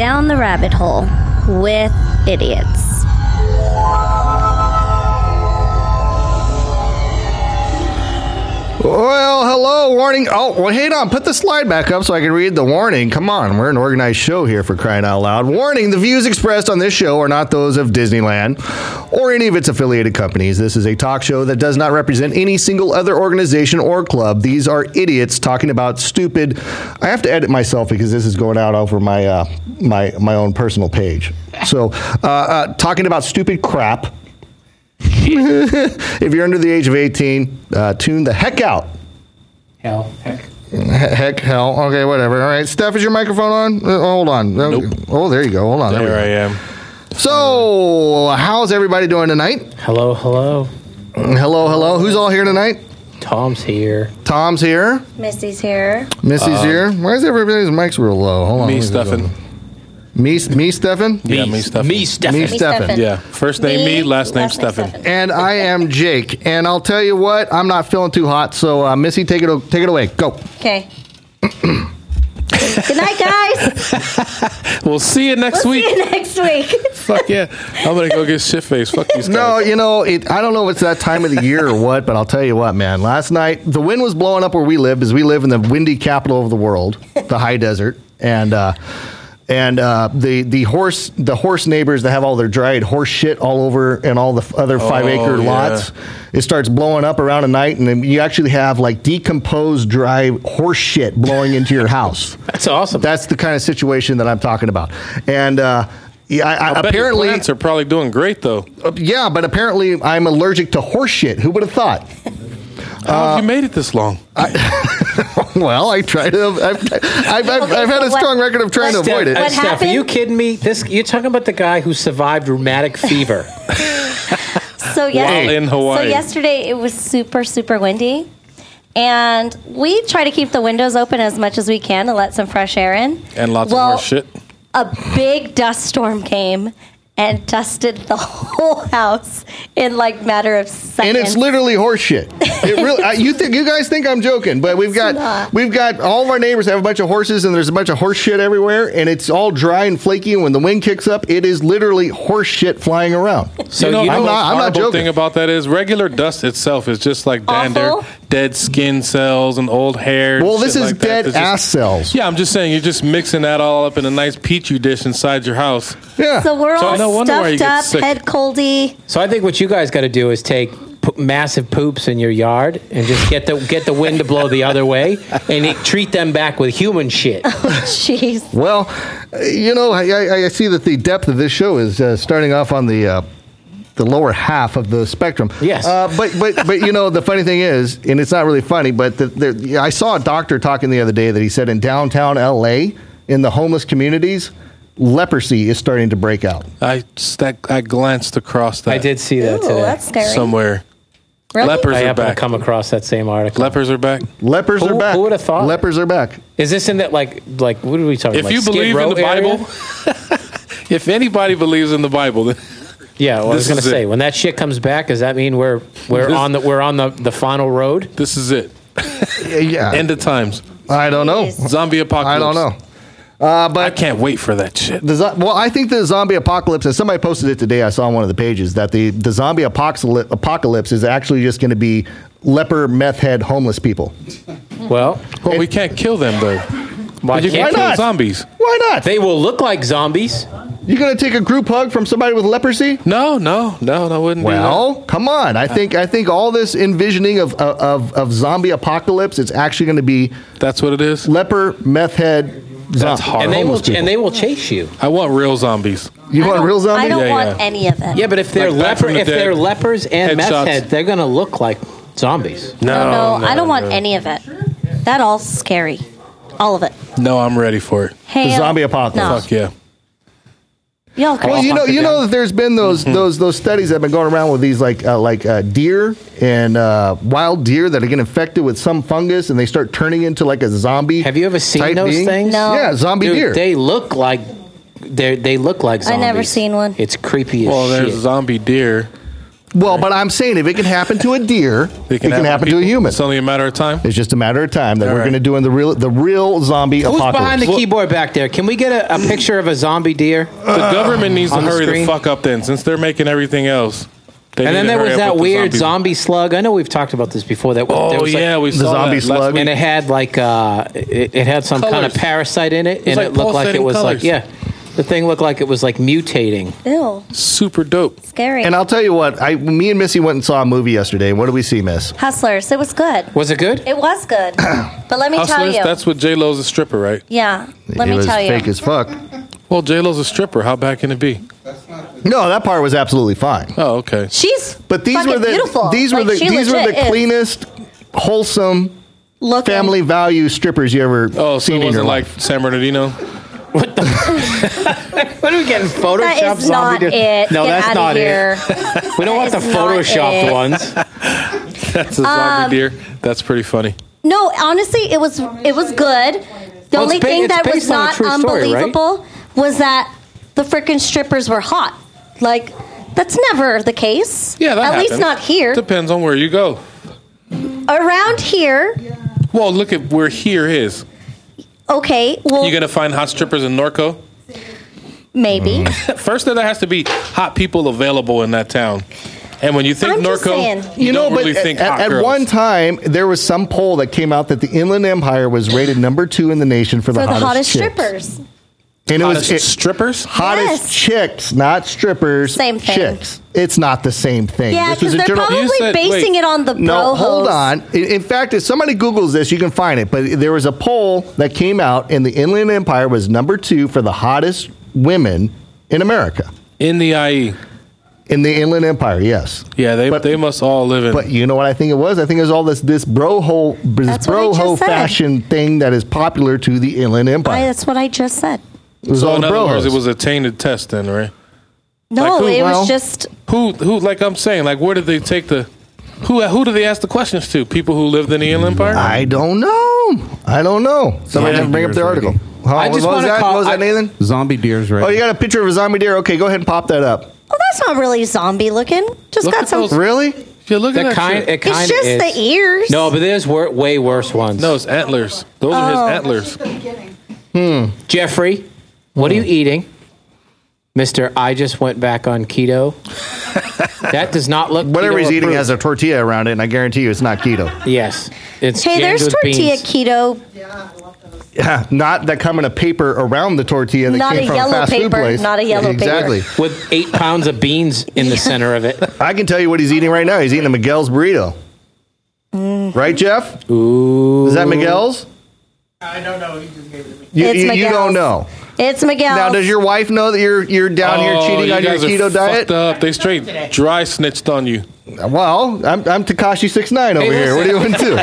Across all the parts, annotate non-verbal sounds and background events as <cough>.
Ah, the rabbit hole with idiots. Well, hello, warning. Oh, well, hang on. Put the slide back up so I can read the warning. Come on, we're an organized show here for crying out loud. Warning the views expressed on this show are not those of Disneyland or any of its affiliated companies. This is a talk show that does not represent any single other organization or club. These are idiots talking about stupid. I have to edit myself because this is going out over my, uh, my, my own personal page. So, uh, uh, talking about stupid crap. <laughs> if you're under the age of 18, uh, tune the heck out. Hell, heck. He- Heck, hell. Okay, whatever. All right. Steph, is your microphone on? Uh, hold on. Nope. Oh, there you go. Hold on. There, There I we am. go. So, how's everybody doing tonight? Hello, hello. Hello, hello. Who's all here tonight? Tom's here. Tom's here. Missy's here. Missy's here. Why is everybody's mics real low? Hold on. Um, Me, let go Stefan. down. Me, me, Stefan. Yeah, me, Stefan. Me, Stefan. Me, Me, Stefan. Stefan. Yeah. First name me, last name Stefan. And I am Jake. And I'll tell you what, I'm not feeling too hot. So, uh, Missy, take it, o- take it away. Go. Okay. Good night, guys. We'll see you next We'll week. see you <laughs> next week. <laughs> Fuck yeah. I'm going to go get shit faced. Fuck these guys. No, you know, it, I don't know if it's that time of the year or what, but I'll tell you what, man. Last night, the wind was blowing up where we live because we live in the windy capital of the world, the high desert, and uh, and uh, the the horse the horse neighbors that have all their dried horse shit all over and all the f- other five acre Oh, yeah. lots. It starts blowing up around at night, and then you actually have like decomposed dry horse shit blowing into your house. <laughs> That's awesome. That's the kind of situation that I'm talking about, and. Uh, yeah, I, I, I bet your apparently plants are probably doing great, though. yeah, but apparently I'm allergic to horse shit. Who would have thought? How have Oh, you made it this long? <laughs> well, I try to. I've, I've, I've, Okay, I've had so a what- strong record of trying to what- avoid what it. Steph, happened? are you kidding me? This you're talking about the guy who survived rheumatic fever. <laughs> So yesterday, in So Hawaii. yesterday it was super super windy, and we try to keep the windows open as much as we can to let some fresh air in. And lots Well, of more shit. A big dust storm came and dusted the <laughs> whole house in like matter of seconds. And it's literally horse shit. It really, I, you think you guys think I'm joking, but we've got not. we've got all of our neighbors have a bunch of horses, and there's a bunch of horse shit everywhere, and it's all dry and flaky. And when the wind kicks up, it is literally horse shit flying around. So you know, you the I'm don't- most not- I'm not horrible joking. thing about that is regular dust itself is just like dander, Awful. dead skin cells, and old hair. and Well, shit this is like that. dead It's just- ass cells. Yeah, I'm just saying you're just mixing that all up in a nice petri dish inside your house. Yeah. so we're So all no wonder why you stuffed get up, sick. head coldy. <laughs> So I think what you guys got to do is take p- massive poops in your yard and just get the get the wind to blow the other way and it, treat them back with human shit. Oh, Jeez. Well, you know, I, I, I see that the depth of this show is uh, starting off on the uh, the lower half of the spectrum. Yes. Uh, but but but you know, the funny thing is, and it's not really funny, but the, there, I saw a doctor talking the other day that he said in downtown L.A. in the homeless communities, leprosy is starting to break out. I that I glanced across that. I did see that Ooh, today. that's scary. somewhere. Really? Lepers I are happened to back. come across that same article. Lepers are back. Lepers Who- are back. who would've thought? Lepers are back. Is this in that like like what are we talking If about? you Skid believe in Row the Bible, area? if anybody believes in the Bible, then yeah. Well, I this was gonna is it. say when that shit comes back, does that mean we're we're This- on the we're on the the final road? this is it. Yeah. End of times. I don't know. Jeez. Zombie apocalypse. I don't know. Uh, but I can't wait for that shit. The zo- well, I think the zombie apocalypse, and somebody posted it today. I saw on one of the pages that the, the zombie apocalypse, apocalypse is actually just going to be leper, meth head, homeless people. Well, Well, we can't kill them though. why But you can't can Why kill not? zombies. Why not? They will look like zombies. You're going to take a group hug from somebody with leprosy? No, no, no, no. Wouldn't do Well, come on. I think I think all this envisioning of of, of zombie apocalypse, it's actually going to be that. That's what it is. leper, meth head, That's zom- hard. and they will homeless people. and they will chase you. I want real zombies. you I want don't- real I zombie? don't Yeah, want yeah. any of it. Yeah, but if they're Like Back leper, from the if they're Dead. lepers and Headshots. meth head, they're gonna look like zombies. No, Oh, no, no, I don't want no. any of it. That all's scary. All of it. No, I'm ready for it. Hey, uh, zombie apocalypse. No. Fuck yeah. Y'all crazy. Well, you know, hunker you down. know that there's been those Mm-hmm. those those studies that have been going around with these like uh, like uh, deer and uh, wild deer that get infected with some fungus and they start turning into like a zombie. Have you ever seen type those being. things? No. Yeah, zombie Dude, deer. they look like they they look like I zombies. never seen one. It's creepy as Well, there's shit. zombie deer. Well, but I'm saying if it can happen to a deer, <laughs> it can, happen to a people. human. It's only a matter of time. It's just a matter of time that All we're right. going to do in the real the real zombie Who's apocalypse. behind the keyboard back there? Can we get a, a picture of a zombie deer? Uh, the government needs to on the hurry the screen. fuck up then, since they're making everything else. They need and then to there hurry was up that with the weird zombies. zombie slug. I know we've talked about this before. That there Oh was like- yeah, we The saw zombie that slug. Last week. and it had like uh, it, it had some kind of Colours. parasite in it, and like it looked like it pulsating was like colours. yeah, the thing looked like it was like mutating. Ew, Super dope. scary. And I'll tell you what, I, me and Missy went and saw a movie yesterday. What did we see, Miss? Hustlers. It was good. Was it good? It <coughs> was good. but let me Hustlers. tell you. That's what J Lo's a stripper, right? yeah. Let it me was tell you. fake as fuck. Well, J Lo's a stripper. How bad can it be? No, that part was absolutely fine. Oh, okay. She's But these fucking were the beautiful. these were Like, the she these were legit the is cleanest, wholesome, looking- family value strippers you ever Oh, so seen it in your wasn't like life. San Bernardino. What are we getting? Photoshop Uh, That is zombie not deer? it. No, Get that's outta not here. <laughs> it. We don't want the That is not photoshopped it. Um, ones. <laughs> That's a zombie deer. That's pretty funny. No, honestly, it was it was good. The Well, only it's ba- thing it's that was based on a not true story, right? unbelievable was that the freaking strippers were hot. Like that's never the case. Yeah, that at least happens. not here. Depends on where you go. Around here, Well, look at where here is. okay. Well, You're gonna find hot strippers in Norco. <laughs> maybe. Mm. First, there has to be hot people available in that town. And when you think I'm just saying. Norco, you, don't really at- think hot at, at girls. one time there was some poll that came out that the Inland Empire was rated number two in the nation for the For the hottest, hottest chicks. strippers. and it was Hottest it, strippers. hottest Yes. chicks, not strippers. Same thing. Chicks. It's not the same thing. Yeah, This was because a they're general- probably said- basing wait. it on the No, bro hold hose. on. In, in fact, if somebody Googles this, you can find it. But there was a poll that came out, and the Inland Empire was number two for the hottest women in America. in the IE. In the Inland Empire, yes. Yeah, they they must all live in. But you know what I think it was? I think it was all this this bro hole this That's what I bro just hole said. fashion thing that is popular to the Inland I, Empire. that's what I just said. it was so all in the other bro words, it hoes. was a tainted test, then, right? No, Like who? it Well- was just Who who like I'm saying, like where did they take the? Who who do they ask the questions to? People who lived in the Inland Empire. I don't know. I don't know. Somebody Yeah, didn't bring up their yours, article. lady. Huh, I what just was wanna that? call- what was that, I- Nathan? Zombie deer's right. Oh, you got a picture of a zombie deer? Okay, go ahead and pop that up. Oh, that's not really zombie looking. Just Look got at some. those- Really? Yeah, look at The that kind, shit. it kind it's just is. the ears. No, but there's wor- way worse ones. No, it's antlers. Those are Oh. his antlers. Hmm. Jeffrey, what are you eating? Mister, I just went back on <laughs> keto. that does not look Whatever keto he's eating approved. has a tortilla around it, and I guarantee you it's not keto. yes. It's Hey, jammed there's with tortilla beans. keto, <laughs> not that come in a paper around the tortilla that Not came a from yellow a fast food paper, place. not a yellow paper. exactly. with eight pounds of beans in the center of it. <laughs> I can tell you what he's eating right now. He's eating a Miguel's burrito. Right, Jeff? Ooh. Is that Miguel's? I don't know. He just gave it to me. You, It's you, you don't know. Miguel's. It's Miguel. Now, does your wife know that you're you're down Oh, here cheating you on your guys are keto fucked diet? Up. They straight dry snitched on you. Well, I'm, I'm Takashi six nine over here. What are you <laughs> into?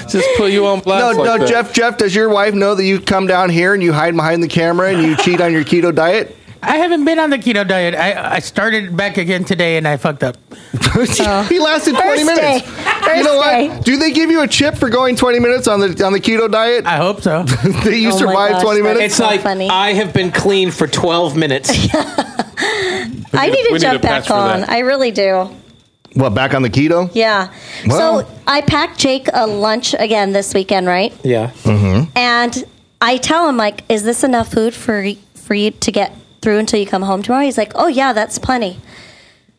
<laughs> Just put you on no, blast. like no, that. Jeff, Jeff, does your wife know that you come down here and you hide behind the camera and you cheat on your keto diet? I haven't been on the keto diet. I, I started back again today and I <laughs> fucked up. he lasted 20 First minutes. day. You know First day. what? Do they give you a chip for going 20 minutes on the on the keto diet? I hope <laughs> so. that you Oh my survived gosh, 20 that minutes? It's so like funny. I have been clean for <laughs> 12 minutes. I We need to need a jump patch back for on. that. I really do. What, back on the keto? Yeah. Well. So I packed Jake a lunch again this weekend, right? yeah. Mm-hmm. And I tell him like, "Is this enough food for for you to get through until you come home tomorrow?" He's like, "Oh yeah, that's plenty."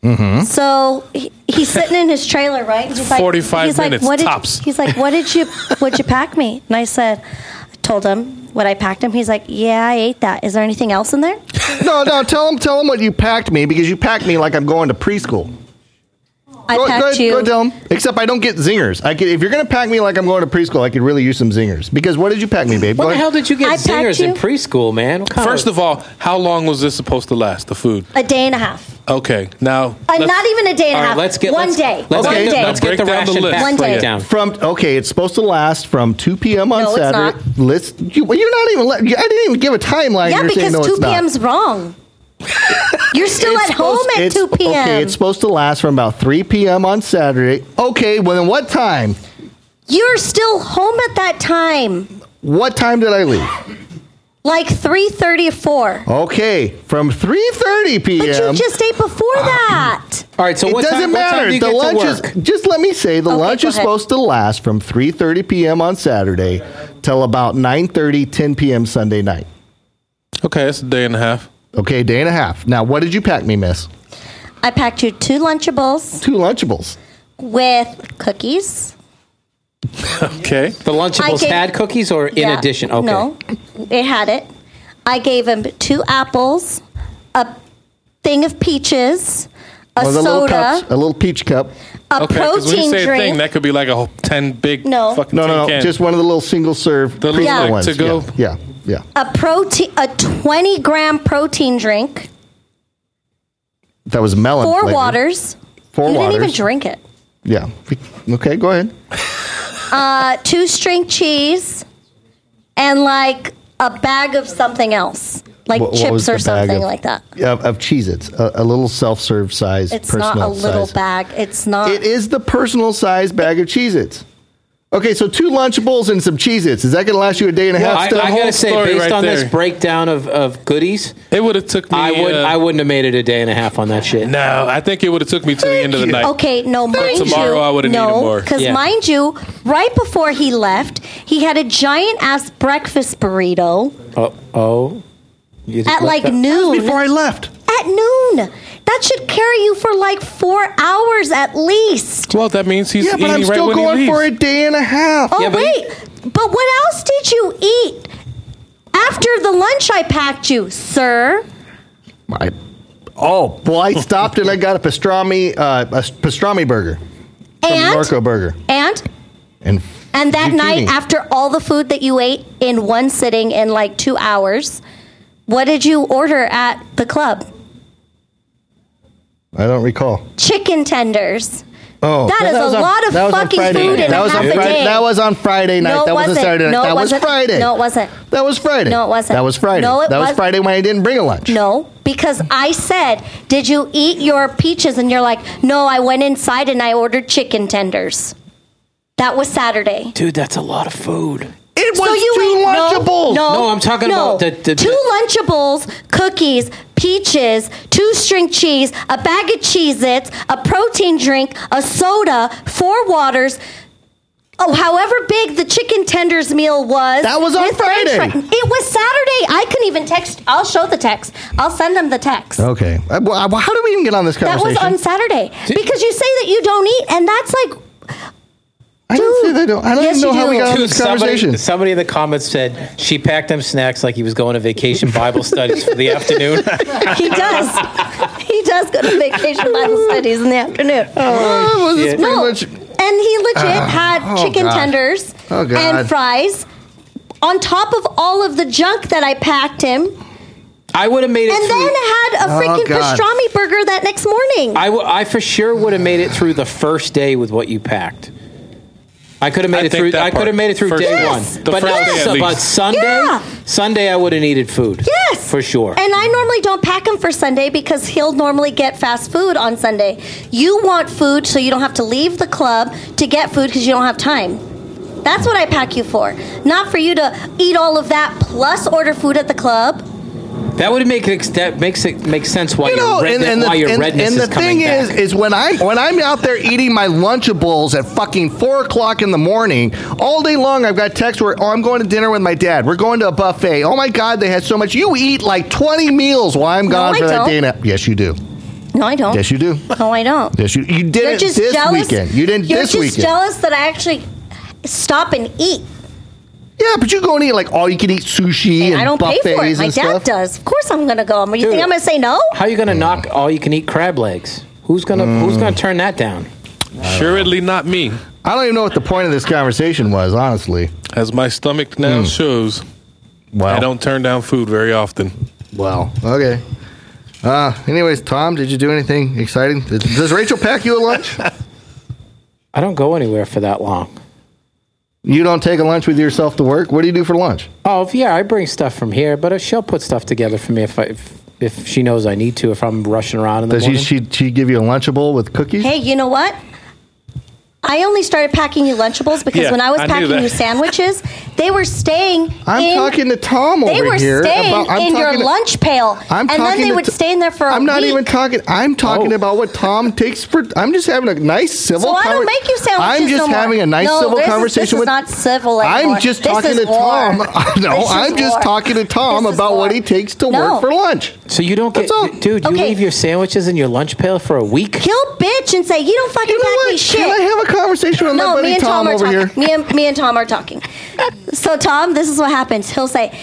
Mm-hmm. So he, he's sitting in his trailer, right? He's like, 45 he's minutes, like, what tops." Did, he's like, "What did you what you pack me?" And I said, "I told him what I packed him." He's like, "Yeah, I ate that. Is there anything else in there?" No, no, tell him tell him what you packed me because you packed me like I'm going to preschool. I go, packed go ahead, you. go ahead, tell him. Except I don't get zingers. I could, if you're gonna pack me like I'm going to preschool, I could really use some zingers. Because what did you pack me, babe? What Go the ahead. hell did you I get packed zingers in you- preschool, man? What kind First of all, how long was this supposed to last? The food. a day and a half. Okay, now Uh, let's- not even a day and all a half. right, let's get one let's, day. Let's, one Okay, get, day. the- let's get Break the down the ration list. back One day. down. From okay, it's supposed to last from 2 p.m. on No, it's Saturday. not. Let's you, well, you're not even. Let, I didn't even give a timeline. yeah, You're saying, because no, two it's not. p.m.'s wrong. You're still It's at home supposed- at it's- two p.m. Okay, it's supposed to last from about 3 p.m. on Saturday. Okay, well then what time? You're still home at that time. What time did I leave? Like 3.30 or 4. Okay, from 3:30 p.m. But you just ate before that. All right, so it what doesn't time, what time matter. do you the get lunch to is work? just let me say the Okay, lunch go is ahead. supposed to last from 3:30 p.m. on Saturday till about 9:30 10 p.m. Sunday night. Okay, that's a day and a half. Okay, day and a half. Now, what did you pack me, miss? I packed you two Lunchables Two Lunchables. with cookies. Okay. The Lunchables I gave- had cookies or in Yeah. addition? Okay. No, it had it. I gave him two apples, a thing of peaches, a Was a little cups, soda, a little peach cup. a Okay, when you protein say drink. a thing, that could be like a whole 10 big No. fucking No, tin no, no. can. Just one of the little single serve The little, Yeah. preheated like, ones. to-go- Yeah, yeah, yeah. a protein, a 20 gram protein drink, That was melon. four flavored. waters. Oh, Four you waters. didn't even drink it. Yeah. Okay, go ahead. Uh, two string cheese and like a bag of something else, like What- what was chips or the bag something of- like that. Of, of Cheez-Its, a, a little self-serve size. It's personal not a little size. bag. It's not. It is the personal size bag of Cheez Its. Okay, so two Lunchables and some Cheez Its. Is that going to last you a day and a half? I, still? I gotta say, story based right on this there. breakdown of, of goodies, it would have took me. I would uh, I wouldn't have made it a day and a half on that shit. No, I think it would have took me to the end of the you. night. Okay, no, mind tomorrow you, I would've needed no, more. because Yeah. mind you, right before he left, he had a giant ass breakfast burrito Oh, oh. You just at left like that- noon. Before I left. at noon, that should carry you for like four hours at least. Well, that means he's Yeah, eating but I'm right still when going he leaves. for a day and a half. Oh Yeah, but- wait, but what else did you eat after the lunch I packed you, sir? My, oh, well, I stopped and I got a pastrami, uh, a s- pastrami burger, And Norco burger, and and and that zucchini. night after all the food that you ate in one sitting in like two hours, what did you order at the club? I don't recall. chicken tenders. Oh, That no, is a was on- lot of that was on fucking Friday food night. in that was half on a Friday, day. That was on Friday night. No, it that wasn't wasn't. Saturday night. No, it that was wasn't. Friday. No, it wasn't. That was Friday. No, it wasn't. That was Friday. No, it that was was- Friday when I didn't bring a lunch. No, because I said, "Did you eat your peaches?" And you're like, "No, I went inside and I ordered chicken tenders." That was Saturday. Dude, that's a lot of food. It was so you two ate lunchables. No, no, No, I'm talking no. about the- the- two lunchables, cookies, peaches, two string cheese, a bag of Cheez-Its, a protein drink, a soda, four waters. Oh, however big the chicken tenders meal was. That was on with french Friday. fri- it was Saturday. I couldn't even text. I'll show the text. I'll send them the text. Okay. Uh, well, uh, well, how do we even get on this that conversation? was on Saturday because you say that you don't eat, and that's like I don't say Dude. that. I don't, I don't Yes, even know you how we do. got on Dude, this somebody, conversation. somebody in the comments said she packed him snacks like he was going to vacation Bible studies for the afternoon. <laughs> he does. he does go to <laughs> vacation Bible studies in the afternoon. well, Oh, this is pretty No, much- and he legit had oh, chicken God. tenders Oh, God. and fries on top of all of the junk that I packed him, and I would have made it through. then had a freaking Oh, God. pastrami burger that next morning. I, w- I for sure would have made it through the first day with what you packed. I could have made I it think through. that I could part. have made it through First day day. Yes. one, The but first not day at so- least. but Sunday, Yeah. Sunday I would have needed food. yes, for sure. And I normally don't pack him for Sunday because he'll normally get fast food on Sunday. You want food so you don't have to leave the club to get food because you don't have time. That's what I pack you for, not for you to eat all of that plus order food at the club. that would make it, ex- that makes it make sense why You your know, red, and, and the, why your and- redness and the is coming thing is, back. is when I'm when I'm out there eating my Lunchables at fucking four o'clock in the morning, all day long, I've got texts where, oh, I'm going to dinner with my dad. We're going to a buffet. Oh my god, they had so much. You eat like twenty meals while I'm gone I for that don't. day. And a- yes, you do. No, I don't. Yes, you do. <laughs> No, I don't. Yes, you. You did You're it just this jealous. weekend. You didn't You're this just weekend. jealous that I actually stop and eat. Yeah, but you go and eat like all you can eat sushi and, I don't pay buffets for it. My dad and stuff. does. Of course, I'm going to go. I'm- You think I'm going to say no? How you going to knock all you can eat crab legs? Who's gonna Who's gonna turn that down? Surely not me, I don't even know what the point of this conversation was, honestly. as my stomach now shows. Hmm. Well, I don't turn down food very often. Well, okay. Uh, anyways, Tom, did you do anything exciting? Did- Does Rachel pack you a lunch? I don't go anywhere for that long. <laughs> you don't take a lunch with yourself to work. What do you do for lunch? Oh if- yeah, I bring stuff from here, but uh, she'll put stuff together for me if I, if, if she knows I need to. If I'm rushing around in the Does she, morning. she she give you a lunchable with cookies? Hey, you know what? I only started packing you Lunchables because Yeah, when I was I knew packing that. you sandwiches, They were staying. I'm in- talking to Tom They over were here staying about- I'm in your talking to- lunch pail, I'm and then talking they to would t- stay in there for. i I'm not even talking. I'm talking Oh. about what <laughs> Tom takes for. I'm just having a nice civil. So I don't conver- make you sandwiches. I'm just no more. having a nice No, civil this is- conversation this is with. <laughs> not civil anymore. I'm just This talking is to war. Tom. This no, is I'm just war. talking to Tom This is about war. what he takes to No. work for lunch. So you don't get, That's all. dude. You Okay. leave your sandwiches in your lunch pail for a week. He'll bitch and say, "You don't fucking You know pack me what? shit." Can I have a conversation with my no, buddy me and Tom, Tom, are over talking. here? Me and me and Tom are talking. So Tom, this is what happens. He'll say,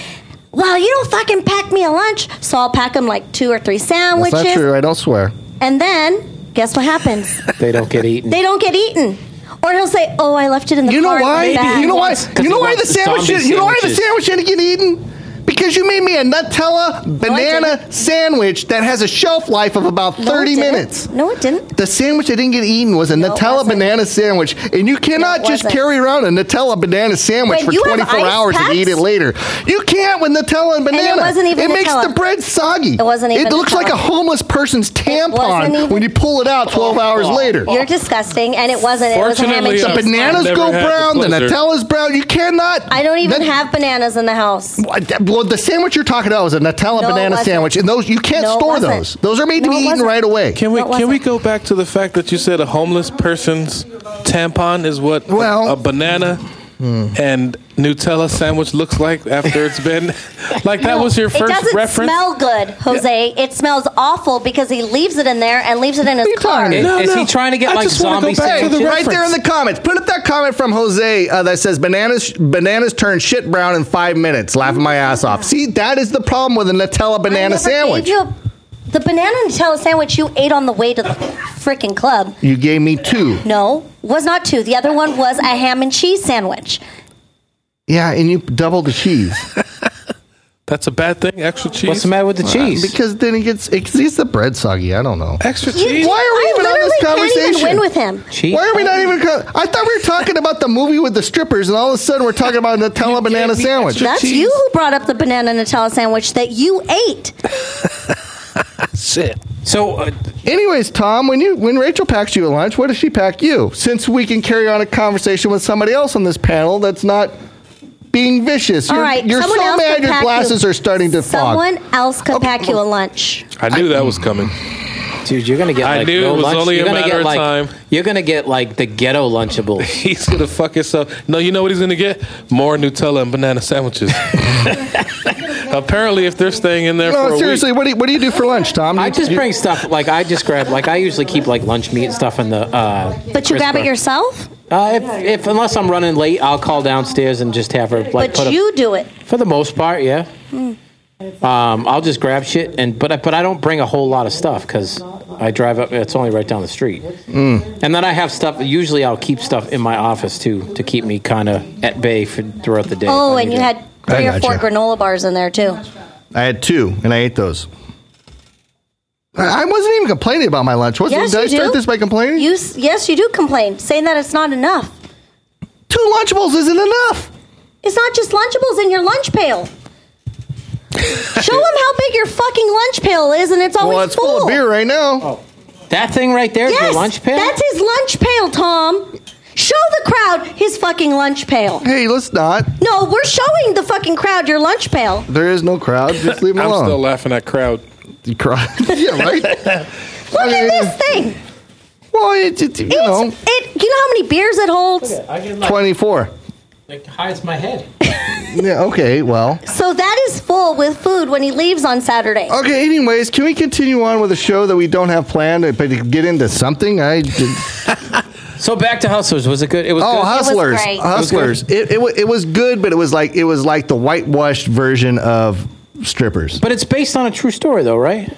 "Well, you don't fucking pack me a lunch, so I'll pack him like two or three That's not sandwiches." true. I don't swear. And then guess what happens? They don't get eaten. they don't get eaten. Or he'll say, "Oh, I left it in the You know car." in the why? bag." You know why? wants- 'cause You know he why wants the the zombie sandwich? didn't- You know why the sandwich sandwiches. didn't get eaten? <laughs> Because you made me a Nutella banana sandwich that has a shelf life of about No, it 30 didn't. minutes. No, it didn't. The sandwich that didn't get eaten was a No, it Nutella wasn't. banana sandwich, and you cannot No, it just wasn't. carry around a Nutella banana sandwich Wait, for you have 24 ice hours and packs? eat it later. You can't with Nutella and banana. wasn't even It makes Nutella. the bread soggy. It wasn't It even looks like a Nutella. homeless person's tampon wasn't even- when you pull it out 12 hours later. You're disgusting, and it wasn't. It was a ham and Oh, Fortunately, cheese. uh, The I've bananas never go had the brown. The, blizzard. Nutella's brown. You cannot. I don't even that- have bananas in the house. Well, the sandwich you're talking about is a Nutella No, it banana wasn't. sandwich, and those you can't No, it store wasn't. those. Those are made to No, be it eaten wasn't. right away. Can we No, it can we wasn't. go back to the fact that you said a homeless person's tampon is what a- Well- Hmm. a, banana and Nutella sandwich looks like after it's been <laughs> like that was your it first doesn't reference. smell good, Jose. It smells awful because he leaves it in there and leaves it in his you car. talking Is, No, is no. he trying to get I like just wanna go zombie back to the sandwiches? Right there in the comments, put up that comment from Jose uh, that says bananas bananas turn shit brown in five minutes. Laughing my ass off. See, that is the problem with a Nutella I banana never sandwich. gave you a- the banana Nutella sandwich you ate on the way to the freaking club. you gave me two. No, was not two. The other one was a ham and cheese sandwich. Yeah, and you doubled the <laughs> cheese That's a bad thing. Extra cheese. What's the matter with the cheese? because then it gets it gets the bread soggy. I don't know. Extra You- cheese. Why are we I even on this literally Can't conversation? even win with him. Cheese. Why are we not even? Co- I thought we were talking about the movie with the strippers, and all of a sudden we're talking about a Nutella banana me sandwich. extra- That's cheese. you who brought up the banana Nutella sandwich that you ate. <laughs> Shit. So, uh, Anyways, Tom, when you when Rachel packs you a lunch, what does she pack you? Since we can carry on a conversation with somebody else on this panel that's not being vicious. All you're, right, you're someone so else mad could your pack glasses you. are starting to fog. Someone else could pack you a lunch. I knew that was coming. dude, you're gonna get. I Like, knew no it was lunch. only a you're gonna matter get, of like, time. You're gonna get like the ghetto lunchables. <laughs> He's gonna fuck himself. No, you know what he's gonna get? More Nutella and banana sandwiches. Apparently, if they're staying in there for No, a seriously, week, what do you, what do you do for lunch, Tom? I You- just you- bring stuff like I just grab like I usually keep like lunch meat and stuff in the. Uh, But you grab it crisper. yourself. Uh, if, if unless I'm running late, I'll call downstairs and just have her like put but a- you do it. for the most part, yeah. Um, I'll just grab shit and but I, but I don't bring a whole lot of stuff because I drive up. It's only right down the street, and then I have stuff. Usually, I'll keep stuff in my office too to keep me kind of at bay for throughout the day. Oh, if I and need you it. had I three or gotcha. four granola bars in there too. I had two, and I ate those. I I wasn't even complaining about my lunch. Wasn't Yes, did you I start do. this by complaining? You s- yes, you do complain, saying that it's not enough. two Lunchables isn't enough. It's not just Lunchables in your lunch <laughs> pail. Show them how big your fucking lunch pail is, and it's always Well, it's full of beer right now. Oh. that thing right there. is Yes, your lunch pail. that's his lunch pail, Tom. Show the crowd his fucking lunch pail. Hey, let's not. No, we're showing the fucking crowd your lunch pail. There is no crowd. Just <laughs> leave them I'm alone. still laughing at crowd. You cry. yeah, right. Look at this thing. Well, it, it, you It's, know, it. You know how many beers it holds? I can twenty-four. hides my head. Yeah. Okay. Well. So that is full with food when he leaves on Saturday. Okay. Anyways, can we continue on with a show that we don't have planned, but to get into something? I. Did, So back to hustlers. Was it good? It was. oh, good? hustlers! great. Hustlers! It, it, wa- it was good, but it was like it was like the whitewashed version of strippers. But it's based on a true story, though, right?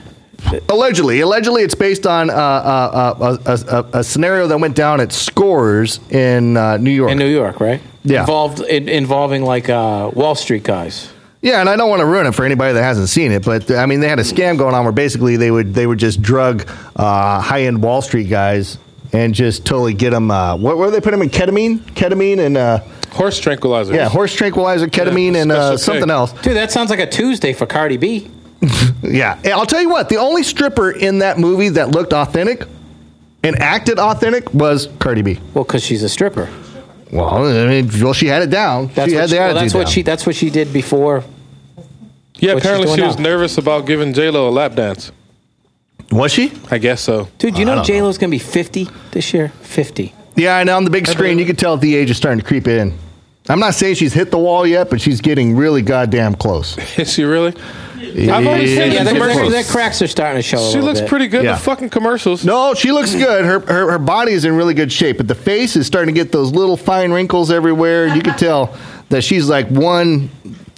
allegedly, allegedly, it's based on uh, uh, uh, a, a, a, a scenario that went down at Scores in uh, New York. In New York, right? Yeah. Involved in, involving like uh, Wall Street guys. Yeah, and I don't want to ruin it for anybody that hasn't seen it, but uh, I mean, they had a scam going on where basically they would they would just drug uh, high end Wall Street guys and just totally get them. Uh, what were they put them in ketamine, ketamine, and uh, Horse tranquilizers. yeah, horse tranquilizer, ketamine, Yeah, and uh, special something kick. else. Dude, that sounds like a Tuesday for Cardi B. Yeah, and I'll tell you what, the only stripper in that movie that looked authentic and acted authentic was Cardi B. Well, because she's a stripper. Well, I mean, well, she had it down. That's she what had the she, well, attitude that's down. what she. That's what she did before. <laughs> Yeah, What she's apparently doing she was now. nervous about giving J Lo a lap dance. was she? I guess so. Dude, you I know don't J Lo's gonna be fifty this year. Fifty. Yeah, and on the big screen, you can tell the age is starting to creep in. I'm not saying she's hit the wall yet, but she's getting really goddamn close. <laughs> Is she really? I've only seen Yeah, Yeah, that, the she's that, close. that cracks are starting to show. a She little looks bit. pretty good in Yeah. the fucking commercials. No, she looks good. Her, her her body is in really good shape, but the face is starting to get those little fine wrinkles everywhere. You can tell that she's like one.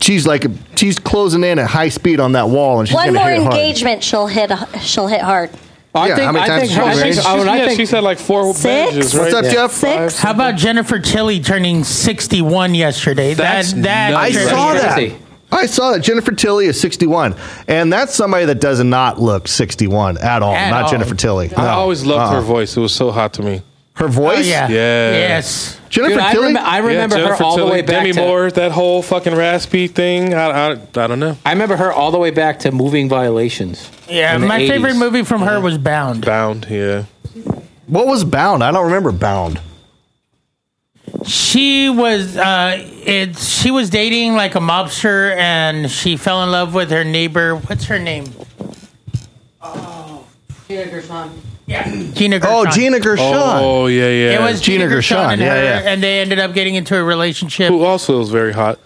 She's like a, she's closing in at high speed on that wall, and she's One gonna more hit it hard. engagement, she'll hit. She'll hit hard. I Yeah, think. how many I times think. has she I been think. She's- I, would- I yeah, think she's had like four Six? bandages, right? What's up, Yeah. Jeff? Six. How about Jennifer Tilly turning 61 yesterday? That's that that nuts. I turned- saw Crazy. that. I saw that Jennifer Tilly is 61, and that's somebody that does not look 61 at all. At not all. Jennifer Tilly. I No. always loved Uh-uh. her voice. It was so hot to me. Her Oh, voice. yeah. Yeah. Yes. Jennifer Dude, I, Tilly. remember, I remember Yeah, her Jennifer all the Tilly, way back Demi to. Moore, that whole fucking raspy thing. I, I, I don't know. I remember her all the way back to Moving Violations. Yeah, in the my 80s. favorite movie from her was Bound. Bound, yeah. what was Bound? I don't remember Bound. She was uh it she was dating like a mobster and she fell in love with her neighbor. What's her name? Yeah, Gina Gershon. Oh, Gina Gershon. Oh, yeah, yeah. It was Gina Gina, Gershon, Gershon, and yeah, her, yeah. and they ended up getting into a relationship. who also was very hot.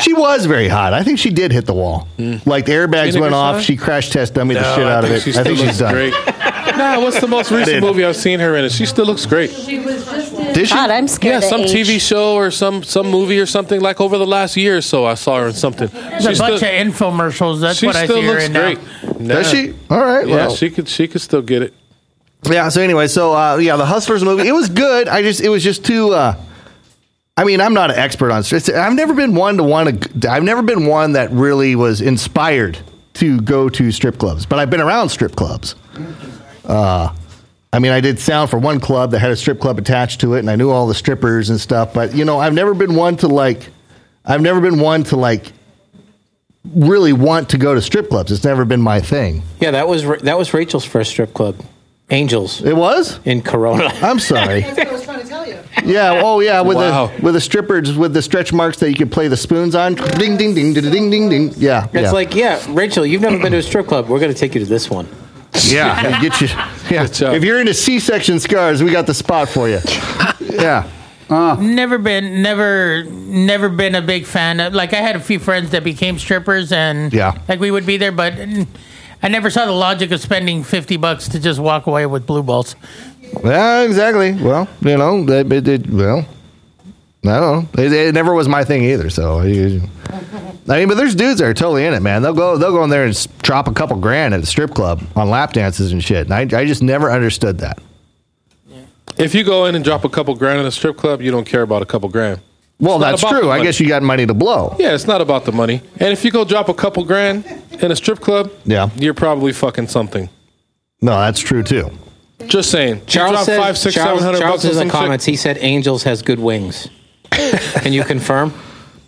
She was very hot. I think she did hit the wall. Like the airbags Vinegar went off. side? She crash test dummy the Hmm. No, shit out of think it. she I still think looks she's done. Great. <laughs> nah, what's the most recent did. movie I've seen her in? And she still looks great. Did she? God, I'm scared. Yeah, of some age. TV show or some some movie or something like over the last year or so. I saw her in something. There's a bunch of infomercials. That's she what I still see her looks in now. great. Nah. Does she? All right. Yeah, well. she could she could still get it. Yeah. So anyway, so uh, yeah, the Hustlers movie. It was good. I just it was just too. Uh, I mean, I'm not an expert on. It's, I've never been one to want to. I've never been one that really was inspired to go to strip clubs, but I've been around strip clubs. Uh, I mean, I did sound for one club that had a strip club attached to it, and I knew all the strippers and stuff. But you know, I've never been one to like. I've never been one to like. Really want to go to strip clubs. It's never been my thing. Yeah, that was Ra- that was Rachel's first strip club, Angels It was. in Corona. I'm sorry. That's what I was trying to tell you. Yeah. Oh, yeah. With Wow. the with the strippers with the stretch marks that you could play the spoons on. Ding, ding, ding, ding, ding, ding, ding. Yeah. It's yeah. like, yeah, Rachel, you've never been to a strip club. We're gonna take you to this one. <laughs> yeah. you get you. Yeah. Good job. If you're into C-section scars, we got the spot for you. yeah. Ah. Never been, never, never been a big fan of. Like I had a few friends that became strippers, and Yeah. like we would be there, but mm, I never saw the logic of spending fifty bucks to just walk away with blue balls. Yeah. Exactly. Well, you know, that it, it, well, I don't know. It, it never was my thing either. So. You, I mean, but there's dudes that are totally in it, man. They'll go, they'll go in there and s- drop a couple grand at a strip club on lap dances and shit. And I, I just never understood that. If you go in and drop a couple grand in a strip club, you don't care about a couple grand. Well, not that's about true. the I money. guess you got money to blow. Yeah, it's not about the money. And if you go drop a couple grand in a strip club, Yeah. you're probably fucking something. No, that's true too. Just saying. You Charles drop said, five, six, Charles, seven hundred Charles bucks on is in some the comments. He said Angels has <laughs> good wings. Can you confirm?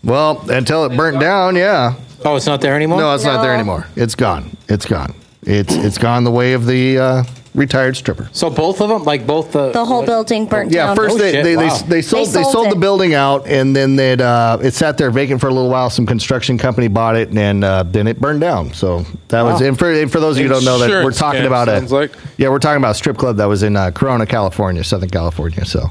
Well, until it burnt down, yeah. Oh, it's not there anymore. No, it's not there No. anymore. It's gone. It's gone. It's it's gone the way of the uh, retired stripper. so both of them, like both the The whole what- building burnt Yeah, down. first Oh, they, shit. they, they, Wow. they sold they They sold, sold the it. building out, and then it uh, it sat there vacant for a little while. Some construction company bought it, and uh, then it burned down. So that was and for and for those of you who don't know that we're Insurance talking scam, about it. sounds like. Yeah, we're talking about a strip club that was in uh, Corona, California, Southern California. So.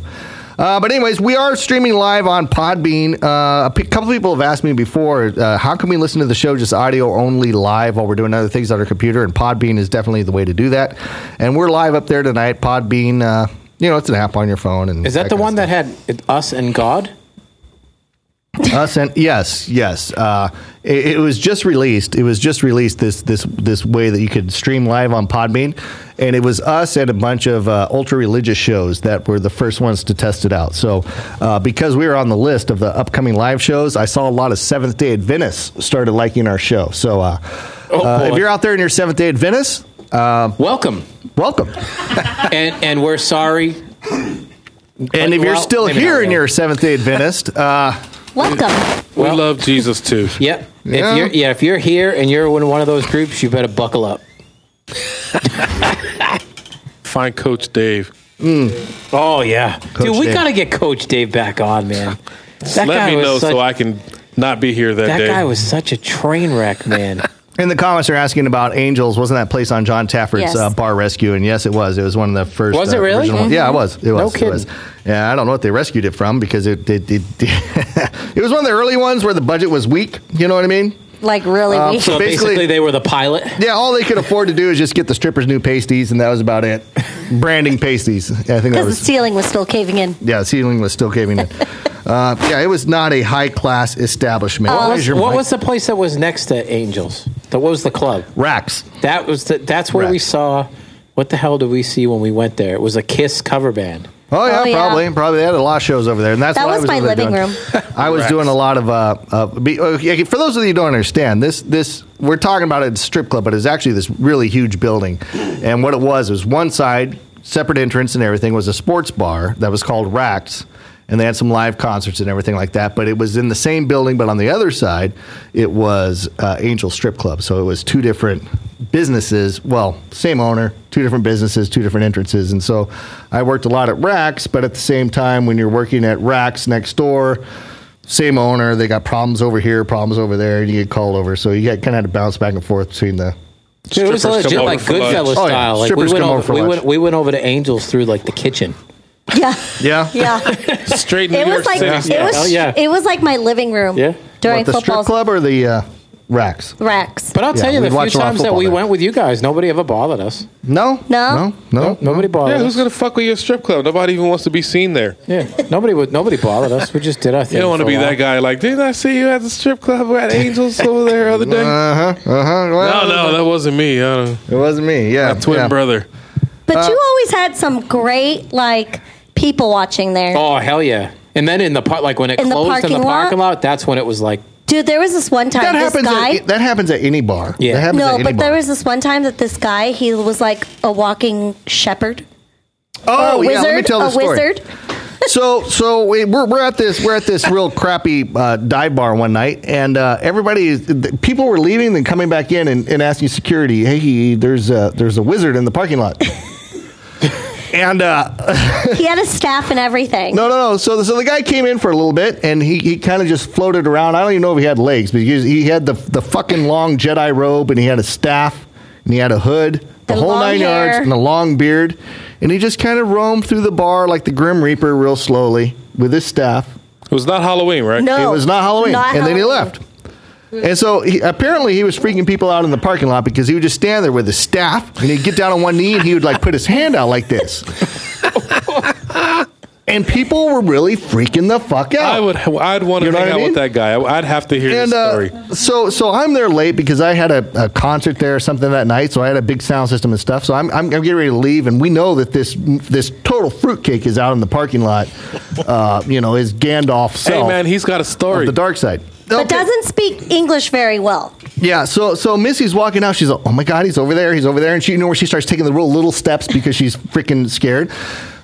Uh, but anyways, we are streaming live on Podbean. Uh, a p- couple people have asked me before, uh, how can we listen to the show just audio only live while we're doing other things on our computer? And Podbean is definitely the way to do that. And we're live up there tonight. Podbean, uh, you know, it's an app on your phone. And Is that the kind of one that had it- us and God? us and yes, yes. Uh, it, it was just released. It was just released this this this way that you could stream live on Podbean, and it was us and a bunch of uh, ultra religious shows that were the first ones to test it out. So, uh, because we were on the list of the upcoming live shows, I saw a lot of Seventh Day Adventists started liking our show. So, uh, Oh, uh, if boy. you're out there and you're Seventh Day Adventist, Welcome, welcome. <laughs> and and we're sorry. And if you're Well, still maybe not here and really. you're a Seventh Day Adventist, uh, Welcome. We Well- love Jesus too. <laughs> Yep. Yeah. If you're, yeah, if you're here and you're in one of those groups, you better buckle up. <laughs> find Coach Dave. Oh yeah, dude, we Dave. gotta get Coach Dave back on, man. That Let me know such, so I can not be here that, That day. guy was such a train wreck, man. In the comments, they're asking about Angels. Wasn't that place on John Taffert's Yes. uh, bar rescue? And yes, it was. It was one of the first. Was uh, it really? Mm-hmm. original- Yeah, it was. It was. No It kidding. was. Yeah, I don't know what they rescued it from because it it, <laughs> it, it was one of the early ones where the budget was weak. You know what I mean? Like really Um, weak. so Basically- <laughs> basically, they were the pilot. Yeah, all they could afford to do is just get the strippers new pasties, and that was about <laughs> it. Branding pasties. Yeah, I think that Because the was. ceiling was still caving in. yeah, the ceiling was still caving <laughs> in. Uh, yeah, it was not a high class establishment. What What was- is your What mic? was the place that was next to Angels? That what was the club? Racks. That was the, that's where we Rex. saw. What the hell did we see when we went there? It was a Kiss cover band. Oh yeah, Oh, yeah. probably, probably. They had a lot of shows over there, and that's That what I was my over there living doing. room. <laughs> I was doing a lot of. Uh, uh, be, okay, for those of you who don't understand, this this we're talking about a strip club, but it's actually this really huge building, and what it was was one side, separate entrance and everything, was a sports bar that was called Racks. And they had some live concerts and everything like that, but it was in the same building. But on the other side, it was uh, Angel Strip Club, so it was two different businesses. Well, same owner, two different businesses, two different entrances. And so, I worked a lot at Racks, but at the same time, when you're working at Racks next door, same owner. They got problems over here, problems over there, and you get called over. So you kind of had to bounce back and forth between the. Dude, it was Strippers come legit over like for lunch. Goodfellas Oh, yeah. style. Like we Strippers went come over, over for we lunch. went we went over to Angels through like the kitchen. <laughs> Yeah. Yeah. <laughs> Yeah. Straight New It York was like City. it was Hell yeah. it was like my living room Yeah. during What, the football strip club or the uh, racks? racks. But I'll Yeah, tell you, we'd the few watch a lot of times that football we there. went with you guys, nobody ever bothered us. No. No. No. No. Nobody bothered yeah, who's us. gonna fuck with your strip club? Nobody even wants to be seen there. yeah, nobody would. Nobody bothered us. We just did our thing. You don't want for to a be that while. guy. Like, didn't I see you at the strip club at <laughs> Angels over there the other day? Uh huh. Uh huh. no, Well, no, that wasn't me. I don't know. It wasn't me. Yeah. My twin yeah. brother. But you Uh, always had some great like people watching there. Oh hell yeah! And then in the part, like when it In the closed in the parking parking lot? lot, that's when it was like Dude, there was this one time That this happens. guy At, that happens at any bar. Yeah. That happens at No, any but bar. there was this one time that this guy he was like a walking shepherd. oh a yeah. Let me wizard, tell the a story. wizard. <laughs> so so we, we're, we're at this we're at this real crappy uh, dive bar one night, and uh, everybody is- the people were leaving, then coming back in and, and asking security, "Hey, there's a, there's a wizard in the parking lot." and uh, <laughs> He had a staff and everything. no, no, no. So, so the guy came in for a little bit, and he, he kind of just floated around. I don't even know if he had legs, but he, was- he had the the fucking long Jedi robe, and he had a staff, and he had a hood, the And whole long nine yards, hair. and a long beard, and he just kind of roamed through the bar like the Grim Reaper, real slowly with his staff. It was not Halloween, right? No. It was not Halloween, Not and then he Halloween. left. And so he, apparently he was freaking people out in the parking lot because he would just stand there with his staff and he'd get down on one knee and he would like put his hand out like this. and people were really freaking the fuck out. I would. I'd want to You know what hang I out mean? with that guy. I- I'd have to hear and his story. uh, so so I'm there late because I had a, a concert there or something that night. So I had a big sound system and stuff. So I'm, I'm, I'm getting ready to leave, and we know that this this total fruitcake is out in the parking lot. Uh, you know, is Gandalf hey, self man, he's got a of story. the dark side. But Okay. doesn't speak English very well. Yeah, so so Missy's walking out. She's like, "Oh my god, he's over there! He's over there!" And she, you know, where she starts taking the real little steps because she's freaking scared.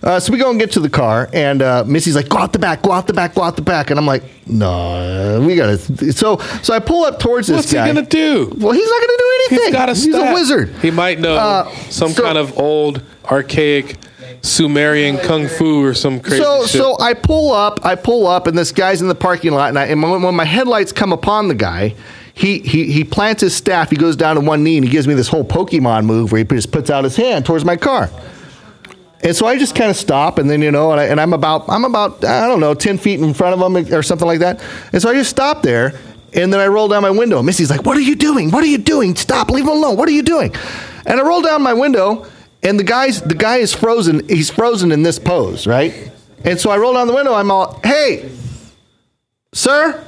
Uh, so we go and get to the car, and uh, Missy's like, "Go out the back, go out the back, go out the back," and I'm like, "No, we gotta." So so I pull up towards this What's guy. he gonna do? Well, he's not gonna do anything. He's got a. He's a staff. wizard. He might know Uh, some so- kind of old, archaic, Sumerian kung fu or some crazy so shit. so I pull up, I pull up, and this guy's in the parking lot, and, I, and when, when my headlights come upon the guy. He, he, he plants his staff. He goes down to one knee and he gives me this whole Pokemon move where he just puts out his hand towards my car. And so I just kind of stop, and then you know, and, I, and I'm about I'm about I don't know ten feet in front of him or something like that. And so I just stop there, and then I roll down my window. And Missy's like, "What are you doing? What are you doing? Stop! Leave him alone! What are you doing?" And I roll down my window, and the guy's the guy is frozen. He's frozen in this pose, right? And so I roll down the window. I'm all, "Hey, sir,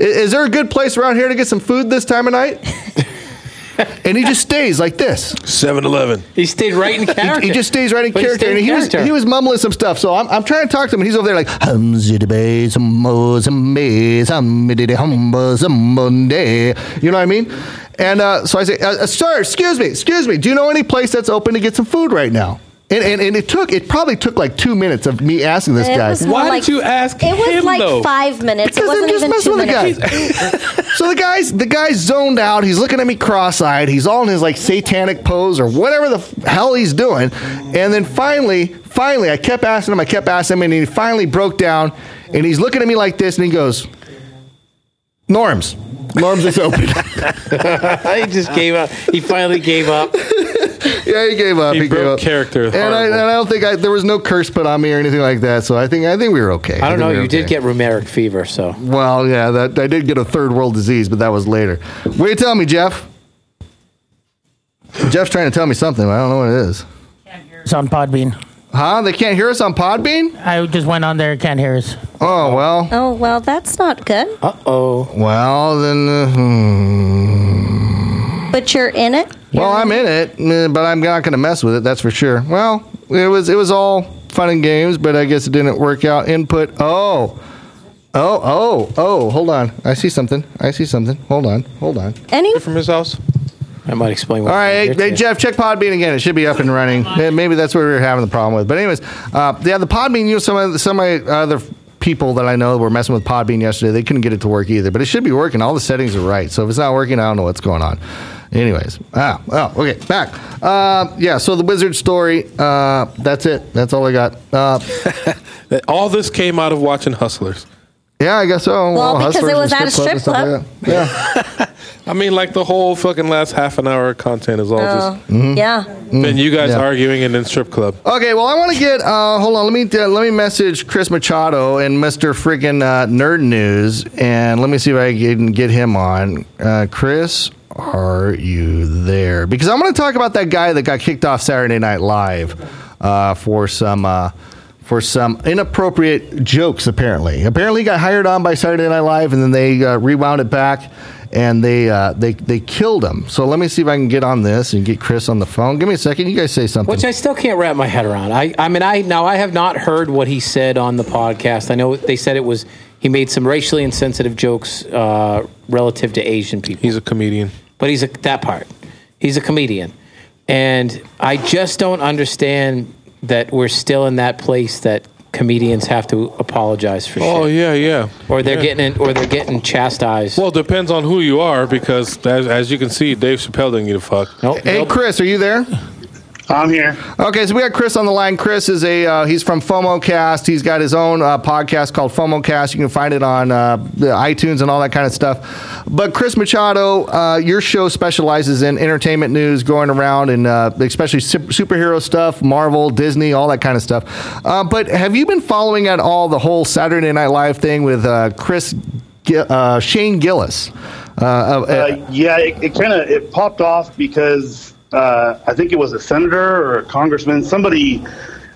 i- is there a good place around here to get some food this time of night?" and he just stays like this. 7-Eleven. he stayed right in character. <laughs> He just stays right in But he character. stayed and in he was character. he was mumbling some stuff. So I'm, I'm trying to talk to him, and he's over there like hum zitty bay some mo some may some diddy humba some Monday. You know what I mean? And uh, so I say, uh, uh, sir, excuse me, excuse me. Do you know any place that's open to get some food right now? And, and, and it took it probably took like two minutes of me asking this It guy. was more Why did like- you ask It was him, like though? five minutes. Because it I'm wasn't just even messing two with the minutes. guy. <laughs> so the guy's the guy's zoned out. He's looking at me cross-eyed. He's all in his like satanic pose or whatever the f- hell he's doing. And then finally, finally, I kept asking him. I kept asking him, and he finally broke down. And he's looking at me like this, and he goes, "Norms, norms <laughs> is open." I just gave up. He finally gave up. yeah, he gave up. He He, gave broke up. character. And I, and Horrible. I don't think I, there was no curse put on me or anything like that. So I think I think we were okay. I don't think know. we were You did okay. get rheumatic fever, so Well, yeah, that I did get a third world disease, but that was later. What are you telling me, Jeff? Jeff's trying to tell me something. but I don't know what it is. It's on Podbean. Huh? They can't hear us on Podbean? I just went on there. Can't hear us. Oh well. Oh well, that's not good. Well then. Uh, hmm. But you're in it. Well, I'm in it, eh, but I'm not going to mess with it. That's for sure. Well, it was it was all fun and games, but I guess it didn't work out. Input. Oh, oh, oh, oh. Hold on. I see something. I see something. Hold on. Hold on. Any from his house. I might explain. What All right, hey, happened here hey, to you. Jeff, check Podbean again. It should be up and running. Yeah, Maybe that's where we were having the problem with. But anyways, uh, yeah, the Podbean. You know, some of some of my other people that I know were messing with Podbean yesterday. They couldn't get it to work either, but it should be working. All the settings are right. So if it's not working, I don't know what's going on. Anyways, ah, oh, okay, back. Uh, yeah, so the wizard story. Uh, that's it. That's all I got. Uh, That- All this came out of watching Hustlers. yeah, I guess so. Well, because hustlers it was and at a club and stuff <laughs> like that. I mean, like the whole fucking last half an hour of content is all Oh, just mm-hmm. yeah. been you guys Mm. yeah. arguing and then strip club. Okay, well, I want to get. Uh, hold on, let me uh, let me message Chris Machado and Mister Friggin uh, Nerd News, and let me see if I can get him on. Uh, Chris, are you there? Because I'm going to talk about that guy that got kicked off Saturday Night Live uh, for some. Uh, for some inappropriate jokes, apparently. Apparently, he got hired on by Saturday Night Live, and then they uh, rewound it back, and they uh, they they killed him. So let me see if I can get on this and get Chris on the phone. Give me a second. You guys say something. Which I still can't wrap my head around. I, I mean, I now I have not heard what he said on the podcast. I know they said it was he made some racially insensitive jokes uh, relative to Asian people. He's a comedian. but he's a, that part. He's a comedian, and I just don't understand that we're still in that place that comedians have to apologize for Oh shit, yeah, yeah. or they're Yeah. getting in, or they're getting chastised. Well, it depends on who you are because as, as you can see, Dave Chappelle didn't give a fuck. Nope, Hey, nope. Chris, are you there? I'm here. Okay, so we got Chris on the line. Chris is a uh, he's from FOMOcast. He's got his own uh, podcast called FOMOcast. You can find it on uh, the iTunes and all that kind of stuff. But Chris Machado, uh, your show specializes in entertainment news, going around and uh, especially sup- superhero stuff, Marvel, Disney, all that kind of stuff. Uh, but have you been following at all the whole Saturday Night Live thing with uh, Chris Gi- uh, Shane Gillis? Uh, of- Uh, yeah, it, it kind of it popped off because uh, I think it was a senator or a congressman. Somebody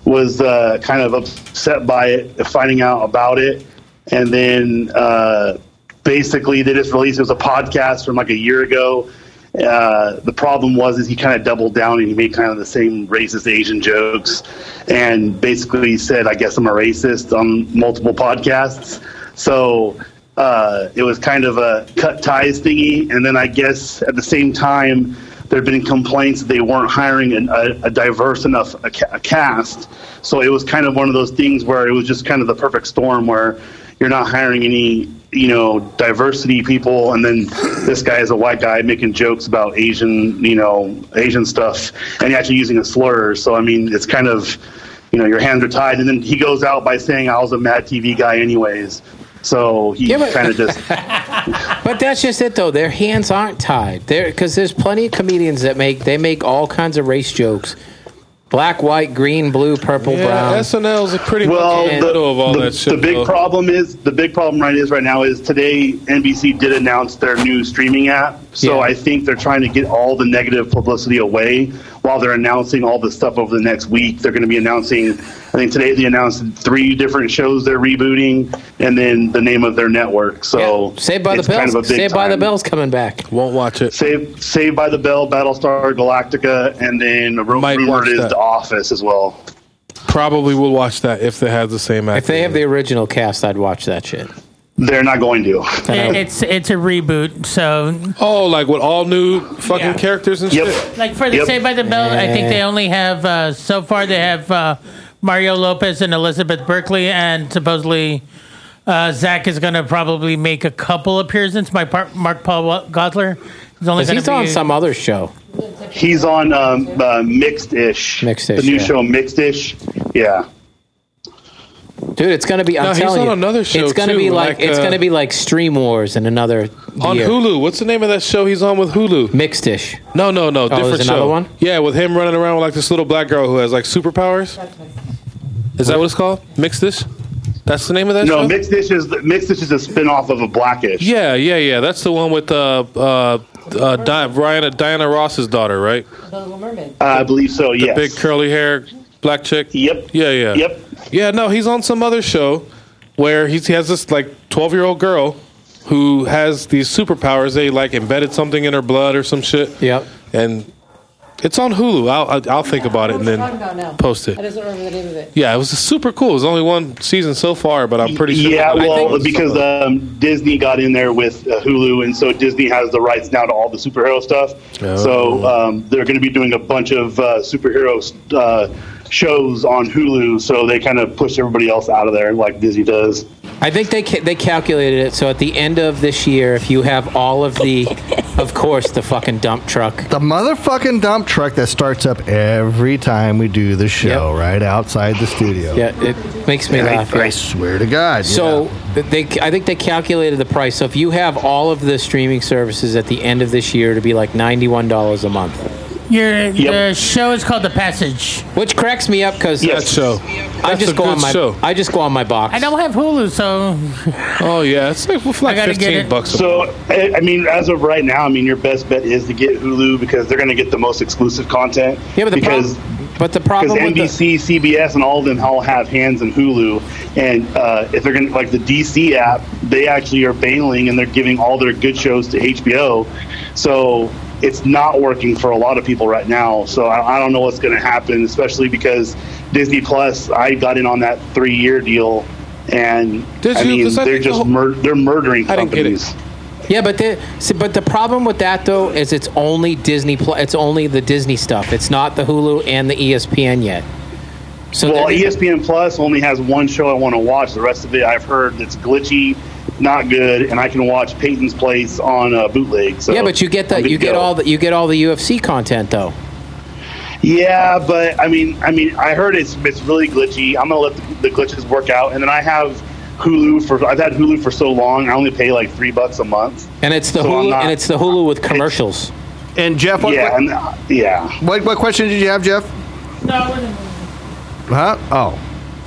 was uh, kind of upset by it, finding out about it, and then uh, basically they just released it was a podcast from like a year ago. Uh, the problem was is he kind of doubled down and he made kind of the same racist Asian jokes, and basically said, "I guess I'm a racist" on multiple podcasts. So uh, it was kind of a cut ties thingy. And then I guess at the same time, there have been complaints that they weren't hiring an, a, a diverse enough a, ca- a cast. So it was kind of one of those things where it was just kind of the perfect storm where you're not hiring any, you know, diversity people. And then this guy is a white guy making jokes about Asian, you know, Asian stuff and actually using a slur. So, I mean, it's kind of, you know, your hands are tied. And then he goes out by saying, I was a Mad TV guy, anyways. So he Yeah, but- kind of just <laughs> But that's just it, though. Their hands aren't tied. There, because there's plenty of comedians that make they make all kinds of race jokes, black, white, green, blue, purple, Yeah, brown. SNL's a pretty well much in the middle of all the, that shit. the big though. problem is the big problem right is right now is today NBC did announce their new streaming app. So Yeah. I think they're trying to get all the negative publicity away while they're announcing all this stuff over the next week. They're going to be announcing I think today they announced three different shows they're rebooting and then the name of their network. So Yeah. Saved by the it's kind Bell's. of a big Saved by the time. Bell's coming back. Won't watch it. Save, Saved by the Bell, Battlestar Galactica, and then ru- Might rumored watch is that. The Office as well. Probably will watch that if they have the same actor. If they have the original cast, I'd watch that shit. They're not going to. It- it's it's a reboot, so Oh, like with all new fucking Yeah. characters and Yep. shit. like for the Yep. Saved by the Bell, I think they only have uh, so far they have uh, Mario Lopez and Elizabeth Berkley, and supposedly uh, Zach is going to probably make a couple appearances. My par- Mark Paul Wa- Gottler is only going 'Cause to he's be on some other show. He's on um, uh, Mixed Ish. Mixed-ish, The new yeah. show, Mixed Ish. Yeah. Dude, it's gonna be. I'm No, he's telling on you, another show, It's gonna too, be like, like, it's uh, gonna be like Stream Wars in another On year. Hulu. What's the name of that show he's on with Hulu? Mixed-ish. No, no, no. there's Different show. another one? Yeah, with him running around with like this little black girl who has like superpowers. Is that what it's called? Mix this? That's the name of that show? No, Mixed Ish is Mixed Ish is a spinoff of a Blackish. Yeah, yeah, yeah. That's the one with uh, uh, uh, Di- Ryan, Diana Ross's daughter, right? Uh, I believe so. Yes. Big curly hair, black chick. Yep. Yeah, yeah. Yep. Yeah, no, he's on some other show where he's, he has this like 12 year old girl who has these superpowers. They like embedded something in her blood or some shit. Yep. And it's on Hulu. I'll, I'll, I'll think about it and then post I it. just don't remember the name of it. Yeah, it was super cool. It was only one season so far, but I'm pretty sure. Yeah, I think it well, was because something- um, Disney got in there with uh, Hulu, and so Disney has the rights now to all the superhero stuff. Oh. So um, they're going to be doing a bunch of uh, superhero uh, shows on Hulu. So they kind of push everybody else out of there, like Disney does. I think they ca- they calculated it. So at the end of this year, if you have all of the, of course, the fucking dump truck. The motherfucking dump truck that starts up every time we do the show, Yep. right outside the studio. Yeah, it makes me I, laugh. yeah. I swear to God. So they, I think they calculated the price. So if you have all of the streaming services at the end of this year to be like ninety-one dollars a month, Your the show is called The Passage. which cracks me up because Yes. that show. I That's a just go good on my show. I just go on my box. I don't have Hulu, <laughs> so Oh yeah, it's like, it's I like gotta get fifteen it. bucks. A month. So I I mean, as of right now, I mean, your best bet is to get Hulu because they're going to get the most exclusive content. Yeah, but the because. problem, but the because problem with the, NBC, CBS, and all of them all have hands in Hulu, and uh, if they're going to like the DC app, they actually are bailing and they're giving all their good shows to HBO. So it's not working for a lot of people right now. So I, I don't know what's going to happen, especially because Disney Plus. I got in on that three-year deal, and Did I you? mean 'Cause I they're think the just whole- mur- they're murdering I didn't get it. companies. Yeah, but the see, but the problem with that though is it's only Disney. Pl- it's only the Disney stuff. It's not the Hulu and the E ESPN yet. So Well, E they're- ESPN Plus only has one show I want to watch. The rest of it I've heard that's glitchy, not good, and I can watch Peyton's Place on uh, bootleg. So yeah, but you get the I'm good you to get go. all the you get all the UFC content though. Yeah, but I mean, I mean, I heard it's it's really glitchy. I'm gonna let the, the glitches work out, and then I have Hulu for I've had Hulu for so long. I only pay like three bucks a month. And it's the So I'm Hulu not- and it's the Hulu with commercials. and Jeff, what, yeah, what- and, uh, yeah. what, what question did you have, Jeff? no. Huh? Oh.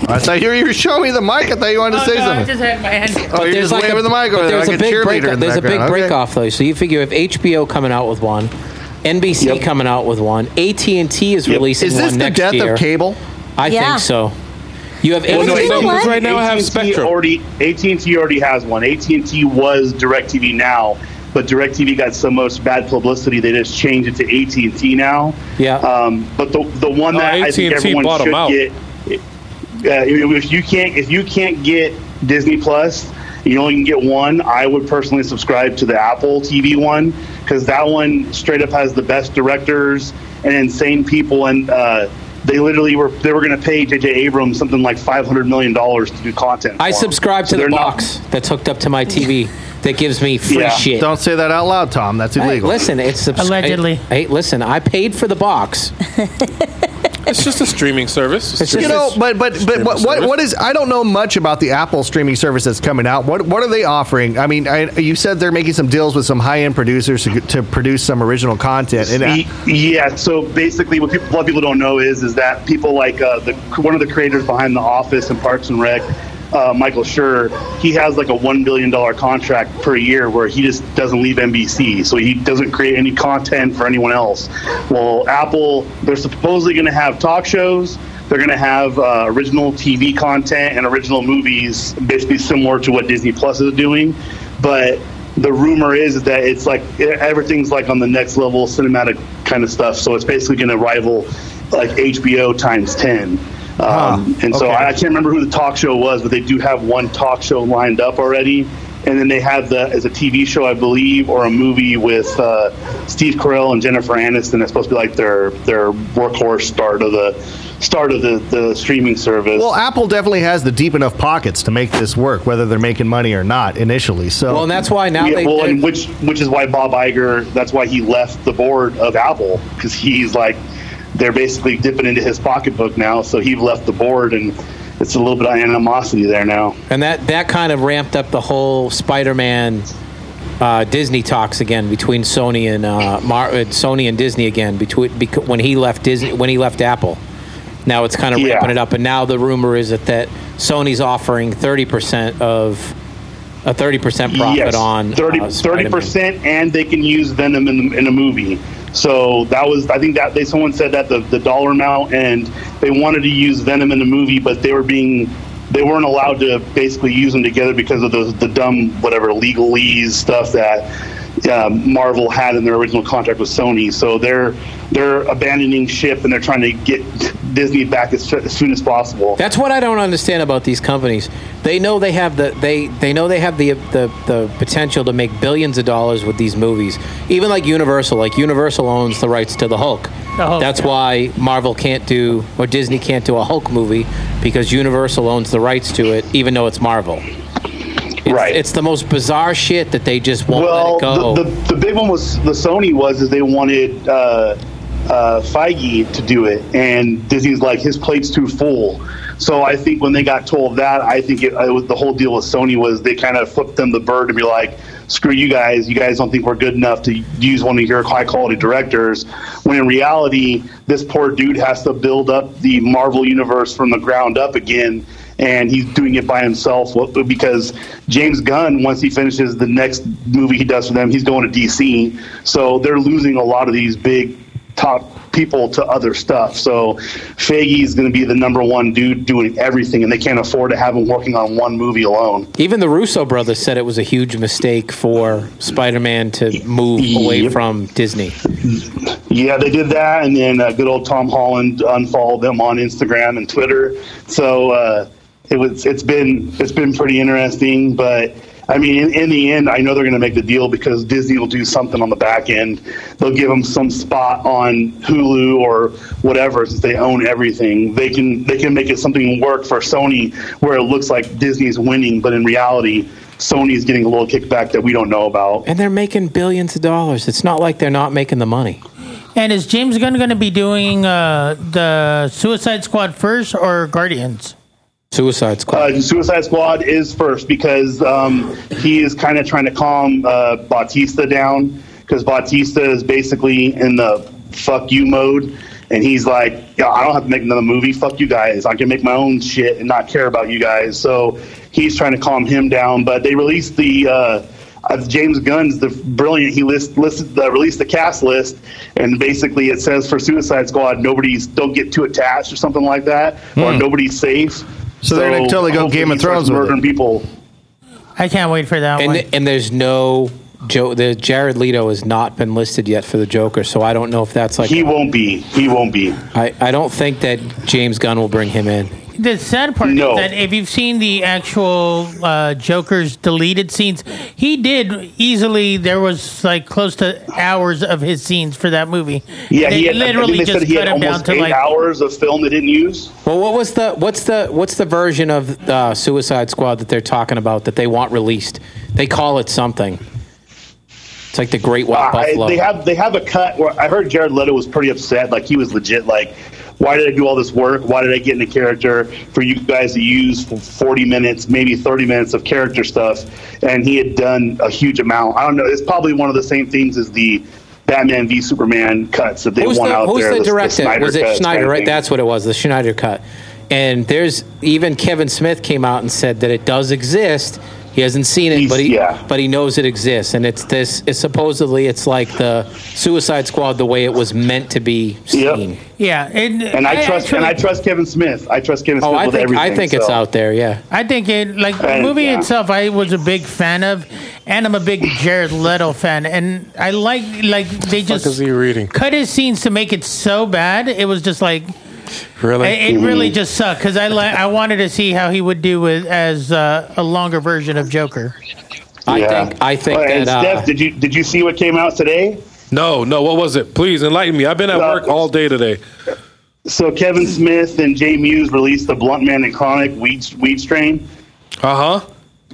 I thought you were showing me the mic. I thought you Oh, wanted to say I something. just had my hand. oh, you're just like waving the mic over but there there's like a big cheerleader break. in the there's a big background. break Okay. off though. So you figure if HBO coming out with one, NBC Yep. coming out with one, AT and T is releasing Is this one the next death year. of cable? I Yeah. think so. You have no, AT&T. You know what? right now I have AT&T Spectrum. Already, AT and T already has one. AT and T was Directv now, but Directv got so much bad publicity they just changed it to AT and T now. Yeah. Um, but the the one No, that I think AT&T everyone bought 'em should out. get, uh, if you can't if you can't get Disney Plus, you only can get one. I would personally subscribe to the Apple TV one because that one straight up has the best directors and insane people, and uh, they literally were they were going to pay J.J. Abrams something like five hundred million dollars to do content. I for 'em. subscribe So to the they're not- box that's hooked up to <laughs> my TV that gives me free Yeah. shit. Don't say that out loud, Tom. That's Hey, illegal. listen, it's subs- Allegedly. Hey, hey, listen, I paid for <laughs> the box. It's just a streaming service. It's just- you know, but but but what, what service. what is? I don't know much about the Apple streaming service that's coming out. What what are they offering? I mean, I, you said they're making some deals with some high end producers to, to produce some original content. And uh, I- Y- yeah. So basically, what people, a lot of people don't know is is that people like uh, the one of the creators behind The Office and Parks and Rec, uh, Michael Schur, he has like a one billion dollar contract per year where he just doesn't leave NBC, so he doesn't create any content for anyone else. Well, Apple, they're supposedly going to have talk shows. They're going to have uh, original TV content and original movies, basically similar to what Disney Plus is doing, but the rumor is that it's like everything's like on the next level cinematic kind of stuff. So it's basically going to rival like HBO times 10. Um, and so okay. I, I can't remember who the talk show was, but they do have one talk show lined up already. and then they had the as a TV show, I believe, or a movie with uh, Steve Carell and Jennifer Aniston. That's supposed to be like their their workhorse start of the start of the, the streaming service. Well, Apple definitely has the deep enough pockets to make this work, whether they're making money or not initially. So Well, and that's why now Yeah, they. well, they're- and which which is why Bob Iger. That's why he left the board of Apple because he's like they're basically dipping into his pocketbook now. So he left the board, and it's a little bit of animosity there now. and that that kind of ramped up the whole Spider-Man uh, Disney talks again between Sony and uh, Mar- uh, Sony and Disney again between becau- when he left Disney when he left Apple. Now it's kind of Yeah. ramping it up, and now the rumor is that, that Sony's offering thirty percent of a thirty percent profit on uh, 30 Spider-Man. percent, and they can use Venom in, the, in a movie. So that was, I think that they someone said that the, the dollar amount, and they wanted to use Venom in the movie, but they were being, they weren't allowed to basically use them together because of those the dumb whatever legalese stuff that uh, Marvel had in their original contract with Sony. So they're they're abandoning ship and they're trying to get Disney back as, as soon as possible. That's what I don't understand about these companies. They know they have the they they know they have the the, the potential to make billions of dollars with these movies. Even like Universal, like Universal owns the rights to the Hulk. The Hulk, That's yeah. why Marvel can't do or Disney can't do a Hulk movie because Universal owns the rights to it, even though it's Marvel. It's, Right. It's the most bizarre shit that they just won't Well, let it go. the, the, the big one was the Sony was is they wanted uh, uh, Feige to do it, and Disney's like his plate's too full. So I think when they got told that, I think it, it was the whole deal with Sony was they kind of flipped them the bird and be like, "Screw you guys! You guys don't think we're good enough to use one of your high quality directors." When in reality, this poor dude has to build up the Marvel universe from the ground up again and he's doing it by himself wh- because James Gunn, once he finishes the next movie he does for them, he's going to DC. So they're losing a lot of these big top people to other stuff. So Feige is going to be the number one dude doing everything, and they can't afford to have him working on one movie alone. Even the Russo brothers said it was a huge mistake for Spider-Man to move away Yep. from Disney. Yeah, they did that, and then uh, good old Tom Holland unfollowed them on Instagram and Twitter. So uh, it was it's been it's been pretty interesting, but. I mean, in, in the end, I know they're going to make the deal because Disney will do something on the back end. They'll give them some spot on Hulu or whatever, since they own everything. They can they can make it something work for Sony, where it looks like Disney's winning, but in reality, Sony's getting a little kickback that we don't know about. And they're making billions of dollars. It's not like they're not making the money. And is James Gunn going to be doing uh, the Suicide Squad first or Guardians? Suicide Squad. Uh, Suicide Squad is first because um, he is kind of trying to calm uh, Bautista down because Bautista is basically in the fuck you mode. And he's like, yeah, I don't have to make another movie. Fuck you guys. I can make my own shit and not care about you guys. So he's trying to calm him down. But they released the. Uh, uh, James Gunn's the brilliant. He list, listed uh, released the cast list, and basically it says for Suicide Squad, nobody's don't get too attached or something like that, Hmm. or nobody's safe. So they're gonna totally go hopefully Game of he starts Thrones with murdering it. people. I can't wait for that and one. and there's no Joe. The Jared Leto has not been listed yet for the Joker, so I don't know if that's like. He won't be. He won't be. I, I don't think that James Gunn will bring him in. the sad part No. is that if you've seen the actual uh, Joker's deleted scenes, he did easily. There was like close to hours of his scenes for that movie. Yeah, they he had, I think literally they just said he cut had him down almost to eight like hours of film they didn't use. Well, what was the what's the what's the version of uh, Suicide Squad that they're talking about that they want released? They call it something. It's like the Great White I, Buffalo. they have they have a cut where I heard Jared Leto was pretty upset. Like he was legit. Like, why did I do all this work? Why did I get in a character for you guys to use for forty minutes, maybe thirty minutes of character stuff? And he had done a huge amount. I don't know. It's probably one of the same things as the Batman v Superman cuts that they who's want the, out who's there. the director? Snyder was it cuts kind Schneider? of Right, thing. that's what it was. The Schneider cut. And there's even Kevin Smith came out and said that it does exist. He hasn't seen it, He's- but he yeah. but he knows it exists. And it's this. It's supposedly it's like the Suicide Squad the way it was meant to be Yep. seen. yeah. And, And I trust and I actually- trust Kevin Smith. I trust Kevin Smith Oh, I with think everything. I think it's so. out there. Yeah. I think it like the And, movie yeah. itself. I was a big fan of, and I'm a <clears throat> big Jared Leto fan, and I like like they just is he reading? cut his scenes to make it so bad. It was just like Really? it, it really just sucked because I li- I wanted to see how he would do with as uh, a longer version of Joker. I Yeah. think I think Uh, and that uh, Steph, did you did you see what came out today? No, no. What was it? Please enlighten me. I've been at No. work all day today. So Kevin Smith and Jay Muse released the Blunt Man and Chronic weed weed strain. Uh huh.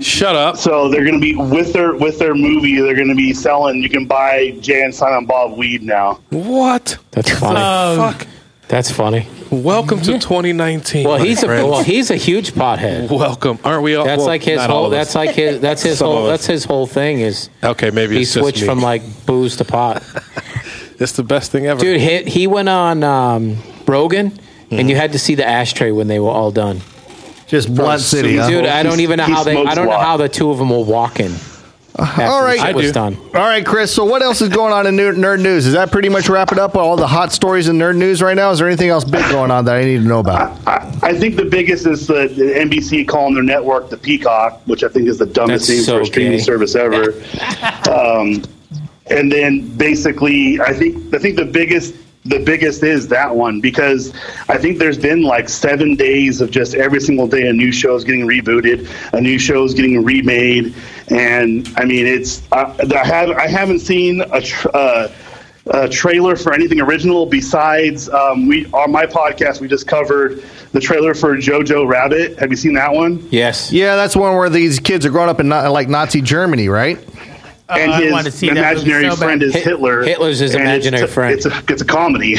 Shut up. So they're going to be with their with their movie. They're going to be selling. You can buy Jay and Silent Bob weed now. What? that's funny. Fuck. that's funny. Welcome to 2019. Well, my he's a friends. well, he's a huge pothead. Mm-hmm. welcome. Aren't we all? That's well, like his not all whole. of us. That's like his. <laughs> That's his Some whole. of us. That's his whole thing. Is okay. Maybe he it's just switched me. from like booze to pot. <laughs> It's the best thing ever. Dude, he, he went on um, Rogan, and you had to see the ashtray when they were all done. Just Blunt City, huh? Dude, I don't even know he how they. I smokes don't a know lot. how the two of them were walking. Uh, all right. it I was do. done. All right, Chris. So, what else is going on in nerd, nerd news? Is that pretty much wrapping up all the hot stories in nerd news right now? Is there anything else big going on that I need to know about? I, I think the biggest is the, the NBC calling their network the Peacock, which I think is the dumbest That's thing so for a streaming gay. service <laughs> ever. um, and then basically, I think I think the biggest the biggest is that one because I think there's been like seven days of just every single day a new show is getting rebooted, a new show is getting remade, and I mean it's I, I have I haven't seen a. Tr- uh, a trailer for anything original besides um, we on my podcast we just covered the trailer for Jojo Rabbit. Have you seen that one? Yes. Yeah, that's one where these kids are growing up in na- like Nazi Germany, right? and Uh, I his wanna see that movie imaginary so bad. friend is Hit- Hitler. Hitler's his and imaginary it's a, friend. It's a, it's a comedy. <laughs>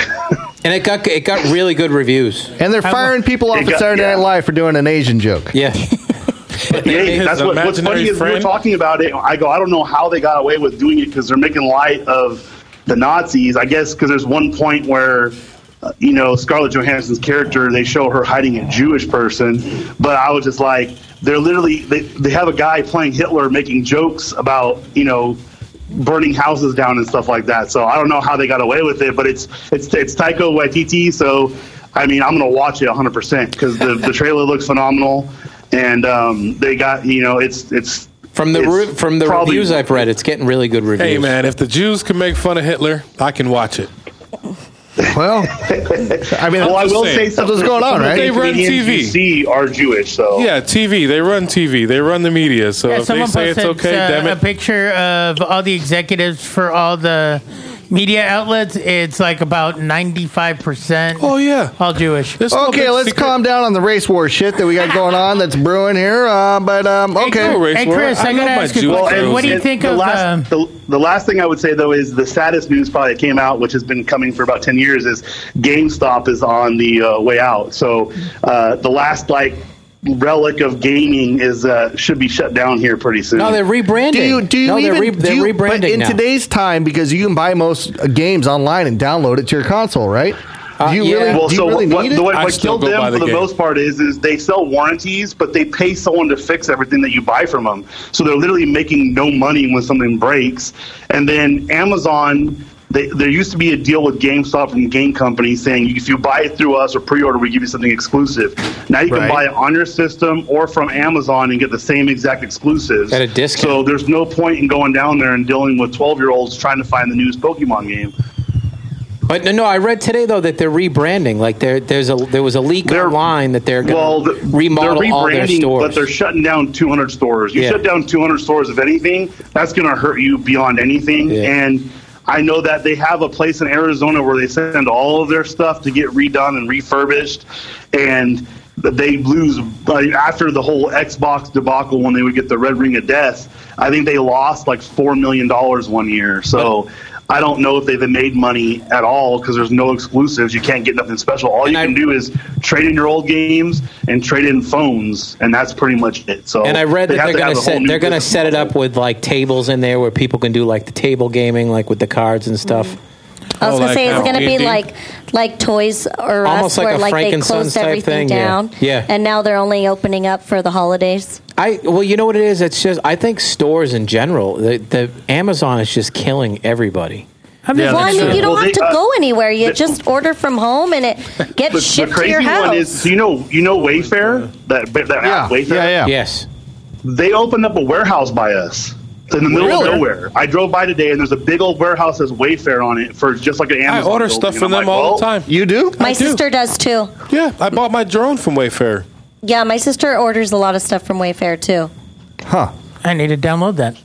And it got it got really good reviews. And they're firing people off They at got- Saturday yeah. Night Live for doing an Asian joke. Yeah. Hey, his that's what, what's funny imaginary is we we're friend? talking about it. I go, I don't know how they got away with doing it because they're making light of the Nazis. I guess because there's one point where. uh, You know Scarlett Johansson's character. They show her hiding a Jewish person, but I was just like, they're literally they, they have a guy playing Hitler making jokes about you know burning houses down and stuff like that. So I don't know how they got away with it, but it's it's it's Taiko Waititi. So I mean, I'm gonna watch it 100 percent because the, the trailer looks phenomenal, and um, they got you know it's it's From the it's re- from the probably- reviews I've read, it's getting really good reviews. hey man, if the Jews can make fun of Hitler, I can watch it. <laughs> Well, I mean, Well, I will saying. say that's what's something. going on, They right? run comedians TV. You see are Jewish, so Yeah, TV. They run TV. They run the media. So Yeah, if they someone say it's posted okay, uh, damn a it. picture of all the executives for all the media outlets. It's like about ninety-five percent oh yeah. all Jewish. There's no Okay, big let's secret. calm down on the race war shit that we got going on that's brewing here. Uh, but um, no okay, race Hey war. Chris, I, I gotta love my ask you. Jewish a Well, question. and- what do you and think the of? um, last, the, the last thing I would say though is the saddest news probably that came out, which has been coming for about ten years, is GameStop is on the uh, way out. So uh, the last like relic of gaming is uh, should be shut down here pretty soon. no, they're rebranding. do you do you no, even they're, re- they're do you, rebranding But in now. today's time, because you can buy most uh, games online and download it to your console, right? do you Uh, yeah. really, Uh, well, do you so really what, need what, it? what, I what still killed go by them the for the game. most part is is they sell warranties, but they pay someone to fix everything that you buy from them. So they're literally making no money when something breaks. And then Amazon, they, there used to be a deal with GameStop and game companies saying if you buy it through us or pre-order, we give you something exclusive. Now you Right. can buy it on your system or from Amazon and get the same exact exclusives At a discount. So there's no point in going down there and dealing with 12 year olds trying to find the newest Pokemon game. But no, no, I read today though that they're rebranding. Like there, there's a there was a leak They're- online that they're going well, th- to remodel they're rebranding, all their But stores. they're shutting down 200 stores. You Yeah. shut down 200 stores of anything, that's going to hurt you beyond anything. Yeah. And I know that they have a place in Arizona where they send all of their stuff to get redone and refurbished, and they lose like, after the whole Xbox debacle when they would get the red ring of death. I think they lost like four million dollars one year. So. I don't know if they've made money at all because there's no exclusives. You can't get nothing special. All you And I- can do is trade in your old games and trade in phones, and that's pretty much it. So and I read Oh, they that have they're to have going to a whole set new they're going to business set it model. up with like tables in there where people can do like the table gaming, like with the cards and stuff. I was Oh, gonna like say it's how gonna be D&D? like like Toys R Us, Almost like where a like they Frankenstein's closed type everything thing, yeah. down, Yeah. and now they're only opening up for the holidays. I well, you know what it is. It's just I think stores in general, the, the Amazon is just killing everybody. I'm just Yeah, well, I that's mean, true. you don't Well, have they- to uh, go anywhere. You the- just order from <laughs> home, and it The, gets the shipped to your crazy house. one is, do you know, you know Wayfair, that that Yeah, app Wayfair. yeah, yeah. Yes, They opened up a warehouse by us in the middle Really? of nowhere. I drove by today, and there's a big old warehouse that says Wayfair on it for just like an I Amazon. order building. stuff And from I'm them like, all well, the time. You do? My I do. sister does too. Yeah, I bought my drone from Wayfair. Yeah, my sister orders a lot of stuff from Wayfair too. Huh? I need to download that.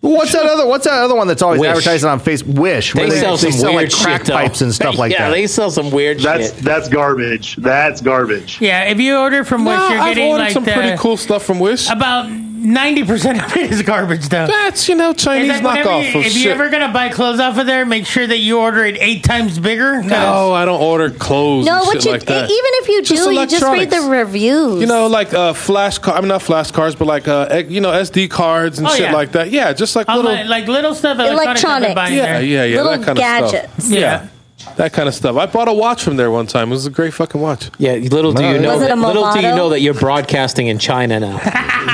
What's that other? What's that other one that's always Wish. advertising on Facebook? Wish. They where sell actually some sell, weird like crack shit, though. pipes and <laughs> stuff like yeah, that. they sell some weird That's shit. that's garbage. That's garbage. Yeah, if you order from Wish, No, you're I've getting ordered like some the, pretty cool stuff from Wish. about ninety percent of it is garbage though. That's you know It's Chinese like whenever knockoff you, of if shit. you're ever gonna buy clothes off of there, make sure that you order it eight times bigger. 'cause- no, Oh, I don't order clothes. No, and what shit you like e- even that. if you do, Just you just read the electronics. reviews. You know, like uh, flash cards. I mean, not flash cards, but like uh, ec- you know SD cards and Oh, shit yeah. like that. Yeah, just like All little. my- like little stuff, electronics. I've been Electronics. buying yeah, there. yeah, yeah, little that kind gadgets. of stuff. Yeah. that kind of stuff. I bought a watch from there one time. It was a great fucking watch. yeah, little do you know Was it a that, little do you mulatto? know that you're broadcasting in China <laughs> now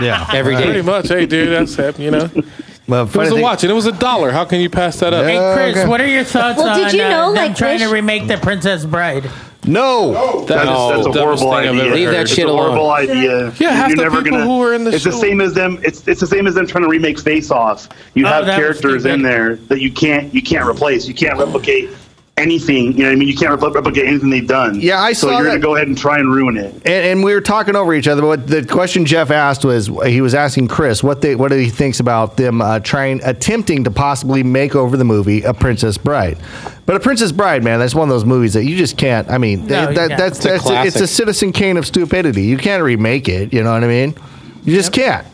yeah. every Pretty day. much, hey dude, that's hap- <laughs> you know. It Well, was a watch and it was a dollar. How can you pass that up? Yeah. Hey Chris, Okay. what are your thoughts Well, on did you uh, know, them like, trying to Wish- remake the Princess Bride? No. That is- that's a dumbest horrible thing I've idea. ever Leave that heard. it's shit a alone. horrible idea. Yeah, half you're the never people gonna. who were in the it's show- the same as them. It's it's the same as them trying to remake Face Off. You Oh, have that was characters stupid. in there that you can't you can't replace. You can't replicate anything. You know what I mean? You can't repli- replicate anything they've done. Yeah, I so saw you're that. gonna go ahead and try and ruin it. And, and we were talking over each other, but the question Jeff asked was he was asking Chris what they what he thinks about them uh, trying attempting to possibly make over the movie A Princess Bride. But A Princess Bride, man, that's one of those movies that you just can't. I mean, No, that, you that, can't. that's a that's a it's a classic. Citizen Kane of stupidity. You can't remake it. You know what I mean? You just can't.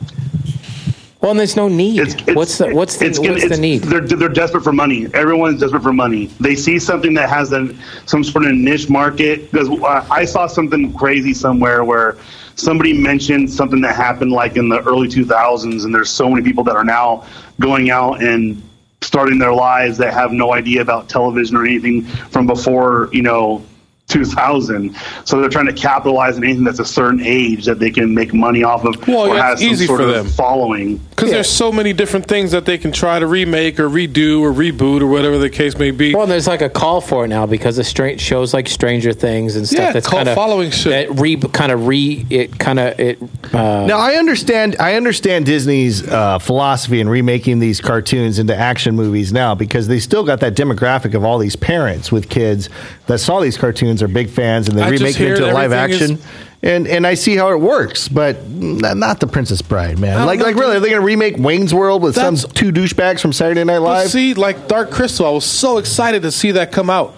Well, and there's no need. It's, it's, what's the what's the, it's gonna- what's the it's- need? They're, they're desperate for money. Everyone's desperate for money. They see something that has an, some sort of niche market. Because uh, I saw something crazy somewhere where somebody mentioned something that happened like in the early 2000s, and there's so many people that are now going out and starting their lives that have no idea about television or anything from before, you know. 2000. So they're trying to capitalize on anything that's a certain age that they can make money off of Well, or yeah, has it's some easy sort for of them. following. Because there's so many different things that they can try to remake or redo or reboot or whatever the case may be. Well, there's like a call for it now because of stra- shows like Stranger Things and stuff Yeah, that's cult kind of following shit. That re kind of re it kind of it. Uh, Now I understand. I understand Disney's uh, philosophy in remaking these cartoons into action movies now because they still got that demographic of all these parents with kids that saw these cartoons are big fans and they I just remake it hear into live everything is- action. and and I see how it works, but n- not the Princess Bride, man. don't Like know, like really, dude. are they going to remake Wayne's World with some That's- two douchebags from Saturday Night But Live? see, like Dark Crystal, I was so excited to see that come out.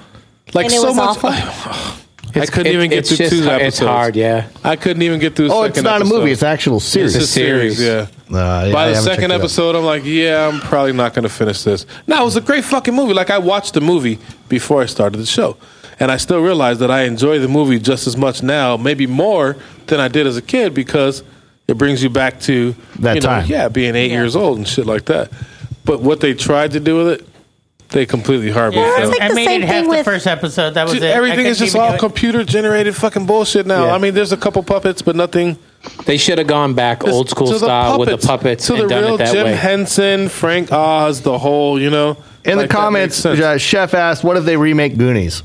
Like And it so was much. awful? <laughs> I it's- couldn't it- even get it's through just two hard- episodes. It's hard, yeah. I couldn't even get through. the oh, second it's not episode. a movie; it's an actual series. It's a series, series. yeah. Uh, yeah, I By the haven't second checked it out. episode, I'm like, yeah, I'm probably not going to finish this. No, it was a great fucking movie. Like I watched the movie before I started the show, and I still realize that I enjoy the movie just as much now, maybe more than I did as a kid because it brings you back to That you know, time. yeah, being eight years old and shit like that. But what they tried to do with it, they completely harbored. Yeah, it. it's like I the made same it half thing the with- first episode. That was Dude, it. I Everything is couldn't just even all do it. computer generated fucking bullshit now. Yeah. I mean, there's a couple puppets, but nothing They should have gone back old school to the style with the puppets to and the done real it that Jim way. Henson, Frank Oz, the whole you know. In like, the that comments, makes sense. uh, Chef asked, "What if they remake Goonies?"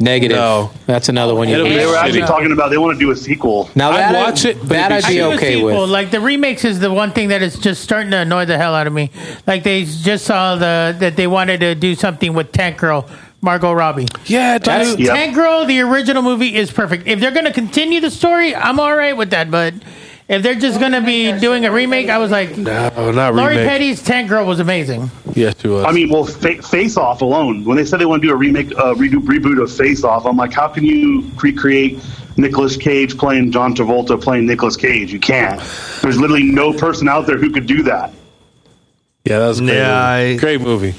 Negative. No. That's another one. It'll You be They lose. were actually Shitty. talking about they want to do a sequel. now I'd that I- watch it, but That it'd I'd be be shitty. do a okay sequel. with. Like the remakes is the one thing that is just starting to annoy the hell out of me. Like they just saw the that they wanted to do something with Tank Girl, Margot Robbie. yeah, That's- dude. Yeah. Tank Girl, the original movie is perfect. If they're going to continue the story, I'm all right with that. But if they're just going to be doing a remake, I was like, Oh, not Laurie remake. Petty's Tank Girl was amazing. Yes, she was. I mean, well, fa- Face Off alone. When they said they want to do a remake, uh, redo, reboot of Face Off, I'm like, how can you recreate Nicolas Cage playing John Travolta playing Nicolas Cage? You can't. There's literally no person out there who could do that. yeah, that was a great. Yeah, movie. I- great movie,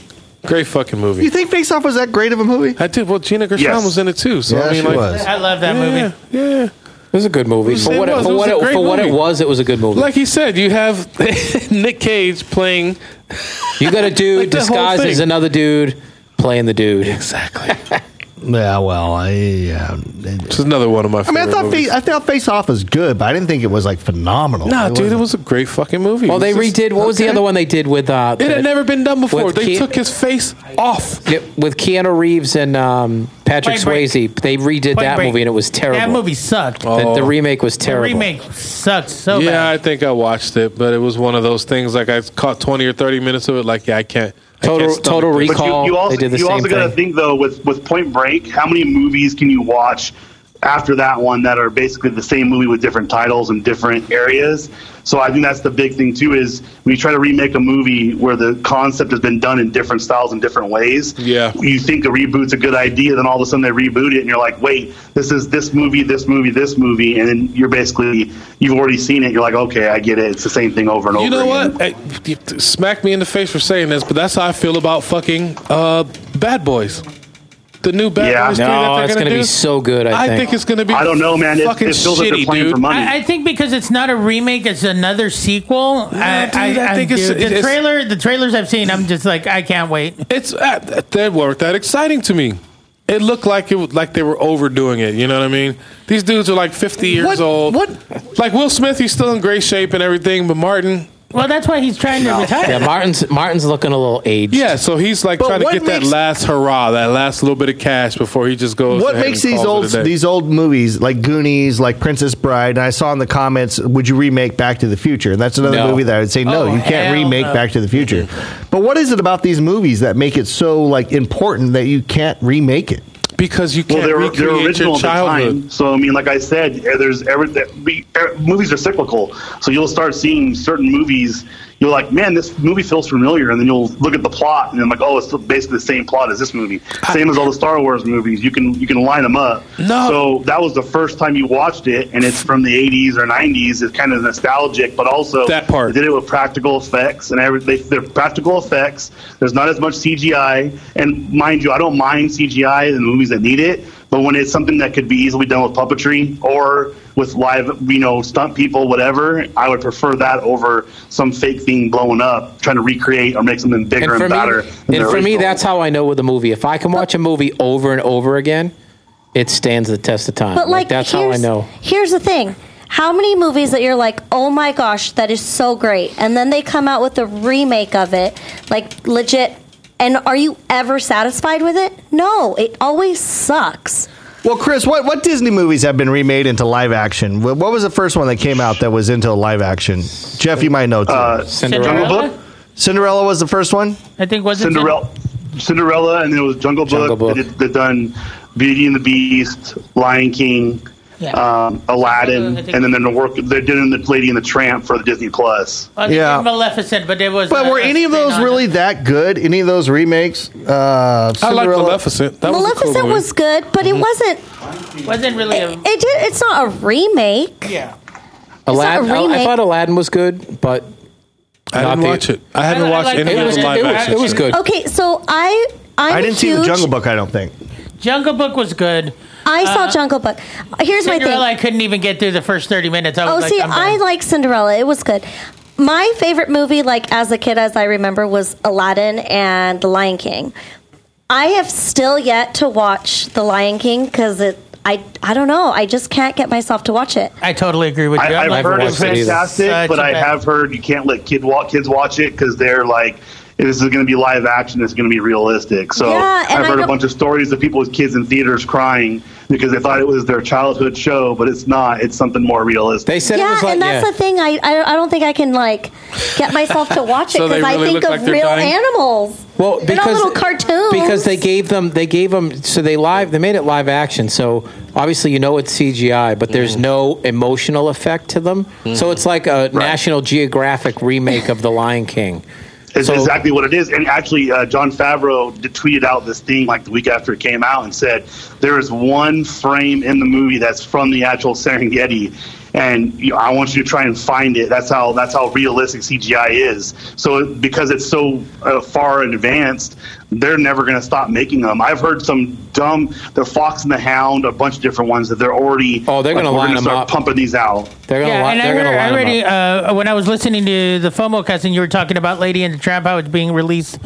great fucking Do you movie. think Face Off was that great of a movie? I did. Well, Gina Gershon Yes. was in it too. So Yeah, I mean, she like, was. I love that Yeah, movie. yeah. It was a good movie. was- For it what it was. It for was what a it great for what it movie. was, it was a good movie. Like he said, you have <laughs> Nick Cage playing <laughs> You got a dude Like the whole disguised thing. as another dude playing the dude. exactly. Yeah, well, I, um, yeah, It's another one of my. I Favorite mean, I thought movies. face, I thought Face Off was good, but I didn't think it was like phenomenal. Nah, dude, it wasn't- was a great fucking movie. Well, they It was just- redid. What was the okay. other one they did with? Uh, It had never been done before. With They Ke- took his face off. Yeah, with Keanu Reeves and um, Patrick Point Break. Swayze. They redid Point that Break. movie and it was terrible. That movie sucked. The, the Oh. remake was The terrible. remake sucks so yeah, I bad. think I watched it, but it was one of those things. Like I caught twenty or thirty minutes of it. Like, yeah, I can't. I Total- can't stomach total this. recall. But you, you They also, did the you same also got to thing. think though with with Point Break, how many movies can you watch after that one that are basically the same movie with different titles and different areas. So I think that's the big thing too is when you try to remake a movie where the concept has been done in different styles and different ways. Yeah. You think a reboot's a good idea, then all of a sudden they reboot it and you're like, wait, this is this movie, this movie, this movie, and then you're basically you've already seen it, you're like, Okay, I get it. It's the same thing over and You over know again. what? Hey, you t- smack me in the face for saying this, but that's how I feel about fucking uh, Bad Boys. The new Bad Yeah. Boys. three that No, they're it's gonna going to do. be so good. I, I think. think it's going to be. I don't know, man. It, Fucking it feels like shitty, they're playing dude. for money. I, I think because it's not a remake; it's another sequel. I, dude, I think it's- dude, the it's- trailer, the trailers I've seen, I'm just like, I can't wait. It's uh, they weren't that exciting to me. It looked like it was- like they were overdoing it. You know what I mean? These dudes are like fifty years What- old. what- Like Will Smith, he's still in great shape and everything, but Martin, Well, that's why he's trying to retire. Yeah, Martin's Martin's looking a little aged. yeah. So he's like But trying to what get that makes- last hurrah, that last little bit of cash before he just goes. What ahead makes and these calls old it a day. these old movies like Goonies, like Princess Bride? And I saw in the comments, would you remake Back to the Future? And that's another No. movie that I would say no, Oh, you can't hell remake no. Back to the Future. But what is it about these movies that make it so like important that you can't remake it? because you Well, can't they were, they recreate were original your at the childhood. time. So, I mean, like I said, eh, there's every, that- we- eh, movies are cyclical. So you'll start seeing certain movies. You're like, man, this movie feels familiar, and then you'll look at the plot, and then like, oh, it's basically the same plot as this movie. Same as all the Star Wars movies. You can you can line them up. No. So that was the first time you watched it, and it's from the 80s or 90s. It's kind of nostalgic, but also That part. they did it with practical effects and every, they, they're practical effects. There's not as much CGI. And mind you, I don't mind CGI in the movies that need it, but when it's something that could be easily done with puppetry or with live, you know, stunt people, whatever, I would prefer that over some fake thing blowing up, trying to recreate or make something bigger And and, for better. me, and for me, that's how I know with a movie. If I can watch a movie over and over again, it stands the test of time. But like, that's how here's, I know. Here's the thing: how many movies that you're like, oh my gosh, that is so great, and then they come out with a remake of it, like legit. And are you ever satisfied with it? No, it always sucks. Well, Chris, what, what Disney movies have been remade into live action? What, what was the first one that came out that was into live action? Jeff, you might know. Too. Uh, Cinderella. Uh, Jungle Book? Cinderella was the first one. I think was it Cin- Cinderella, Cinderella, and then it was Jungle Book. Jungle Book. They did- They've done Beauty and the Beast, Lion King, Yeah. um, I Aladdin, think- and then they're work. They're doing the Lady and the Tramp for the Disney Plus. Oh, they Yeah. did <laughs> Maleficent, but it was. But uh, were any of spin those on really it. that good? Any of those remakes? Uh, I like Cinderella- Maleficent. That was, a Maleficent cool was was good, but Mm-hmm. it wasn't. Wasn't really a. It, it did. It's not a remake. Yeah. not a Aladdin. I, I remake. thought Aladdin was good, but I didn't Not the- watch it. I haven't I- I watched like any it Yeah, of was, those it, live was, action. it was shit. good. Okay, so I I'm I didn't see the huge- Jungle Book. I don't think. Jungle Book was good. Uh, I saw Jungle Book. Here's my thing. Uh-huh. Cinderella, I couldn't even get through the first thirty minutes. I was Oh, like, see, I'm I done. like Cinderella. It was good. My favorite movie, like as a kid, as I remember, was Aladdin and The Lion King. I have still yet to watch The Lion King because it. I, I don't know. I just can't get myself to watch it. I totally agree with you. I, I'm I've like, heard it's watched it either. fantastic, Such but a I bad- have heard you can't let kid wa- kids watch it because they're like, this is going to be live action. It's going to be realistic. So Yeah, and I've I heard a don't- bunch of stories of people with kids in theaters crying because they thought it was their childhood show, but it's not. It's something more realistic. They said it yeah, was like and that's yeah. the thing. I, I I don't think I can like get myself <laughs> to watch it So they because really I think look of like they're real dying? animals. Well, they're not because little cartoons. because they gave them they gave them so they live they made it live action. So obviously you know it's CGI, but there's Mm. no emotional effect to them. So it's like a National Geographic remake of The Lion King. It's So- exactly what it is. And actually, uh, John Favreau did, tweeted out this thing like the week after it came out and said, There is one frame in the movie that's from the actual Serengeti. And you know, I want you to try and find it. That's how that's how realistic CGI is. So it- because it's so uh, far advanced, they're never going to stop making them. I've heard some dumb, the Fox and the Hound, a bunch of different ones that they're already. Oh, they're gonna we're line gonna 'em start up. Pumping these out. They're gonna Yeah, li- and they're I, gonna re- I line 'em already up. uh, when I was listening to the FOMO cast and you were talking about Lady and the Tramp how it's being released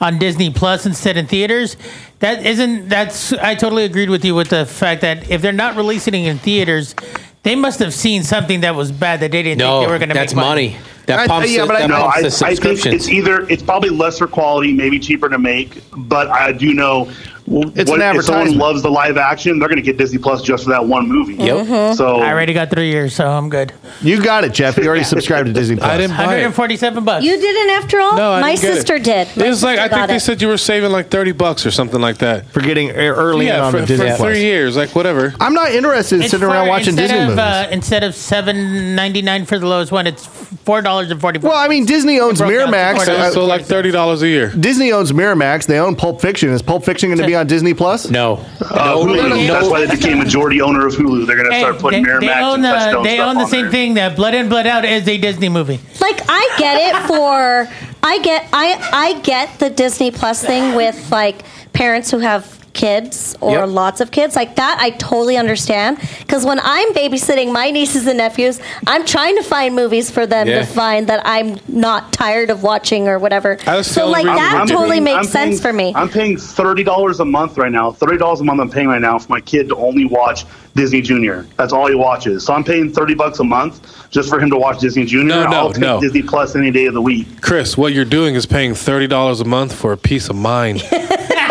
on Disney Plus instead in theaters. That isn't that's I totally agreed with you with the fact that if they're not releasing it in theaters, they must have seen something that was bad that they didn't think they were No, going to that's make money. money. That I- pumps, yeah, the- but I- that no, pumps I, the I think subscriptions. it's either it's probably lesser quality, maybe cheaper to make, but I do know It's what, an if someone advertisement. loves the live action, they're going to get Disney Plus just for that one movie. Yep. So I already got three years, so I'm good. You got it, Jeff. <laughs> You already subscribed to Disney Plus. I didn't buy it. 147 bucks. You didn't after all. No, I my didn't get sister it. did. My It was like sister I think got they it. said you were saving like thirty bucks or something like that. for getting e- early in yeah, on for, the for Disney Plus. three years, like whatever. I'm not interested in It's sitting around for- watching instead Disney of, movies. Uh, instead of seven ninety nine for the lowest one, it's four dollars and forty. well, I mean, Disney owns broke down Miramax. uh, to So, I- so like thirty dollars a year. Disney owns Miramax. They own Pulp Fiction. Is Pulp Fiction going to be on Disney Plus? No. uh, Hulu, that's why they became majority owner of Hulu. They're going to start they, putting Miramax they own and the, Touchstone they stuff own the on same there. thing that Blood In Blood Out is a Disney movie. like I get it for I get I I get the Disney Plus thing with like parents who have kids or Yep. lots of kids like that I totally understand because when I'm babysitting my nieces and nephews I'm trying to find movies for them Yeah. to find that I'm not tired of watching or whatever I was so telling like Ricky- that I'm totally paying- makes I'm paying- sense for me I'm paying thirty dollars a month right now. Thirty dollars a month I'm paying right now for my kid to only watch Disney Junior. That's all he watches. So I'm paying thirty bucks a month just for him to watch Disney Junior. No, no, I'll take no. Disney Plus any day of the week. Chris, what you're doing is paying thirty dollars a month for a peace of mind.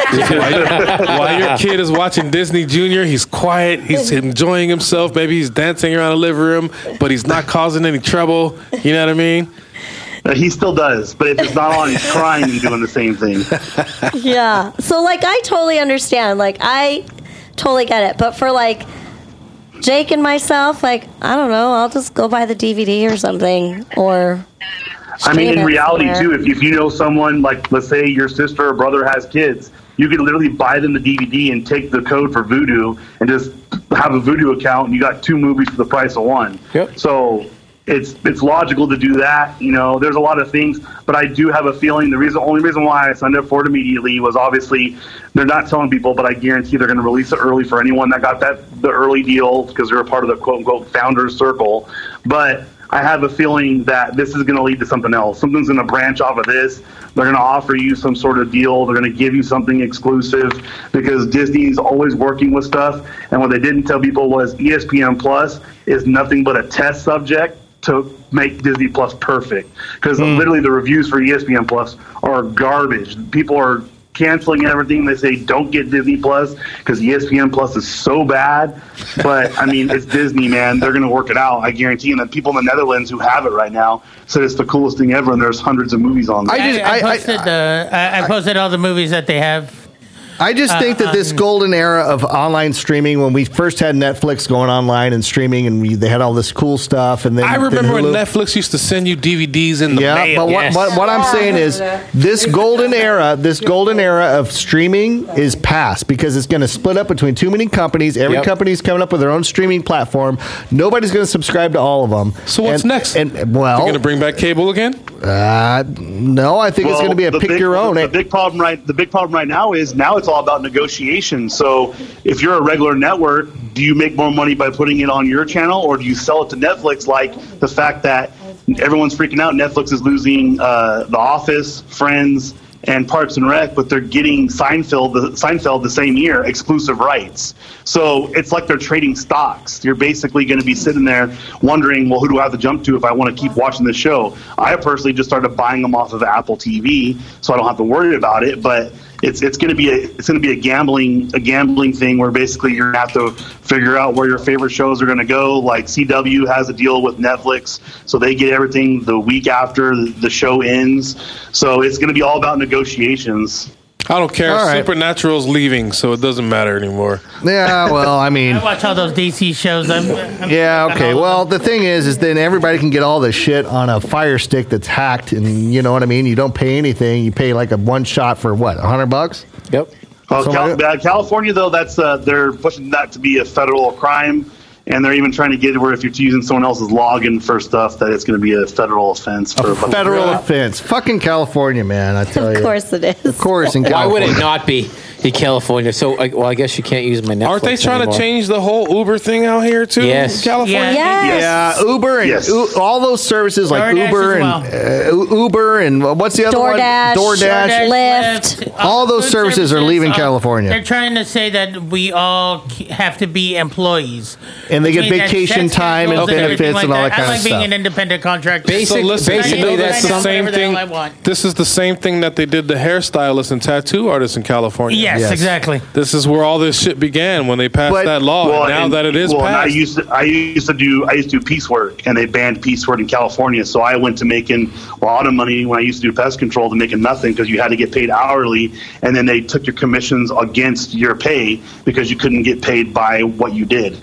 while, while your kid is watching Disney Junior, he's quiet, he's enjoying himself. Maybe he's dancing around the living room, but he's not causing any trouble. You know what I mean? Uh, He still does, but if it's not on, he's crying and doing the same <laughs> thing. yeah so like i totally understand like i totally get it but for like jake and myself like i don't know i'll just go buy the dvd or something or I mean, in Students reality, where- too, if, if you know someone, like let's say your sister or brother has kids, you could literally buy them the DVD and take the code for Voodoo and just have a Voodoo account, and you got two movies for the price of one. Yep. So it's it's logical to do that. You know, there's a lot of things, but I do have a feeling the reason, only reason why I signed up for it immediately was obviously they're not telling people, but I guarantee they're going to release it early for anyone that got that the early deal because they're a part of the quote unquote founders circle. But I have a feeling that this is going to lead to something else. Something's going to branch off of this. They're going to offer you some sort of deal. They're going to give you something exclusive because Disney's always working with stuff. And what they didn't tell people was E ESPN Plus is nothing but a test subject to make Disney Plus perfect because literally the reviews for E ESPN Plus are garbage. People are canceling everything. They say don't get Disney Plus E because ESPN Plus is so bad. But I mean, it's Disney, man. They're going to work it out. I guarantee. And the people in the Netherlands who have it right now said it's the coolest thing ever, and there's hundreds of movies on there. I I, just, I I, I, posted the I, I posted all the movies that they have. I just think that this golden era of online streaming, when we first had Netflix going online and streaming, and we, they had all this cool stuff, and then I remember when then Hulu- Netflix used to send you DVDs in the Yeah, mail. but what, Yes. what, what I'm saying is this golden era, this golden era of streaming is past because it's going to split up between too many companies. Every Yep. company's coming up with their own streaming platform. Nobody's going to subscribe to all of them. So what's And- next? And You're well, gonna bring back cable again? uh, no, I think it's Well, going to be a the pick big- your own. eh? The big problem right the big problem right now is now it's all about negotiation. So if you're a regular network, do you make more money by putting it on your channel or do you sell it to Netflix like the fact that everyone's freaking out Netflix is losing uh, The Office, Friends, and Parks and Rec, but they're getting Seinfeld the Seinfeld the same year, exclusive rights. So it's like they're trading stocks. You're basically going to be sitting there wondering, well, who do I have to jump to if I want to keep watching the show? I personally just started buying them off of Apple TV, so I don't have to worry about it. But it's it's going to be a it's going to be a gambling a gambling thing where basically you're going to have to figure out where your favorite shows are going to go. Like CW has a deal with Netflix, so they get everything the week after the show ends. So it's going to be all about negotiations. I don't care. All right. Supernatural's leaving, so it doesn't matter anymore. yeah, well, I mean. I watch all those DC shows. I'm, I'm Yeah, okay. Well, the thing is, is then everybody can get all this shit on a fire stick that's hacked, and you know what I mean? You don't pay anything. You pay like a one shot for what, 100 bucks? Yep. Well, So Cal- my- uh, California, though, that's uh, they're pushing that to be a federal crime, and they're even trying to get it where if you're using someone else's login for stuff, that it's going to be a federal offense. For a bunch of- Federal offense. Fucking California, man, I tell you. of course it is Of course, in Why California. would it not be in California? So, I- well, I guess you can't use my Netflix. Aren't they trying anymore. to change the whole Uber thing out here too? Yes. California. Uh, yeah, yes Yeah, Uber and Yes. U- all those services like DoorDash Uber as and uh, U- Uber and uh, what's the other DoorDash, one? DoorDash. DoorDash. Lyft. All those food services are leaving California. They're trying to say that we all ke- have to be employees, And they get Which means that's- vacation that's time and schedules everything benefits and all that I kinda like being stuff. an independent contractor. Basi- So listen, basically, you know, that's this is the something- same Whatever the thing. hell I want. This is the same thing that they did to hairstylists and tattoo artists in California. Yes, Yes. exactly. This is where all this shit began when they passed But- that law. and now and- that it is well, and I passed, used to, I used to do I used to do piecework, and they banned piecework in California. So I went to making a lot of money when I used to do pest control to making nothing because you had to get paid hourly, and then they took your commissions against your pay because you couldn't get paid by what you did.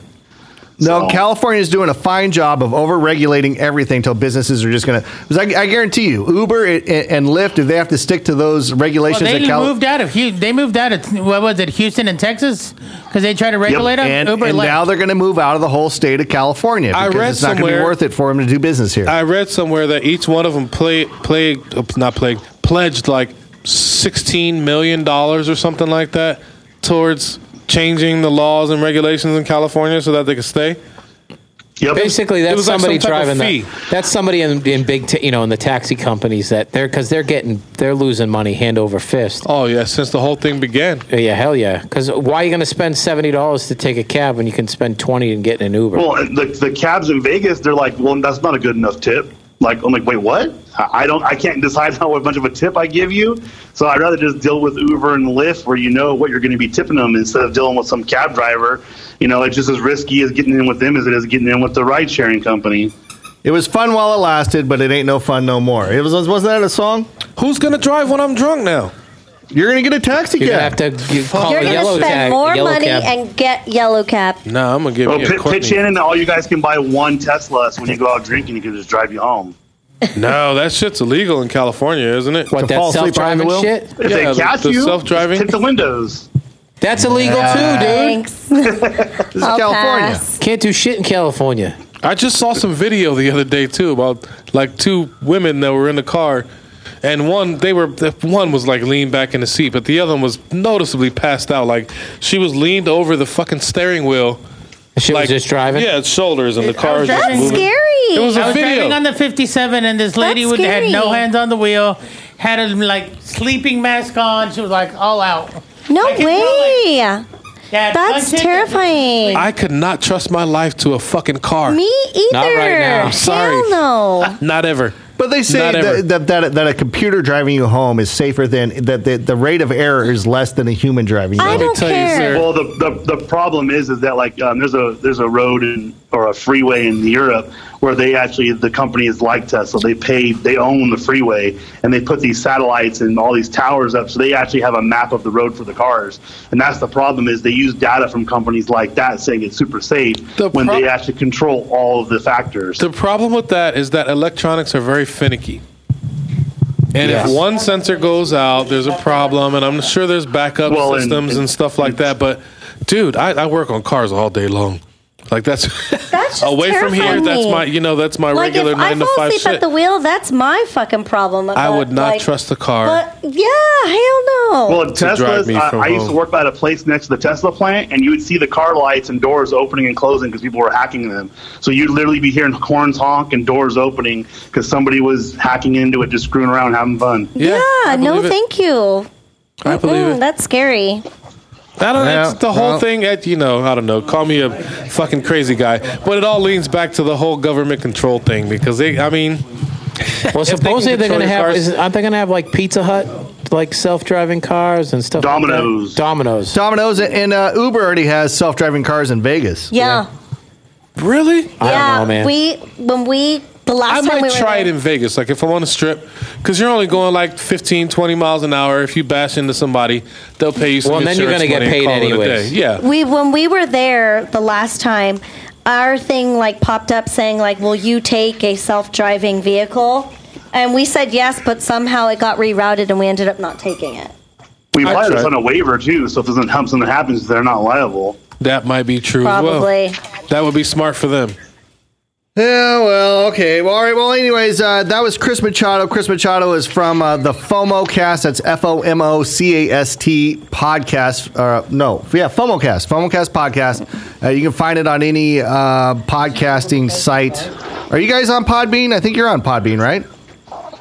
No, So- California is doing a fine job of overregulating everything till businesses are just going to. Because I, I guarantee you, Uber and, and Lyft, if they have to stick to those regulations, Well, they that Cal- moved out of Hu- they moved out of what was it Houston and Texas because they tried to regulate them. and, Uber and left. now they're going to move out of the whole state of California I because read it's not going to be somewhere- worth it for them to do business here. I read somewhere that each one of them play, plagued, oops, not plagued, pledged like sixteen million dollars or something like that towards changing the laws and regulations in California so that they could stay. Yep. Basically, It that's was like somebody some type of driving the. That's somebody in, in big, ta you know, in the taxi companies that they're because they're getting they're losing money hand over fist. Oh yeah, since the whole thing began. Uh, Yeah, hell yeah. Because why are you going to spend seventy dollars to take a cab when you can spend twenty and get in an Uber? Well, and the, the cabs in Vegas, they're like, well, that's not a good enough tip. Like, I'm like, wait, what? I I don't, I can't decide <laughs> how much of a tip I give you. So I'd rather just deal with Uber and Lyft where you know what you're going to be tipping them instead of dealing with some cab driver. You know, it's just as risky as getting in with them as it is getting in with the ride sharing company. it was fun while it lasted, but it ain't no fun no more. It was wasn't that a song? Who's gonna drive when I'm drunk now? You're going to get a taxi You're cab. gonna have to you call You're a going to yellow spend cab- more yellow money cab. and get yellow cab. Nah, I'm gonna give Well, you pi- a Courtney. pitch in and all you guys can buy one Tesla. So when you go out drinking, you can just drive you home. No, that shit's illegal in California, isn't it? What fall that asleep self behind the driving wheel? shit? If Yeah, they the- catch the you, self-driving- hit the windows. That's illegal too, dude. Thanks. <laughs> This is <laughs> I'll California. pass. Can't do shit in California. I just saw some video the other day too about like two women that were in the car, and one they were the one was like leaned back in the seat, but the other one was noticeably passed out. Like she was leaned over the fucking steering wheel, Shit like was just driving. Yeah, its shoulders and the I car was was just driving. That's moving. scary. It was a I was video. driving on the 57, and this lady That's would, had no scary. hands on the wheel, had a like sleeping mask on. She was like all out. no I can way. That That's punch it- terrifying. I could not trust my life to a fucking car. Me either. Not right now. Hell Sorry. no. Not ever. But they say Not ever. that, that, that, that a computer driving you home is safer than that the, the rate of error is less than a human driving you I home. don't tell you, care. sir. Well, the, the the problem is is that like um, there's a there's a road in or a freeway in Europe where they actually the company is like Tesla. They pay they own the freeway and they put these satellites and all these towers up, so they actually have a map of the road for the cars. And that's the problem is they use data from companies like that saying it's super safe The when pro- they actually control all of the factors. The problem with that is that electronics are very finicky. And Yes. if one sensor goes out, there's a problem, and I'm sure there's backup Well, and- systems and, stuff like that. But, dude, I, I work on cars all day long. Like that's, <laughs> <laughs> That's just away from here. terrifying That's me. my, you know, that's my Like if regular I nine to fall five asleep at shit. the wheel, that's my fucking problem. I about, would not like- trust the car. But yeah, hell no. Well, at drive Tesla's, me I, from I used to home. work at a place next to the Tesla plant, and you would see the car lights and doors opening and closing because people were hacking them. So you'd literally be hearing horns honk and doors opening because somebody was hacking into it, just screwing around, having fun. yeah, I no, believe it. thank you. I believe Mm, it. That's scary. I don't. Yeah, it's the whole well- thing. At you know, I don't know. Call me a fucking crazy guy, but it all leans back to the whole government control thing because they. I mean, Well, they can supposedly they are control going to your have. cars. Is, aren't they going to have like Pizza Hut, like self-driving cars and stuff? like that? Domino's. Domino's. Domino's and uh, Uber already has self-driving cars in Vegas. Yeah, really? yeah. I don't know, man. We when we the I last time we might were try it there- in Vegas. Like if I'm on a strip, because you're only going like 15, 20 miles an hour. If you bash into somebody, they'll pay you some Well, well, and then you're insurance gonna money. get and paid call it a anyways. day. Yeah. we when we were there the last time our thing like popped up saying like will you take a self-driving vehicle and we said yes but somehow it got rerouted and we ended up not taking it We I apply this tried. on a waiver too, so if there's something something that happens, they're not liable. That might be true probably as well. That would be smart for them. Yeah, well, okay. Well, all right. Well, anyways, uh, that was Chris Machado. Chris Machado is from uh, the FOMO cast. That's F O M O C A S T podcast. Uh, no, yeah, FOMO cast. FOMO cast podcast. Uh, you can find it on any uh, podcasting site. Are you guys on Podbean? I think you're on Podbean, right?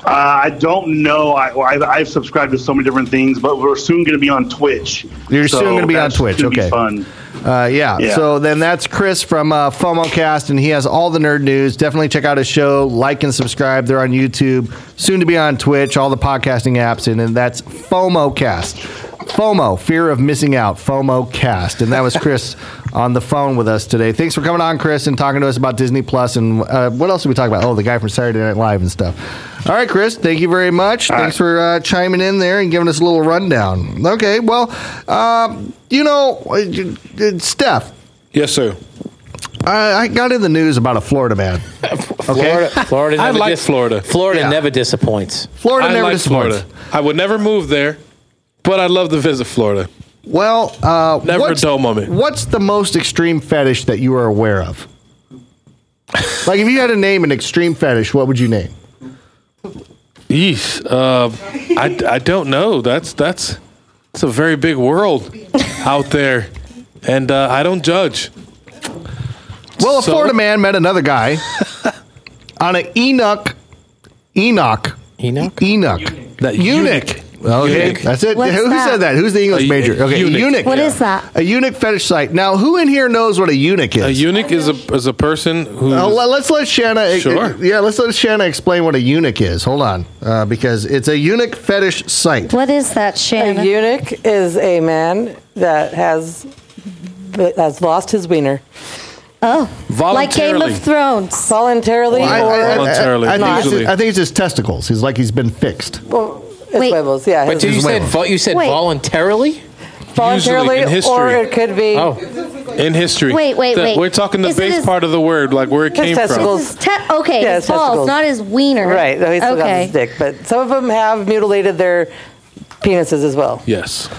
Uh, I don't know. I, I, I've subscribed to so many different things, but we're soon going to be on Twitch. You're soon gonna be on that's Twitch, gonna be okay. fun. Uh, yeah. Yeah. So then that's Chris from uh, FOMOcast, and he has all the nerd news. Definitely check out his show. Like and subscribe. They're on YouTube, soon to be on Twitch, all the podcasting apps, and, and that's FOMOcast. FOMO, fear of missing out, FOMO cast. And that was Chris on the phone with us today. Thanks for coming on, Chris, and talking to us about Disney Plus and uh, what else did we talk about? Oh, the guy from Saturday Night Live and stuff. All right, Chris, thank you very much. Thanks for uh, chiming in there and giving us a little rundown. Okay, well, um, you know, uh, uh, Steph, Yes, sir. I, I got in the news about a Florida <laughs> man. Florida, Florida. I never like Florida. Florida Yeah. never disappoints. Florida I never like disappoints. Florida. I would never move there, but I'd love to visit Florida. Well, uh, Never what's, a dull moment. What's the most extreme fetish that you are aware of? like, if you had to name an extreme fetish, what would you name? Yeesh. Uh, I, I don't know. That's that's it's a very big world out there, and uh, I don't judge. Well, a So- Florida man met another guy on an Enoch, Enoch, E, Enoch? Enoch, That eunuch. Okay, Eunuch. that's it. What's Who that? said that? Who's the English A- major? a Okay, eunuch. eunuch. What What is is that? A eunuch fetish site. Now, who in here knows what a eunuch is? A eunuch is a is a person who. Uh, le- let's let Shanna. e-, Sure. Yeah, let's let Shanna explain what a eunuch is. Hold on, uh, because it's a eunuch fetish site. What is that, A Shannon? eunuch is a man that has that has lost his wiener Oh, like Game voluntarily. of Thrones. voluntarily I, or I- I- Voluntarily, I, think it's usually. his- I think it's his testicles. He's like he's been fixed. well, it's Wait. huevos, yeah. But his- you said Wait. vo- you said Wait. voluntarily. voluntarily, Usually in history. or it could be Oh, in history. Wait, wait, The- wait. We're talking the Is it base his- part of the word, like where it came testicles. from. His te- okay, Yeah, his his balls, testicles. not his wiener. right. No, he still got okay. his dick, but some of them have mutilated their penises as well. Yes.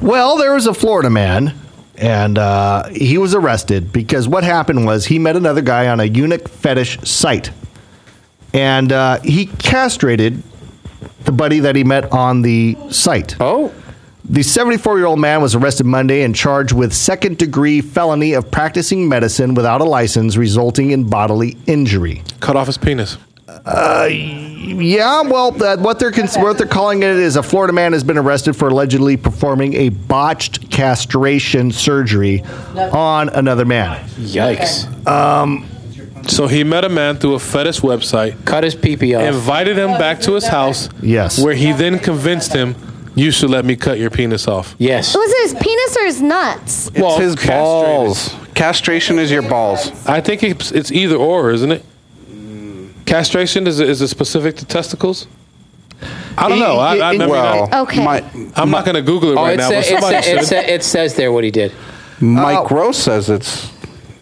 Well, there was a Florida man, and uh, he was arrested because what happened was he met another guy on a eunuch fetish site, and uh, he castrated the buddy that he met on the site. oh, The 74 year old man was arrested Monday and charged with second degree felony of practicing medicine without a license, resulting in bodily injury. Cut off his penis. Uh, Yeah, well, that, what they're cons- what they're calling it is a Florida man has been arrested for allegedly performing a botched castration surgery on another man. yikes! Um, So he met a man through a fetish website, Cut his pee pee off. invited him back to his house. Yes. Where he then convinced him, "You should let me cut your penis off." Yes. Was it his penis or his nuts? It's Well, his castrated. balls. Castration is your balls. I think it's, it's either or, isn't it? Castration is is it specific to testicles? I don't know. I, I, I mean, well, Okay. Mi- I'm not going to Google it Oh, right it, now. sa- But it, somebody sa- it, should. sa- it says there what he did. Mike Rose says it's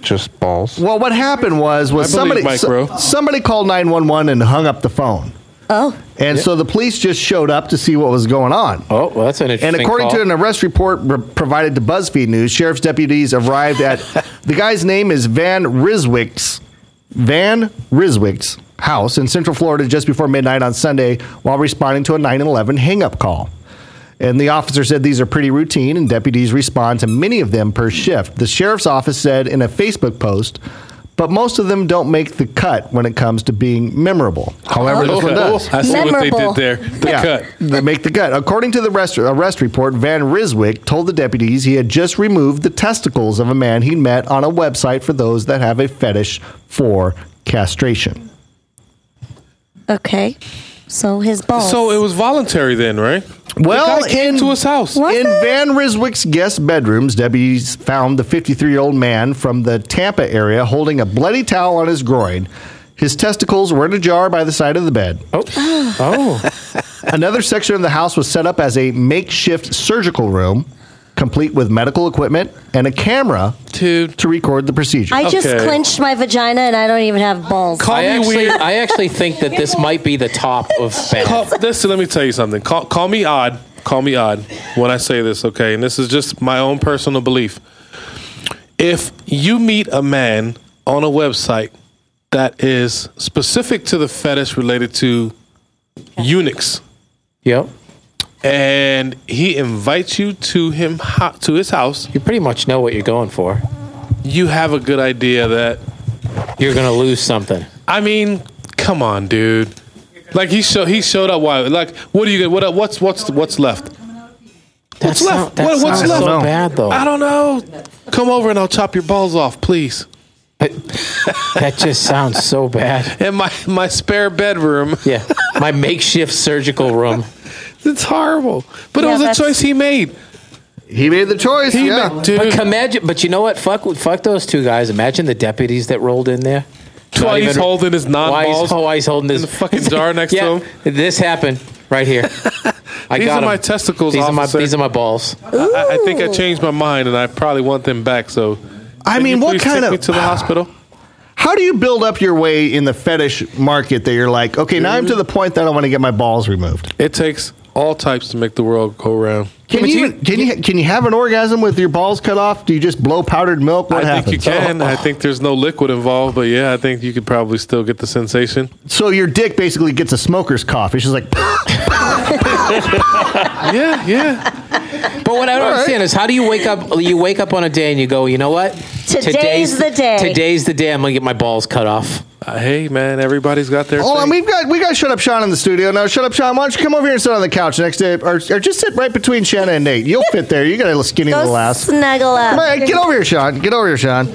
just balls. Well, what happened was was I believe somebody Mike so- Rowe. somebody called 911 and hung up the phone. Oh, And so the police just showed up to see what was going on. Oh, well, that's an interesting. And according call. to an arrest report re- provided to BuzzFeed News, sheriff's deputies arrived at the guy's name is Van Riswick's Van Riswick's house in Central Florida just before midnight on Sunday while responding to a 911 hang-up call. And the officer said these are pretty routine, and deputies respond to many of them per shift. The sheriff's office said in a Facebook post, but most of them don't make the cut when it comes to being memorable. However, this one Okay. does. I see Memorable. what they did there. The cut. They make the cut. According to the arrest, arrest report, Van Riswick told the deputies he had just removed the testicles of a man he met on a website for those that have a fetish for castration. okay. So his balls. So Oh, it was voluntary then, right? Well, the guy came in- to his house. What? In the- Van Riswick's guest bedrooms, deputies found the 53 year old man from the Tampa area holding a bloody towel on his groin. His testicles were in a jar by the side of the bed. <sighs> oh, Another section of the house was set up as a makeshift surgical room, complete with medical equipment and a camera Dude. to record the procedure. I just Okay. clenched my vagina and I don't even have balls. Call I me actually, weird. I actually think that this might be the top <laughs> of Call, bad. listen, let me tell you something. Call, call me odd. Call me odd when I say this, okay? And this is just my own personal belief. If you meet a man on a website that is specific to the fetish related to eunuchs, Yep. and he invites you to him ho- to his house, You pretty much know what you're going for. you have a good idea that You're gonna lose something. I mean, come on, dude. Like he showed he showed up. Why? Like, what do you? What? What's what's what's left? What's That's left? not- that What- what's sounds left? so bad, though. I don't know. Come over and I'll chop your balls off, please. That just <laughs> sounds so bad. In my my spare bedroom. Yeah, my makeshift surgical room. <laughs> It's horrible. But Yeah, it that's- was a choice he made. He made the choice. He yeah. made, dude. But imagine, but you know what? Fuck, fuck those two guys. Imagine the deputies that rolled in there. While Not he's even- holding his non why balls. he's, why he's holding this in <laughs> the fucking jar next to Yeah, This happened right <laughs> here. I These got are 'em. my testicles, These officer. are my these are my balls. I, I think I changed my mind, and I probably want them back. So, I Can mean, you what please kind take of- me to the hospital? How do you build up your way in the fetish market that you're like, okay, now I'm to the point that I want to get my balls removed? It takes all types to make the world go round. Can but you, you- even- can you can you have an orgasm with your balls cut off? Do you just blow powdered milk? What I happens? think you can. I think there's no liquid involved, but yeah, I think you could probably still get the sensation. So your dick basically gets a smoker's cough. It's just like <laughs> Yeah, yeah. But what I don't understand is how do you wake up? You wake up on a day and you go, you know what? Today's the day." Today's the day I'm gonna get my balls cut off. Uh, hey, man, everybody's got their. Hold on, thing. we've got we got Shut Up Sean in the studio now. Shut Up Sean, why don't you come over here and sit on the couch next to, or, or just sit right between Shanna and Nate. You'll fit there. You got a little skinny little Go ass. snuggle up. Come on, get over here, Sean. Get over here, Sean.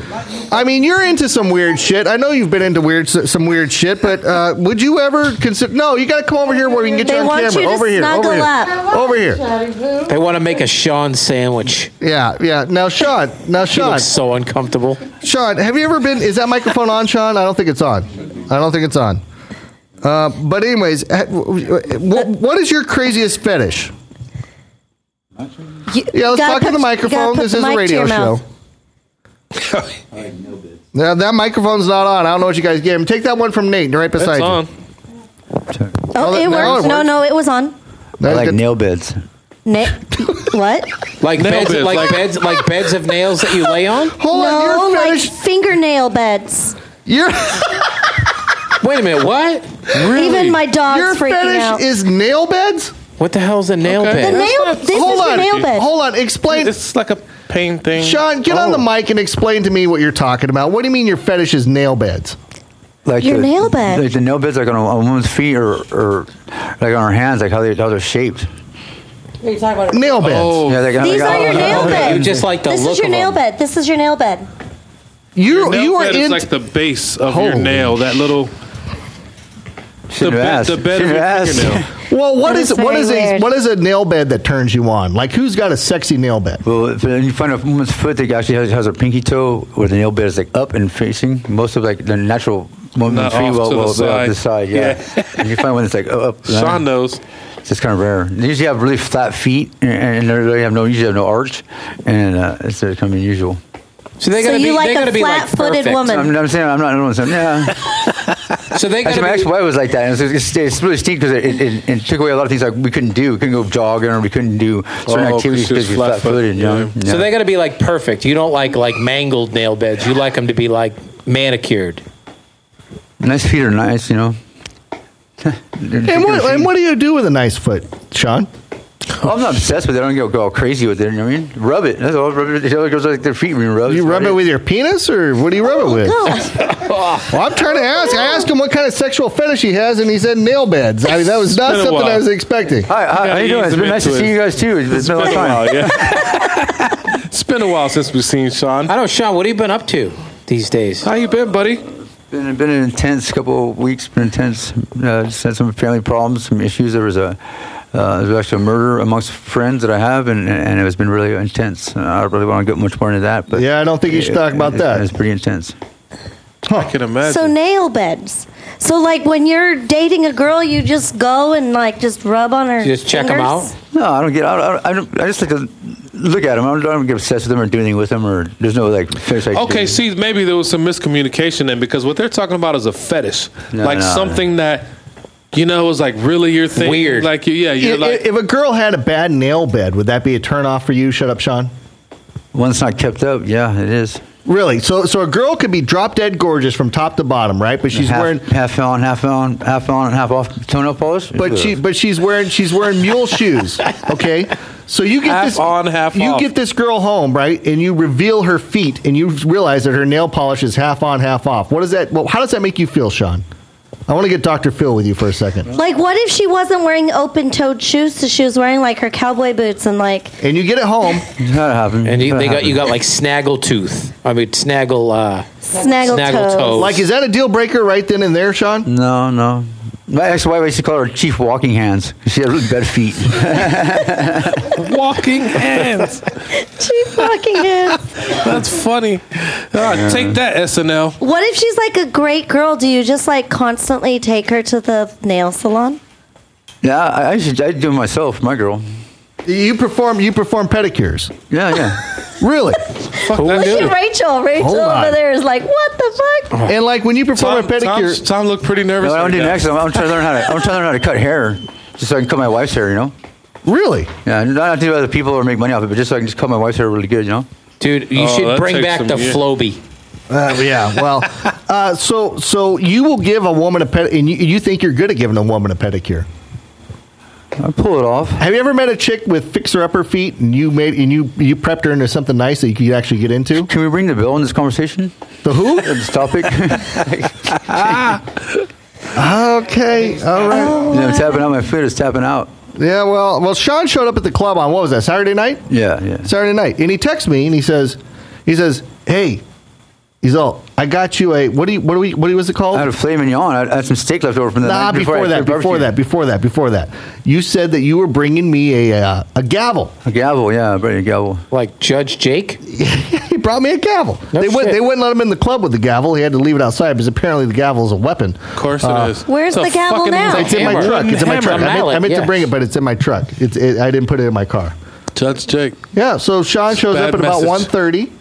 I mean, you're into some weird shit. I know you've been into weird some weird shit, but uh, would you ever consider? No, you got to come over here where we can get They you on want camera. you to over here, snuggle over here, up. over here. They want to make a Sean sandwich. Yeah, yeah. Now, Sean. Now, She Sean. looks so uncomfortable. Sean, have you ever been? Is that microphone on, Sean? I don't think it's on. I don't think it's on. Uh, but anyways, ha- w- w- what, what is your craziest fetish? You- Yeah, let's gotta talk in the put- you gotta microphone. put This the is a mic to radio your mouth. show. Yeah, that microphone's not on. I don't know what you guys gave him. Take that one from Nate, right It's beside on. you. Oh, that- it now it worked. No, works. no, it was on. That's good. beds. Na- what? Like Nail beds, beds, like, like- beds, like beds of nails that you lay on. Hold no, on, your like fetish. fingernail beds. your <laughs> Wait a minute, what? Even my dog's your freaking fetish out. is nail beds. What the hell is a nail Okay. the bed? nail. not- This Hold is on, the nail bed. hold on. Explain, It's like a pain thing. Oh, Sean. Get Oh. on the mic and explain to me what you're talking about. What do you mean your fetish is nail beds? Like Your the, nail bed. Like the nail beds, like on a, a woman's feet or, or like on her hands, like how they how they're shaped. Are you talking about? Nail beds. Oh, Yeah, like, These like, are your nail okay, beds. you just like the this look is your of nail them. bed. This is your nail bed. You Nail you are bed is in like the base of your Holy nail. That little Shit the your bed- ass. the <laughs> bed Shit of your your ass. fingernail. well. What That is is what very is a, weird. what is a nail bed that turns you on? Like who's got a sexy nail bed? Well, if you find a woman's foot that actually has, has her pinky toe where the nail bed is like up and facing, most of like the natural woman's Not feet off will, to the will be up side. the side, yeah. <laughs> and you find one that's like up. Sean knows. It's just kind of rare. They usually have really flat feet, and, and they really have no usually have no arch, and uh, it's uh, kind of unusual. So they So gotta you be, like they a gotta be like flat-footed perfect. woman. I'm, I'm saying I'm not. I'm saying yeah. <laughs> So Actually, my they gotta be, ex-wife was like that, and it's, it's, it's really steep because it, it, it, it took away a lot of things like we couldn't do. We couldn't go jogging, or we couldn't do certain Oh, 'cause activities she was because you're flat-footed, flat-footed. you know? yeah. Yeah. So they got to be like perfect. You don't like like mangled nail beds. You like them to be like manicured. nice feet are nice, you know. And what and what do you do with a nice foot, <laughs> Sean? <laughs> I'm not obsessed with it. I don't go, go all crazy with it. You know what I mean? Rub it. That's all. Rub it. It all goes like their feet Oh, being rubbed. You That's rub about it with your penis, or what do you rub it with? Well, I'm trying to ask. I asked him what kind of sexual fetish he has, and he said nail beds. I mean, that was not It's been a something I while. was expecting. Hi, hi, how gotta you doing? ease It's them been nice to into it. see you guys too. It's been a long time. yeah. <laughs> it's been a while since we've seen Sean. I don't, know, Sean. What have you been up to these days? How you been, buddy? <laughs> Been been an intense couple of weeks. Been intense. Uh, just had some family problems, some issues. There was a uh, there was actually a murder amongst friends that I have, and and it has been really intense. Uh, I don't really want to get much more into that, but Yeah, I don't think you should talk about it's- that. It's pretty intense. I can imagine. So nail beds. So like when you're dating a girl, you just go and like just rub on her. You just check 'em fingers? out? No, I don't get. I don't. I, don't, I just like to look at them. I don't, I don't get obsessed with them or do anything with them, or there's no like. fetish I Okay, do. see, maybe there was some miscommunication then because what they're talking about is a fetish, No, like no, no. something that you know is like really your thing. Weird. like yeah, I- you're i- like if a girl had a bad nail bed, would that be a turnoff for you? Shut up, Sean. One that's not kept up, yeah, it is. Really? So, so a girl could be drop dead gorgeous from top to bottom, right? But she's half, wearing, half on, half on, half on, and half off toenail polish. but she, but she's wearing, she's wearing mule shoes. <laughs> Okay, so you get Half this on, half You off. get this girl home, right? And you reveal her feet, and you realize that her nail polish is half on, half off. What does that? Well, how does that make you feel, Sean? I want to get Doctor Phil with you for a second. Like what if she wasn't wearing open-toed shoes, so she was wearing like her cowboy boots and like And you get it home. that happened. And you, That they got happened. you got like snaggle tooth. I mean snaggle. Uh, snaggle, Snaggle toes. toes. Like, is that a deal breaker right then and there, Sean? No, no. My ex-wife I used to call her Chief Walking Hands. 'cause She had really bad feet. <laughs> <laughs> Walking hands. Chief walking hands. That's funny. Ah, Take that, SNL. What if she's like a great girl? Do you just like constantly take her to the nail salon? yeah, I, I should. I do it myself. My girl. You perform you perform pedicures. Yeah, yeah. Really? Fuck that Look at dude. Rachel. Rachel Hold on. over there is like, what the fuck? and like when you perform Tom, a pedicure, Tom's- Tom looked pretty nervous. No, I don't do right now. next. I'm, I'm trying to learn how to. I'm trying to learn how to cut hair, just so I can cut my wife's hair. You know. really? Yeah, not to do other people or make money off it, but just so I can just cut my wife's hair really good. You know. Dude, you Oh, should that bring takes back some the years. Floby. Uh, yeah. Well, uh, so so you will give a woman a ped, and you, you think you're good at giving a woman a pedicure. I pull it off. Have you ever met a chick with fixer upper feet, and you made and you you prepped her into something nice that you could actually get into? Can we bring the bill in this conversation? The <laughs> who? This <laughs> topic. <laughs> Okay. All right. You know, I'm tapping out. My foot is tapping out. Yeah. Well, well, Sean showed up at the club on what was that Saturday night? Yeah, yeah. Saturday night, and he texts me and he says, he says, hey, he's all, I got you a what do you what do we what was it called? I had a filet mignon. I I had some steak left over from the Nah, night before, I that, quit before that, barbecue. before that, before that. You said that you were bringing me a uh, a gavel. A gavel, yeah, I brought you a gavel. Like Judge Jake? <laughs> he brought me a gavel. No they wouldn't shit. they wouldn't let him in the club with the gavel. He had to leave it outside because apparently the gavel is a weapon. Uh, Of course it is. Where's It's a the gavel fucking- now? It's in my Hammer. truck. It's in my Hammer. truck. I meant, I Mallet, meant yeah. to bring it, but it's in my truck. It's it, I didn't put it in my car. Judge Jake. Yeah. So Sean shows Bad up at about message. one thirty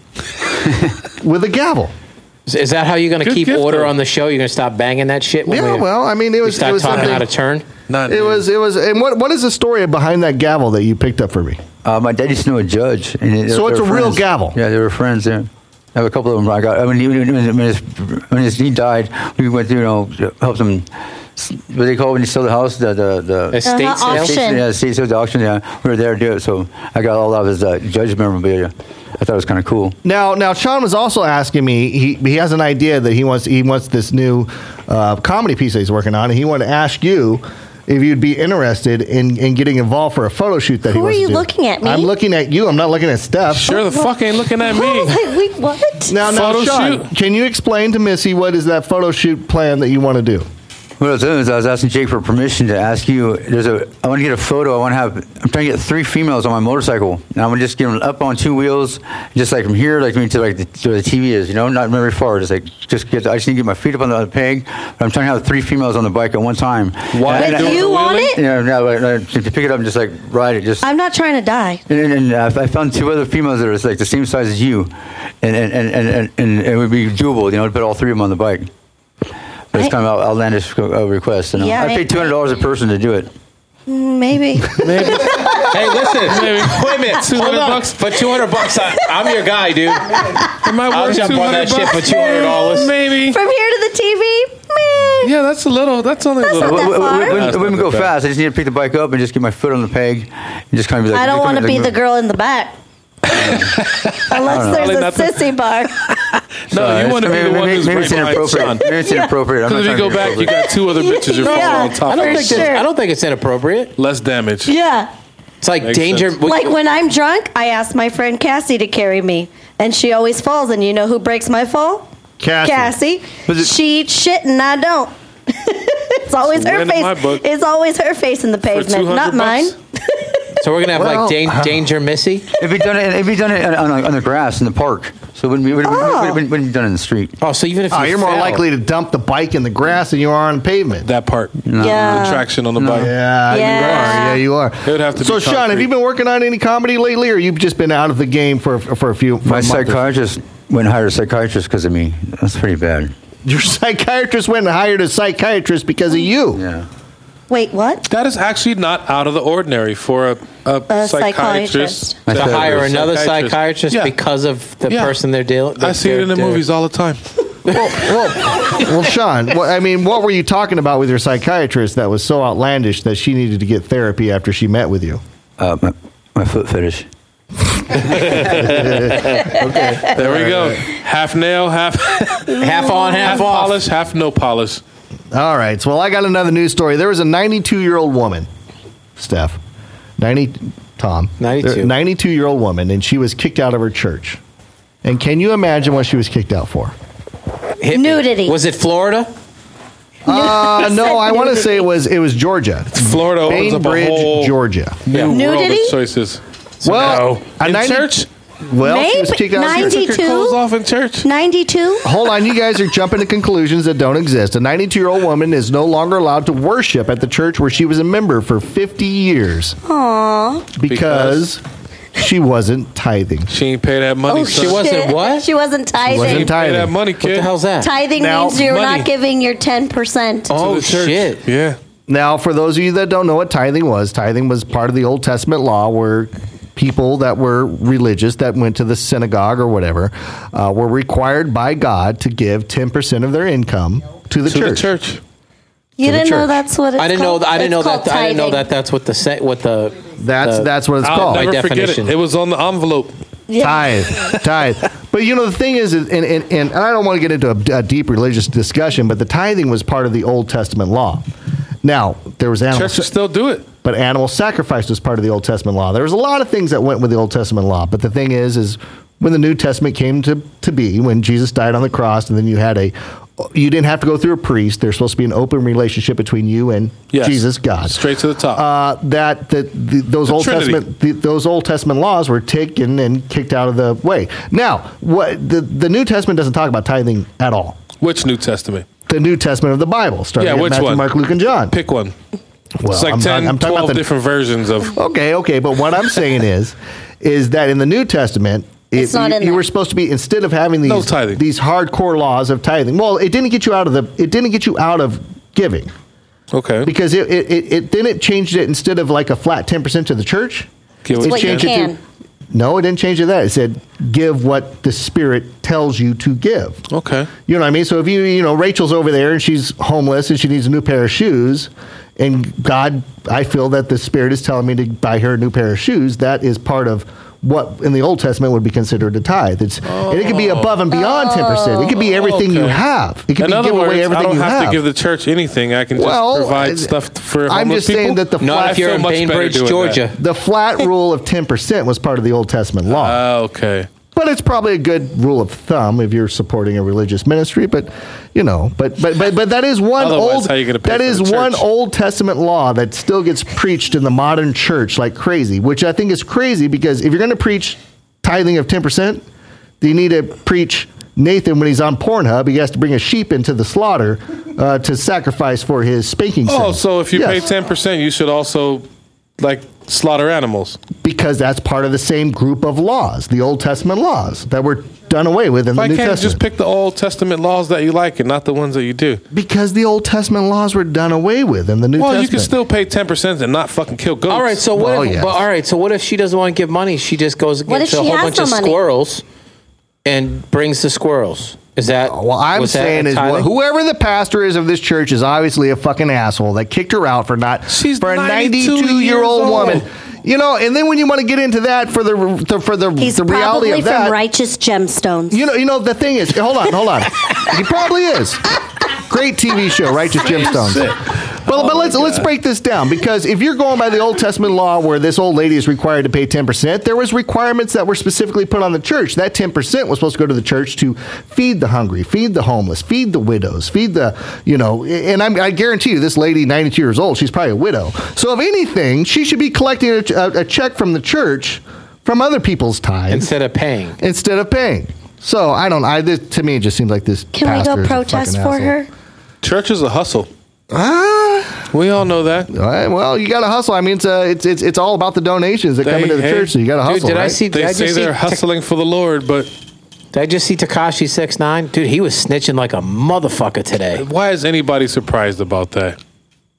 with a gavel. Is, is that how you're going to Good keep gift, order though. on the show? You're going to stop banging that shit? when Yeah. we- Well, I mean, it we was start it was talking something- out of turn? Not It was it was. And what what is the story behind that gavel that you picked up for me? Uh, my dad used to know a judge. And they- So they it's were a real friends. gavel. Yeah, they were friends. Yeah. I have a couple of them I got. I mean, even when, when, his, when his knee died, we went through, you know, helped him. What do they call it when you sell the house? The, the, the Estate Uh-huh, sale? auction. Yeah, see, so the auction, yeah. We were there to do it. So I got all of his uh, judge memorabilia. I thought it was kind of cool. Now, now, Sean was also asking me. He, he has an idea that he wants he wants this new uh, comedy piece that he's working on, and he wanted to ask you if you'd be interested in, in getting involved for a photo shoot that he Who are wants to you do. looking at, me? I'm looking at you. I'm not looking at Steph. Sure the fuck ain't looking at I was me. like, wait, what? Now, now, <laughs> Photo Sean, shoot? can you explain to Missy what is that photo shoot plan that you want to do? What I was doing is I was asking Jake for permission to ask you. There's a. I want to get a photo. I want to have. I'm trying to get three females on my motorcycle, and I'm gonna just get them up on two wheels, just like from here, like me to like the, to where the TV is. You know, not very far. Just like just get. I just need to get my feet up on the peg. But I'm trying to have three females on the bike at one time. Why? And I- But you want it? Yeah, no, like, like, to pick it up and just like ride it. Just I'm not trying to die. and, and, and uh, I found two other females that are like the same size as you, and and, and, and, and, and it would be doable, you know, to put all three of them on the bike. But it's I- kind of out- outlandish uh, request. You know? Yeah, I I- paid two hundred dollars a person to do it. Mm, Maybe. Hey, listen. <laughs> Wait a minute. 200 Hold on. bucks? For 200 bucks, I, I'm your guy, <laughs> dude. Am I I'll worth jump on 200 that shit bucks? for $200. Maybe. From here to the TV? Meh. Yeah, that's a little. That's only a That's little. not that Well, well, far? it wouldn't, That's it wouldn't not go that bad. fast. I just need to pick the bike up and just get my foot on the peg and just kind of be like. I don't look want at to be the girl in the back. Unless Probably not there's the- a sissy bar. No, Sorry, you want to be maybe- the one maybe- who's maybe it's right behind inappropriate. Sean. Maybe it's Yeah. inappropriate. I'm not Because if trying to you go be back, you inappropriate. got two other bitches. You're falling Yeah. on I top. don't, For think sure. that's, I don't think it's inappropriate. Less damage. Yeah. It's like Makes danger. sense. we- Like when I'm drunk, I ask my friend Cassie to carry me, and she always falls. And you know who breaks my fall? Cassie. Cassie. Was it- she eats shit, and I don't. <laughs> it's always It's a her win in my face. book. It's always her face in the pavement, 200 not bucks? mine. so we're going to have Well, uh-huh. like dan- Danger Missy? It'd be done. It'd be done on, on, on the grass in the park. So it wouldn't be, it wouldn't, it wouldn't- it wouldn't- it wouldn't be done in the street. Oh, so even if Oh, you you're more fell- likely to dump the bike in the grass than you are on the pavement. That part. Yeah. The traction on the bike. yeah, Yeah. you are. Yeah, you are. It would have to so, be Sean, have concrete. you been working on any comedy lately, or you've just been out of the game for for a few? For My a month or so? psychiatrist went and hired a psychiatrist because of me. That's pretty bad. Your psychiatrist went and hired a psychiatrist because of you. Yeah. Wait, what? That is actually not out of the ordinary for a, a, A psychiatrist, psychiatrist. To that- Yeah. hire another Psychiatrist. psychiatrist Yeah. because of the <laughs> Yeah. person they're dealing I see it in the movies all the time. Well, well, Sean, what, I mean, what were you talking about with your psychiatrist that was so outlandish that she needed to get therapy after she met with you? Uh, my, my foot fetish. There we go. Half nail, half <laughs> Half on, half, half off. polish, half no polish. All right. So, well, I got another news story. There was a 92 year old woman, Steph, 90, Tom, 92. 92 year old woman, and she was kicked out of her church. And can you imagine what she was kicked out for? Hit me. Nudity. Was it Florida? Uh, no, I want to say it was it was Georgia. Florida opens up a Bainbridge, whole- Georgia. New world Nudity? of choices. Well, a in 90 church. Well, she was Maybe- kicked out of church. 90 Took your clothes 92? off in church. 92? Hold on, you guys are jumping to conclusions that don't exist. A 92 year old woman is no longer allowed to worship at the church where she was a member for 50 years Aww. because, she wasn't tithing. She ain't pay that money. Oh, son. She wasn't shit. what? She wasn't tithing. She ain't wasn't pay that tithing. money, What kid. the hell's that? Tithing Now, means you're money. not giving your 10%. To the oh church. shit! Yeah. Now, for those of you that don't know what tithing was, tithing was part of the Old Testament law where people that were religious that went to the synagogue or whatever uh, were required by God to give 10% of their income to the To church. the church. you to the didn't know church. that's what it's I didn't called. know. I didn't It's know called that. I didn't know tithing. that. That's what the set. What the. That's the- that's what it's I'll called. never By forget definition. it. It was on the envelope. tithe, tithe. But you know the thing is, and and, and, and I don't want to get into a, a deep religious discussion, but the tithing was part of the Old Testament law. Now there was animal, Churches still do it. but animal sacrifice was part of the Old Testament law. There was a lot of things that went with the Old Testament law, but the thing is, is when the New Testament came to, to be, when Jesus died on the cross, and then you had a, you didn't have to go through a priest. There's supposed to be an open relationship between you and Yes. Jesus, God, Straight to the top. Uh, that that the, those The Old Trinity. Testament the, those Old Testament laws were taken and kicked out of the way. Now, what the the New Testament doesn't talk about tithing at all. Which New Testament? The New Testament of the Bible, starting Yeah, at which Matthew, one? Mark, Luke, and John. Pick one. Well, it's like I'm- 10, I'm talking about 12 the- different versions of. Okay, okay, but what I'm saying is, is that in the New Testament, it, It's not you, in you there. were supposed to be instead of having these No tithing. these hardcore laws of tithing. Well, it didn't get you out of the it didn't get you out of giving Okay. because it it, it, it then it changed it instead of like a flat ten percent to the church. Give It's it what you changed it can. No, it didn't change it. to That it said give what the Spirit tells you to give. Okay. You know what I mean? So if you you know Rachel's over there and she's homeless and she needs a new pair of shoes, and God, I feel that the Spirit is telling me to buy her a new pair of shoes. That is part of what in the Old Testament would be considered a tithe. It's and it could be above and beyond ten percent. It could be everything you Oh. Okay. have. It could In be other give words, away I everything don't you have, have. to give the church anything. I can just Well, I- provide stuff for. I'm just homeless saying people? that the Not if flat, you're in much better Bainbridge, doing that. Georgia. the flat rule of ten percent was part of the Old Testament law. Ah, okay. But it's probably a good rule of thumb if you're supporting a religious ministry. But you know, but but but, but that is one Otherwise, old how you gonna pay that for is the church? one Old Testament law that still gets preached in the modern church like crazy. Which I think is crazy because if you're going to preach tithing of ten percent, you need to preach Nathan when he's on Pornhub. He has to bring a sheep into the slaughter uh, to sacrifice for his spanking. Oh, sin. so if you Yes. pay ten percent, you should also like slaughter animals. because that's part of the same group of laws, the Old Testament laws that were done away with in Why the New can't you Testament. just pick the Old Testament laws that you like and not the ones that you do? Because the Old Testament laws were done away with in the New well, Testament. you can still pay ten percent and not fucking kill goats. All right. So what? Well, if, yes. but, all right. So what if she doesn't want to give money? She just goes and What gets if a she whole has bunch no of money? squirrels, and brings the squirrels. Is that Well, I'm was that saying a is tithing? wh- whoever the pastor is of this church is obviously a fucking asshole that kicked her out for not She's for a 92 year old years old. woman. You know, and then when you want to get into that for the, the for the He's the reality probably of that, from Righteous Gemstones. you know, you know the thing is, hold on, hold on, he probably is. Great TV show, Righteous Gemstones. But, Oh but let's let's break this down because if you're going by the Old Testament law where this old lady is required to pay 10%, there was requirements that were specifically put on the church. That 10% was supposed to go to the church to feed the hungry, feed the homeless, feed the widows, feed the you know. And I'm, I guarantee you, this lady, 92 years old, she's probably a widow. So if anything, she should be collecting a, a, a check from the church from other people's tithes instead of paying. instead of paying. So I don't. I this, to me it just seems like this. Can we pastor go is a protest fucking for asshole. her? Church is a hustle. Ah, We all know that. all right, well, you got to hustle. I mean, it's, uh, it's it's it's all about the donations that They- come into the hey, church, so you got to Dude, hustle. did I right? see? They did I say just see they're Tech- hustling for the Lord, but Did I just see Takashi six nine? Dude, he was snitching like a motherfucker today. why is anybody surprised about that?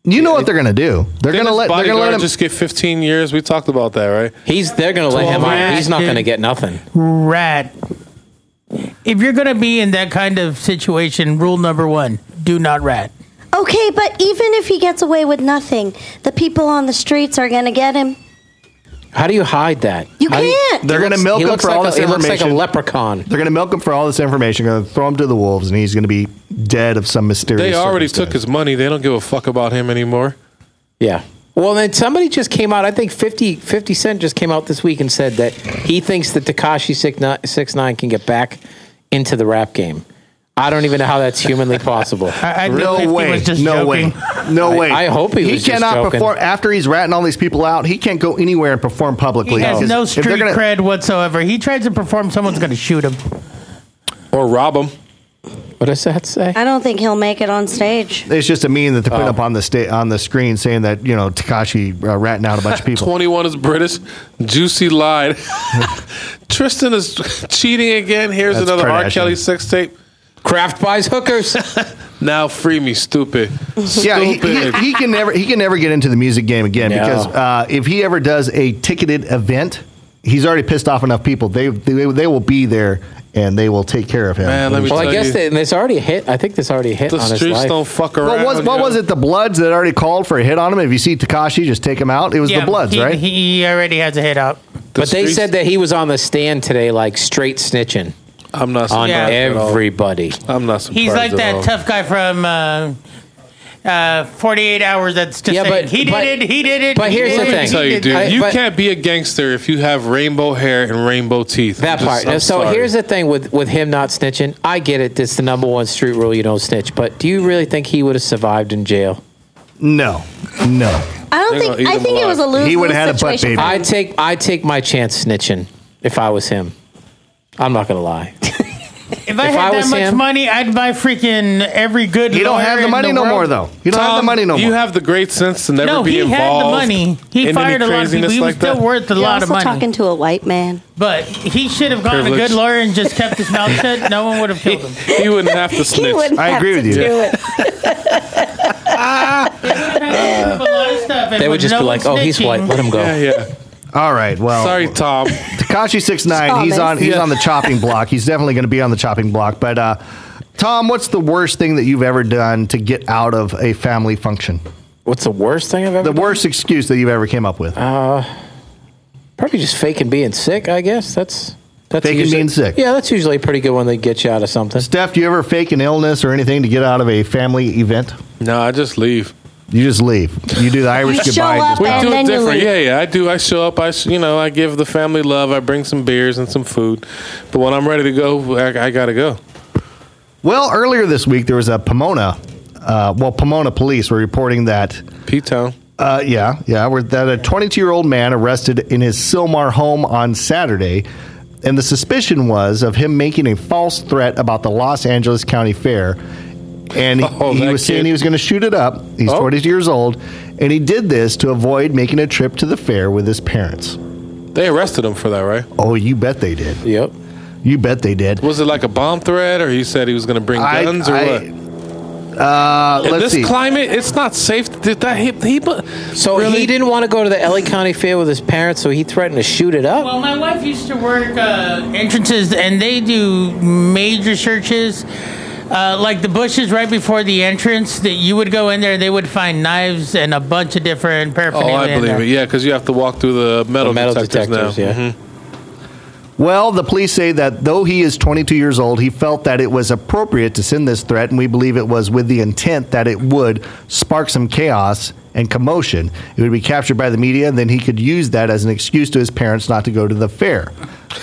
You know what they're gonna do? They're Didn't gonna his let they're gonna bodyguard let him. just get 15 years. We talked about that, right? He's they're gonna let him out. He's not gonna get nothing. rat. If you're going to be in that kind of situation, rule number one do not rat. Okay, but even if he gets away with nothing, the people on the streets are going to get him. How do you hide that? You How do can't. They're he gonna looks- milk he him looks for like all a- this He looks like a information. leprechaun. They're gonna milk him for all this information. Gonna throw him to the wolves, and he's gonna be dead of some mysterious. They already took circumstance. his money. They don't give a fuck about him anymore. Yeah. Well, then somebody just came out. I think 50, 50 Cent just came out this week and said that he thinks that Takashi 6 9 can get back into the rap game. I don't even know how that's humanly possible. I, I no believe he way. was just no joking. way. No I- way. I hope he was just cannot joking. perform after he's ratting all these people out. He can't go anywhere and perform publicly. He has Because no if they're street gonna- cred whatsoever. He tries to perform, someone's going to shoot him. or rob them. What does that say? I don't think he'll make it on stage. It's just a meme that they Oh. put up on the sta- on the screen saying that you know Takashi uh, ratting out a <laughs> bunch of people. Twenty one is British. Juicy lied. <laughs> Tristan is cheating again. Here's That's another R. Kardashian. Kelly sex tape. Craft buys hookers. <laughs> Now free me, stupid. yeah, he, Stupid. he- he can never he can never get into the music game again No. because uh, if he ever does a ticketed event, he's already pissed off enough people. They they, they will be there and they will take care of him. Man, let me Well, I tell guess you, that, and it's already a hit. I think this already hit the on his streets life. don't fuck around. what was what yo. was it? The Bloods that already called for a hit on him. If you see Takashi, just take him out. It was the Bloods, he, right? He already has a hit out. The but they streets- said that he was on the stand today, like straight snitching I'm not on surprised Yeah. at all. everybody. I'm not surprised. He's like at that all. tough guy from uh, uh, 48 Hours that's just Yeah, saying, but- he did but- it, he did it. but here's he the did it, thing. he tell you, did dude, it." I- you but- can't be a gangster if you have rainbow hair and rainbow teeth. That I'm just- part. I'm so sorry. here's the thing with with him not snitching. I get it. It's the number one street rule: you don't snitch. But do you really think he would have survived in jail? no, no. I don't They're think. gonna eat I him think it alive. was a lose. He would've had a butt baby. I take I take my chance snitching if I was him. I'm not gonna lie. If I If had I that was much him- money, I'd buy freaking every good. You don't lawyer have the in money no world. more though. You don't have the Tom, money no you more. have the great sense to never No, be he involved. had the money. He in fired any a lot of people. craziness He was like still that. worth a You're lot also of money. talking to a white man. but he should have gone to Privilege. good lawyer and just kept his mouth shut. No one would have killed him. <laughs> He wouldn't have to He snitch. wouldn't I have agree with to you. do it. a lot of stuff, and They would with just no be one like, "Oh, he's snitching- white. Let him go." Yeah, yeah. All right. Well, Sorry, Tom. Takashi six nine. He's Thomas. on. He's Yeah. on the chopping block. He's definitely going to be on the chopping block. But uh, Tom, what's the worst thing that you've ever done to get out of a family function? What's the worst thing I've ever? The done? Uh, worst excuse that you've ever came up with? Probably just faking being sick. I guess that's that's Faking usually- being sick. Yeah, that's usually a pretty good one. They get you out of something. Steph, do you ever fake an illness or anything to get out of a family event? No, I just leave. You just leave. You do the Irish show goodbye. and up just We and- do it then you different. leave. Yeah, yeah. I do. I show up. I, sh- you know, I give the family love. I bring some beers and some food. But when I'm ready to go, I, I gotta go. Well, earlier this week there was a Pomona. Uh, well, Pomona police were reporting that. P Town. Uh, yeah, yeah. Where that a 22 year old man arrested in his Silmar home on Saturday, and the suspicion was of him making a false threat about the Los Angeles County Fair, and he, <laughs> Oh, he that was saying kid. he was going to shoot it up. He's Oh. 40 years old, and he did this to avoid making a trip to the fair with his parents. They arrested him for that, right? Oh, you bet they did. Yep. You bet they did. Was it like a bomb threat, or he said he was gonna bring I- guns, or I- what? Uh, In let's this see. climate, it's not safe. Did that he, he bu- So really? he didn't want to go to the LA County Fair with his parents, so he threatened to shoot it up. Well, my wife used to work uh, entrances, and they do major searches. Uh, like the bushes right before the entrance, that you would go in there, they would find knives and a bunch of different Oh, paraphernalia. I in believe there. it. Yeah, because you have to walk through the metal, The metal detectors, detectors, now. yeah. Mhm. Well, the police say that though he is 22 years old, he felt that it was appropriate to send this threat, and we believe it was with the intent that it would spark some chaos and commotion. It would be captured by the media, and then he could use that as an excuse to his parents not to go to the fair.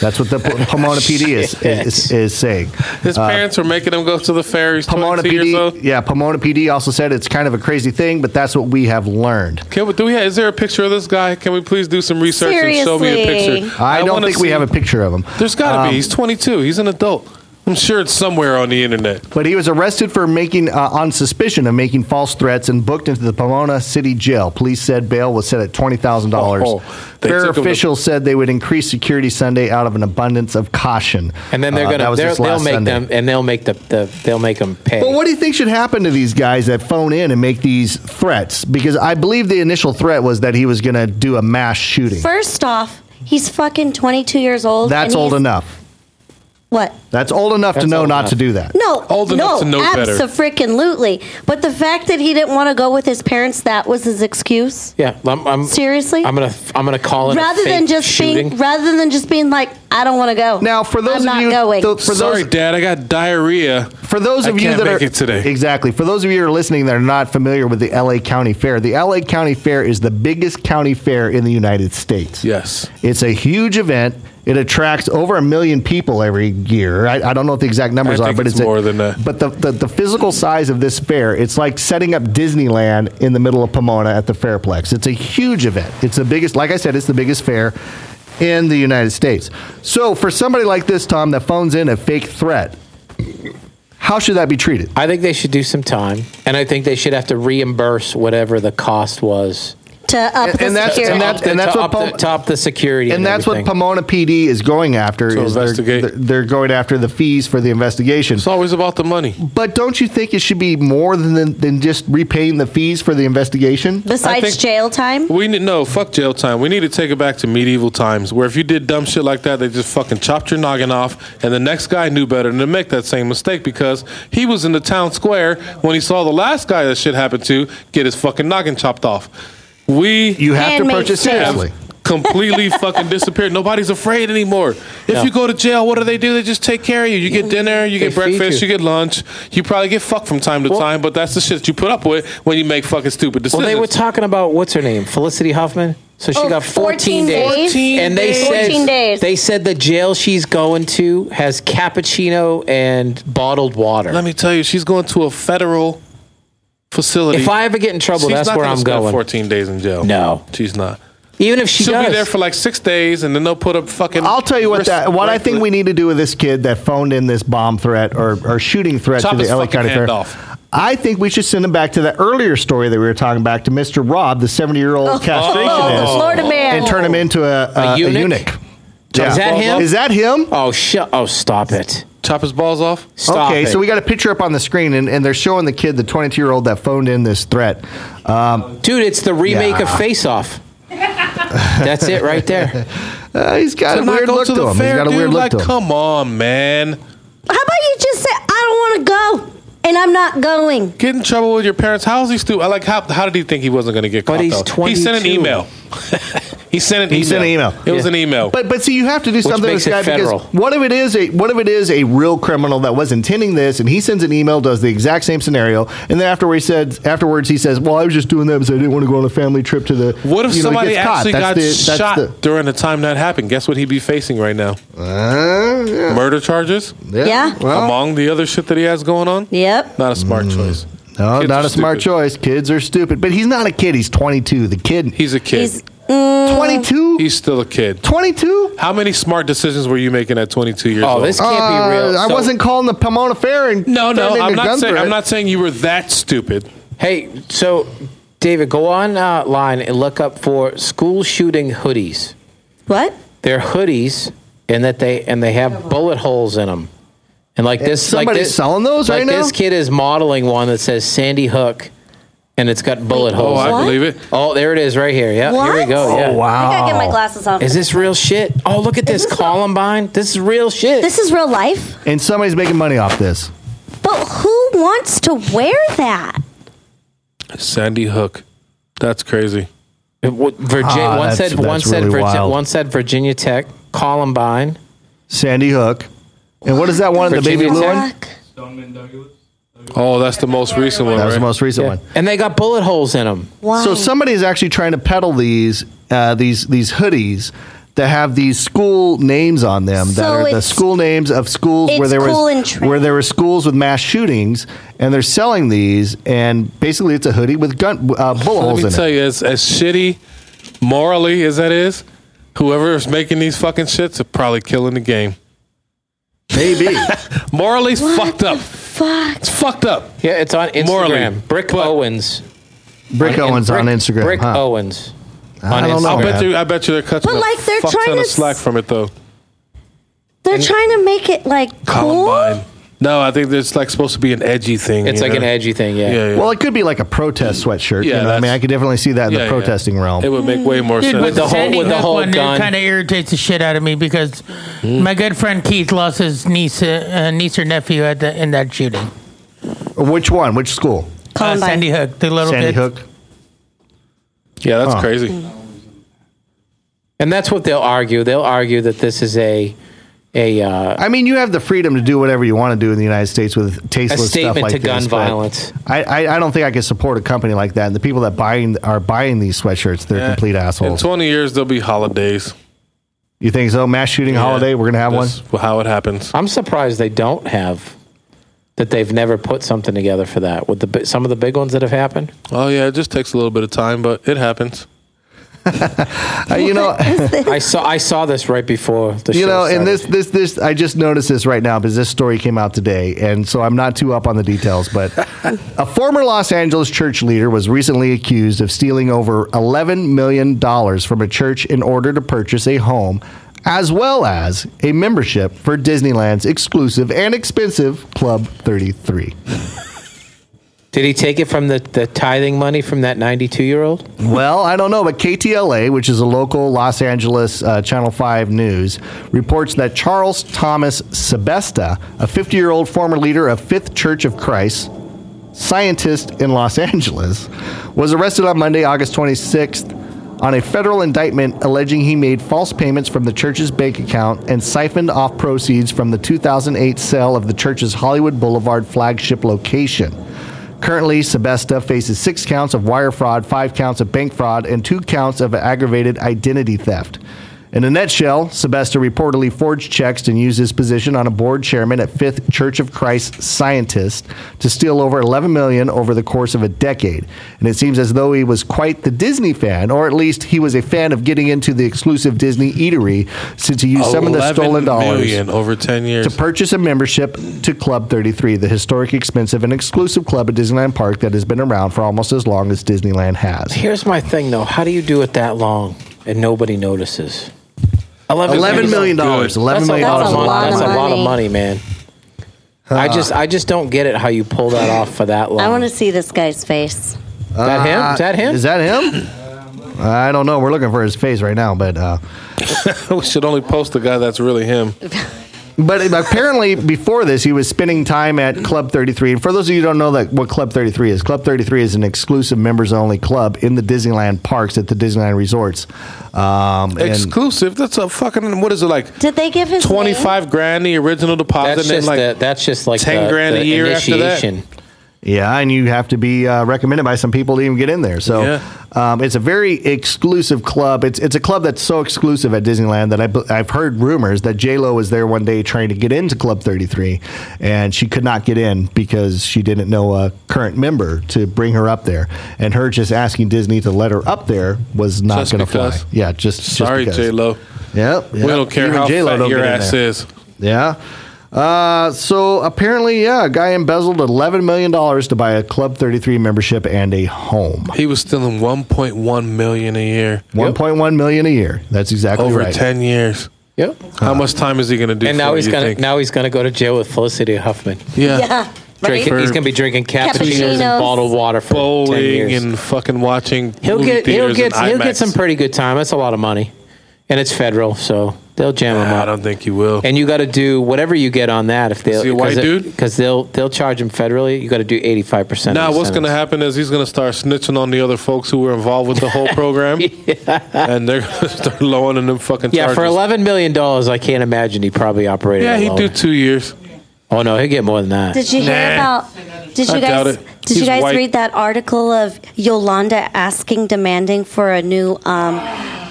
That's what the <laughs> P- Pomona PD is, is, is saying. His parents were making him go to the fair. He's Uh, Pomona 22 years PD, old. yeah, Pomona PD also said it's kind of a crazy thing, but that's what we have learned. Can we, do we have, is there a picture of this guy? Can we please do some research and show me a Seriously. picture? I, don't wanna think we see- have a picture of him. Um, There's got to be. He's 22. He's an adult. I'm sure it's somewhere on the internet. But he was arrested for making, uh, on suspicion of making false threats, and booked into the Pomona City Jail. Police said bail was set at twenty thousand Oh, dollars. they Fair took him to- officials said they would increase security Sunday out of an abundance of caution. And then they're Uh, that gonna was they're, this they'll last make Sunday. them and they'll make the, the they'll make them pay. But what do you think should happen to these guys that phone in and make these threats? Because I believe the initial threat was that he was going to do a mass shooting. First off, he's fucking 22 years old. That's and old he's- enough. What? That's old enough to That's know old not enough. to do that. No, Old no, enough to know better. Absolutely. But the fact that he didn't want to go with his parents, that was his excuse. yeah, I'm, I'm Seriously? I'm gonna I'm gonna call it. rather than just shooting. being, rather than just being like, I don't want to go. Now, for those I'm of not you, going. tho- for Sorry, those, Dad. I got diarrhea. For those I of you can't that make are it today. exactly for those of you who are listening that are not familiar with the LA County Fair, the LA County Fair is the biggest county fair in the United States. Yes. It's a huge event. It attracts over a million people every year. I, I don't know what the exact numbers I are, think but it's it's, a- more than that. But the, the, the physical size of this fair, it's like setting up Disneyland in the middle of Pomona at the Fairplex. It's a huge event. It's the biggest, like I said, it's the biggest fair in the United States. So for somebody like this, Tom, that phones in a fake threat, how should that be treated? I think they should do some time, and I think they should have to reimburse whatever the cost was. to up And- the and that's- security. and that's- to, that's to what up the, Paul- to up the security, and, and that's what everything. Pomona PD is going after. To is they're- investigate. They're, they're going after the fees for the investigation. It's always about the money. but don't you think it should be more than than just repaying the fees for the investigation? Besides think- jail time, We need no fuck jail time. We need to take it back to medieval times, where if you did dumb shit like that, they just fucking chopped your noggin off, and the next guy knew better than to make that same mistake because he was in the town square when he saw the last guy that shit happened to get his fucking noggin chopped off. We You have Handmaid's to purchase Tale. seriously. completely fucking disappeared. Nobody's afraid anymore. If you go to jail, what do they do? They just take care of you. You get dinner, you get They feed breakfast, you. you. get lunch. You probably get fucked from time to time, but that's the shit that you put up with when you make fucking stupid Well, decisions. they were talking about what's her name, Felicity Huffman. So she Oh, got 14 14, days, days? 14 and they days. said 14 days. they said the jail she's going to has cappuccino and bottled water. Let me tell you, she's going to a federal facility. if I ever get in trouble, she's that's not where gonna I'm spend going. 14 days in jail. No. she's not. Even if she She'll does, be there for like six days, and then they'll put a fucking. I'll tell you what wrist- that what I think bracelet. we need to do with this kid that phoned in this bomb threat or, or shooting threat Chop to the his LA fucking County hand Fair. off. I think we should send him back to the earlier story that we were talking about to Mr. Rob, the 70 year old castration oh, is, Florida man. and turn him into a, Uh, a, a eunuch? Oh, eunuch. Is that him? Is that him? oh shut, oh stop it, chop his balls off. stop okay, it. so we got a picture up on the screen, and, and they're showing the kid, the 22 year old that phoned in this threat. Um, dude, it's the remake of Yeah. Face Off. that's it right there. <laughs> uh, he's got To a not weird go look to to, the him. fair, he's got a dude, weird look like, to him. Come on, man. how about you just say I don't want to go and I'm not going? Get in trouble with your parents. How's he stupid? I like how. How did he think he wasn't going to get caught? But he's though? He sent an 22. email. <laughs> he sent an email. He sent an email. It was Yeah. an email. But but see, you have to do something with makes this guy it federal. because what if it is a what if it is a real criminal that was intending this, and he sends an email, does the exact same scenario, and then afterward he says afterwards he says, "Well, I was just doing that because I didn't want to go on a family trip to the." what if you know, he somebody gets caught. actually That's got the- that's shot the- during the time that happened? Guess what he'd be facing right now? Uh, yeah, Murder charges. Yeah. Well, Hmm. among the other shit that he has going on. Yep. Not a smart choice. no, Kids not are a smart stupid. choice. Kids are stupid, but he's not a kid. He's 22. The kid, He's a kid. He's He's, mm, twenty-two? still a kid. 22? How many smart decisions were you making at 22 years Oh, old? this can't Uh, be real. I So- wasn't calling the Pomona Fair and no, no, turned into I'm not gun saying I'm threat. not saying you were that stupid. Hey, so David, go online and look up for school shooting hoodies. what? They're hoodies, and that they and they have bullet holes in them. And like this, like somebody's this, selling those like right now? This kid is modeling one that says Sandy Hook, and it's got bullet Oh, holes. I in it. What? believe it. Oh, there it is, right here. Yeah, here we What? go. Yeah. Oh, I wow. gotta get my glasses on. Is this real shit? Oh, look at this this- Columbine. this is real shit. this is real life? And somebody's making money off this. But who wants to wear that? Sandy Hook. That's crazy. Virginia. Ah, one that's- said one that's said really Virgi- wild. one said Virginia Tech Columbine. Sandy Hook. And what is that one? The baby Virginia blue Tech? one? Fuck. Oh, that's the most recent one, That was the right? most recent one. And they got bullet holes in them. Why? So somebody is actually trying to peddle these uh, these these hoodies that have these school names on them that So are the it's- school names of schools where it's there cool and was trendy. where there were schools with mass shootings, and they're selling these, and basically it's a hoodie with gun uh, bullet Let holes me in tell it. you, as, as shitty morally as that is, whoever's making these fucking shits are probably killing the game. <laughs> Maybe Morally's What fucked the up. Fuck. It's fucked up. Yeah, it's on Instagram. Morally, Brick but- Owens. Brick Owens on Brick- Instagram. Brick huh? Owens. I on don't know. I Instagram. man. bet you. I bet you they're cutting But, a like, they're fuck trying ton of to s- slack from it though. They're trying to make it like cool. Columbine. No, I think it's like supposed to be an edgy thing. It's you like know? an edgy thing, yeah. Yeah, yeah. Well, it could be like a protest sweatshirt. Yeah, you know what I mean, that's- I could definitely see that in Yeah, the yeah. protesting realm. it would make way more Dude, uh, sense. with the whole, with the whole one, gun. it kind of irritates the shit out of me because Hmm. my good friend Keith lost his niece, uh, uh, niece or nephew at the, in that shooting. Which one? Which school? Uh, Columbine. Sandy Hook, the little Sandy kid. Hook. yeah, that's Huh. crazy. And that's what they'll argue. They'll argue that this is a a uh, I mean, you have the freedom to do whatever you want to do in the United States with a tasteless stuff statement like to this, gun but violence. I, I, I don't think I could support a company like that. And the people that buying are buying these sweatshirts, they're complete In assholes. twenty years, there'll be holidays. You think so? Mass shooting holiday? We're gonna have one. That's how it happens. I'm surprised they don't have that. They've never put something together for that with the bi- some of the big ones that have happened. Oh yeah, it just takes a little bit of time, but <laughs> it happens. Uh, you <laughs> know, I saw I saw this right <laughs> before the you show know, and started. this, this, this. I just noticed this right now because this story came out today, and so I'm not too up on the details. <laughs> But a former Los Angeles church leader was recently accused of stealing over 11 million dollars from a church in order to purchase a home, as well as a membership for Disneyland's exclusive and expensive Club 33. Did he take it from the, the tithing money from that 92 year old? Well, I don't know, but KTLA, which is a local Los Angeles uh, Channel 5 news, reports that Charles Thomas Sebesta, a 50 year old former leader of Fifth Church of Christ, scientist in Los <laughs> Angeles, was arrested on Monday, August 26th, on a federal indictment alleging he made false payments from the church's bank account and siphoned off proceeds from the 2008 sale of the church's Hollywood Boulevard flagship location. Currently, Sebesta faces six counts of wire fraud, five counts of bank fraud, and two counts of aggravated identity theft. In a nutshell, Sebesta reportedly forged checks and used his position on a board chairman at Fifth Church of Christ Scientist to steal over 11 million over the course of a decade. And it seems as though he was quite the Disney fan, or at least he was a fan of getting into the exclusive Disney eatery, since he used some of the 11 stolen dollars million over ten years. to purchase a membership to Club 33, the historic, expensive, and exclusive club at Disneyland Park that has been around for almost as long as Disneyland has. Here's my thing though. How do you do it that long and nobody notices? Eleven million dollars. That's a- Eleven million dollars. that's a is lot That's of a lot of money. money, man. I Ah. just I just don't get it how you pull that off for that long. I want to see this guy's face. that him? Is that him? Uh, Is that him? I don't know. We're looking for his face right now, but uh, <laughs> we should only post the guy that's really him. but apparently before this, he was spending time at Club 33. And for those of you who don't know that what Club 33 is, Club 33 is an exclusive members-only club in the Disneyland parks at the Disneyland resorts. Um, and- Exclusive. That's a fucking. What is it like? Did they give his Twenty five grand the original deposit, that's and then just like the, that's just like 10 the, grand a the year after that. initiation. Yeah, and you have to be uh, recommended by some people to even get in there. So Yeah. um, it's a very exclusive club. It's it's a club that's so exclusive at Disneyland that I, bu- I've heard rumors that J Lo was there one day trying to get into Club Thirty Three, and she could not get in because she didn't know a current member to bring her up there, and her just asking Disney to let her up there was not Just going to fly. because? Yeah, just sorry, just J because. Lo. Yep, We don't care how fat your ass is. yeah. Uh, so apparently, yeah, a guy embezzled $11 million to buy a Club 33 membership and a home. He was stealing one point one million a year $1.1 million a year. That's exactly over right. ten years. Yep. How much time is he going to do? And for now it, he's you gonna think? now he's gonna go to jail with Felicity Huffman. yeah. Yeah. Right? Drinking, he's gonna be drinking cappuccinos and Cappuccinos. bottled water for ten Bowling years. and fucking watching. he'll movie get he'll theaters get and he'll get IMAX. some pretty good time. That's a lot of money, and it's federal, so they'll jam him Nah, I up. don't think he will. And you got to do whatever you get on that if they Is he a white dude? because they'll they'll charge him federally. You got to do eighty five percent. Now, what's going to happen is he's going to start snitching on the other folks who were involved with <laughs> the whole program, and they're going to <laughs> start lowering them fucking Yeah, charges. for eleven million dollars, I can't imagine he probably operated. Yeah, he'd alone. do two years. Oh no, he'll get more than that. Did you hear Nah. about? Did I you doubt guys? it. Did He's you guys white. read that article of Yolanda asking, demanding for a new, um,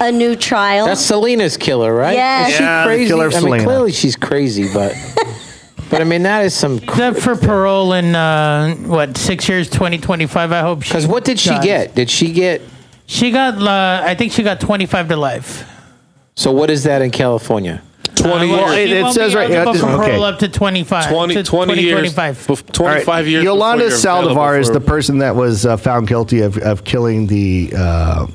a new trial? That's Selena's killer, right? Yes. Is she Yeah, the crazy? killer I mean, Selena. clearly she's crazy, but but I mean that is some. Except for parole in uh, what six years, twenty twenty five. I hope she. Because what did she dies. get? Did she get? She got. Uh, I think she got twenty five to life. So what is that in California? Twenty Uh, well, years. it- she it won't says be right- yeah, eligible this- for okay. parole up to twenty five. 20, 20 years. 25. bef- All 25 right, years. before Yolanda you're available Saldivar is for- the person that was uh, found guilty of, of killing the uh,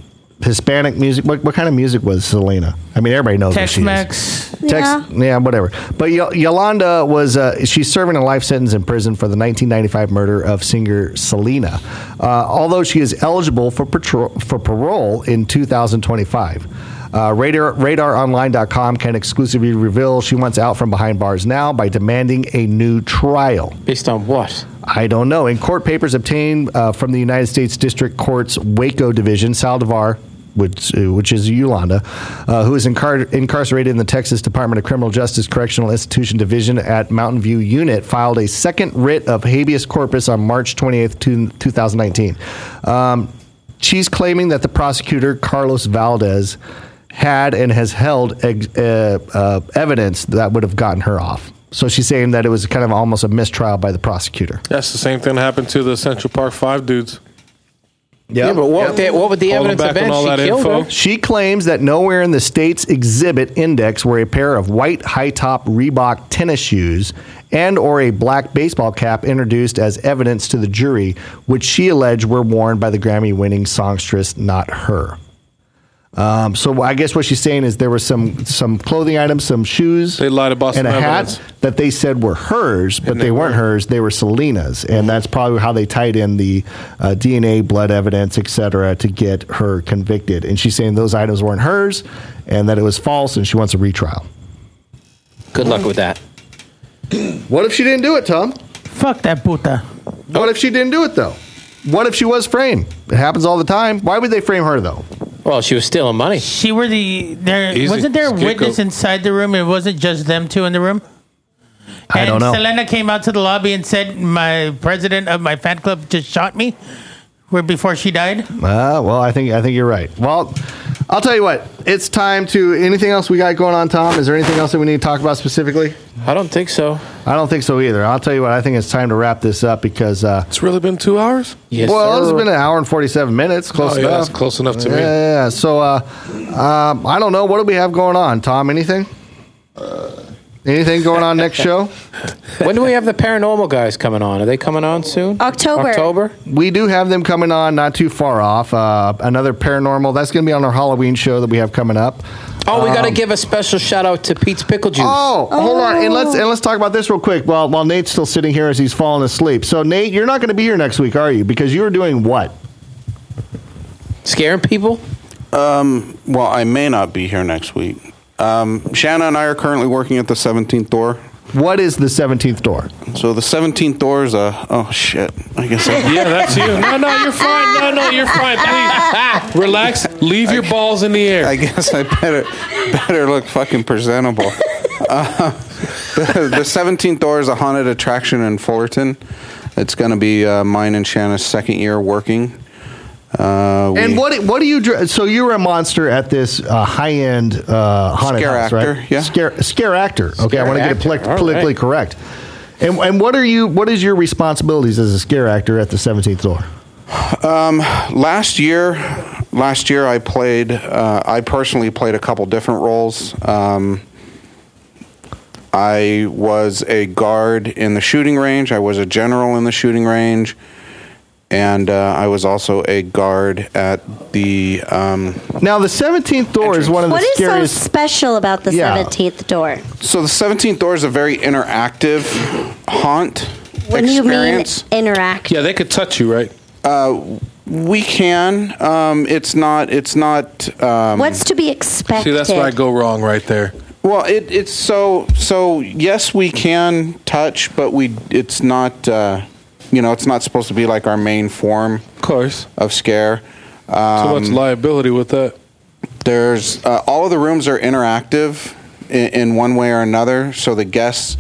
Hispanic music. What, what kind of music was Selena? I mean, everybody knows what Tex she is. Mex. Tex, yeah. whatever. But y- Yolanda was uh, she's serving a life sentence in prison for the 1995 murder of singer Selena. Uh, although she is eligible for patro- for parole in 2025. Uh, radar, radaronline.com can exclusively reveal she wants out from behind bars now by demanding a new trial. Based on what? I don't know. In court papers obtained uh, from the United States District Court's Waco Division, Saldivar, which, uh, which is Yolanda, uh, who is incar- incarcerated in the Texas Department of Criminal Justice Correctional Institution Division at Mountain View Unit, filed a second writ of habeas corpus on March 28th, two- 2019. Um, she's claiming that the prosecutor, Carlos Valdez, had and has held ex- uh, uh, evidence that would have gotten her off. So she's saying that it was kind of almost a mistrial by the prosecutor. That's the same thing that happened to the Central Park Five dudes. Yeah, but what, the, what would the Holding evidence have been? back on all She that killed info. her. She claims that nowhere in the state's exhibit index were a pair of white high-top Reebok tennis shoes and or a black baseball cap introduced as evidence to the jury, which she alleged were worn by the Grammy-winning songstress, not her. Um, so I guess what she's saying is there were some some clothing items, some shoes, They lied about and a some hat evidence. that they said were hers, but And they, they weren't weren't. hers. They were Selena's, and that's probably how they tied in the uh, DNA, blood evidence, etc., to get her convicted. And she's saying those items weren't hers, and that it was false, and she wants a retrial. Good luck with that. What if she didn't do it, Tom? Fuck that puta. What if she didn't do it though? What if she was framed? It happens all the time. Why would they frame her though? Well, she was stealing money. She were the there. Easy. Wasn't there a Scapegoat. witness inside the room? It wasn't just them two in the room. I and don't know. Selena came out to the lobby and said, "My president of my fan club just shot me." Where before she died, Uh, well, I think I think you're right. Well, I'll tell you what. It's time to. Anything else we got going on, Tom? Is there anything else that we need to talk about specifically? I don't think so. I don't think so either. I'll tell you what. I think it's time to wrap this up because. Uh, It's really been two hours. Yes, well, sir. it's been an hour and forty-seven minutes. Close Oh, yeah, enough. that's close enough to yeah, me. Yeah. yeah. So, uh, um, I don't know. What do we have going on, Tom? Anything? Anything going on next show? Uh, <laughs> when do we have the paranormal guys coming on? Are they coming on soon? October. October. We do have them coming on, not too far off. Uh, another paranormal. That's going to be on our Halloween show that we have coming up. Oh, we got to give a special shout out to Pete's Pickle Juice. Um, Oh, hold on, and let's and let's talk about this real quick. While while Nate's still sitting here as he's falling asleep. So Nate, you're not going to be here next week, are you? Because you were doing what? Scaring people. Um, Well, I may not be here next week. Um, Shanna and I are currently working at the 17th door. What is the 17th door? So the 17th door is a. Oh, shit. I guess I. Yeah, that's <laughs> you. No, no, you're fine. No, no, you're fine. Please, <laughs> Ah, relax. Leave your balls in the air. I guess I better better look <laughs> fucking presentable. Uh, <laughs> the, the 17th door is a haunted attraction in Fullerton. It's going to be uh, mine and Shanna's second year working. Uh, we- And what what do you? dr- So you were a monster at this uh, high end uh, haunted Scare house, actor, right? yeah. Scare scare actor. Okay, I Scare want to get it actor, politi- all right. politically correct. And and what are you? What is your responsibilities as a scare actor at the 17th door? Um, last year last year i played uh, i personally played a couple different roles um, i was a guard in the shooting range i was a general in the shooting range and uh, i was also a guard at the um, Now the 17th door is one of the What is so scariest. special about the Yeah. 17th door? so the 17th door is a very interactive haunt When do you mean experience interact? yeah, they could touch you, right? Uh, we can um, it's not it's not um, What's to be expected? See, that's where I go wrong right there. Well, it, it's so so. Yes, we can touch, but we it's not. Uh, you know, it's not supposed to be like our main form Of course. of scare. Um, so much liability with that. There's uh, all of the rooms are interactive in, in one way or another, so the guests.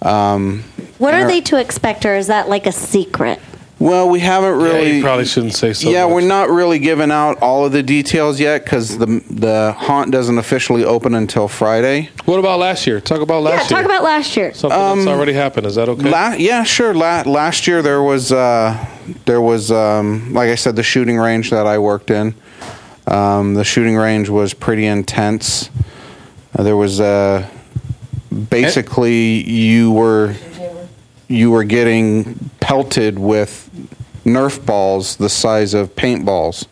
Um, What are inter- they to expect, or is that like a secret? Well, we haven't really. yeah, you probably shouldn't say so. yeah, much. we're not really giving out all of the details yet because the the haunt doesn't officially open until Friday. What about last year? Talk about Yeah, last year. talk about last year. something Um, that's already happened. Is that okay? La- yeah, sure. La- last year there was uh, there was um, like I said, the shooting range that I worked in. Um, the shooting range was pretty intense. Uh, there was uh, basically you were you were getting pelted with Nerf balls the size of paintballs.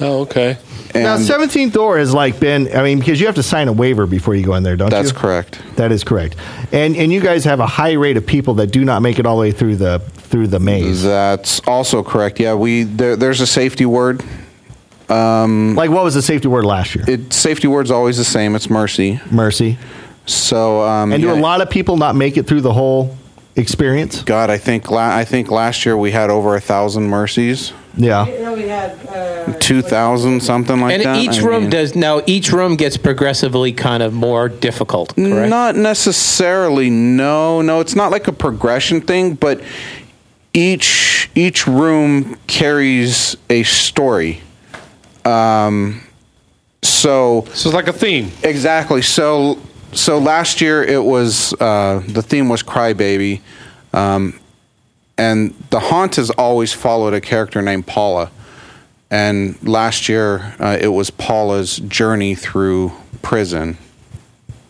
oh, okay. Now, And 17th door has like been. I mean, because you have to sign a waiver before you go in there, don't you? that's correct. That is correct. And and you guys have a high rate of people that do not make it all the way through the through the maze. That's also correct. Yeah, we there, there's a safety word. Um, like what was the safety word last year? It safety word's always the same. It's mercy. Mercy. So um, And do yeah. a lot of people not make it through the whole experience? God, I think la- I think last year we had over a thousand mercies, Yeah. two thousand something like And that. each I room mean, does now. Each room gets progressively kind of more difficult. Correct. not necessarily. No, no, it's not like a progression thing, but each each room carries a story. Um, So So it's like a theme. Exactly. So so last year it was uh, the theme was crybaby, um, and the haunt has always followed a character named Paula, and last year uh, it was Paula's journey through prison,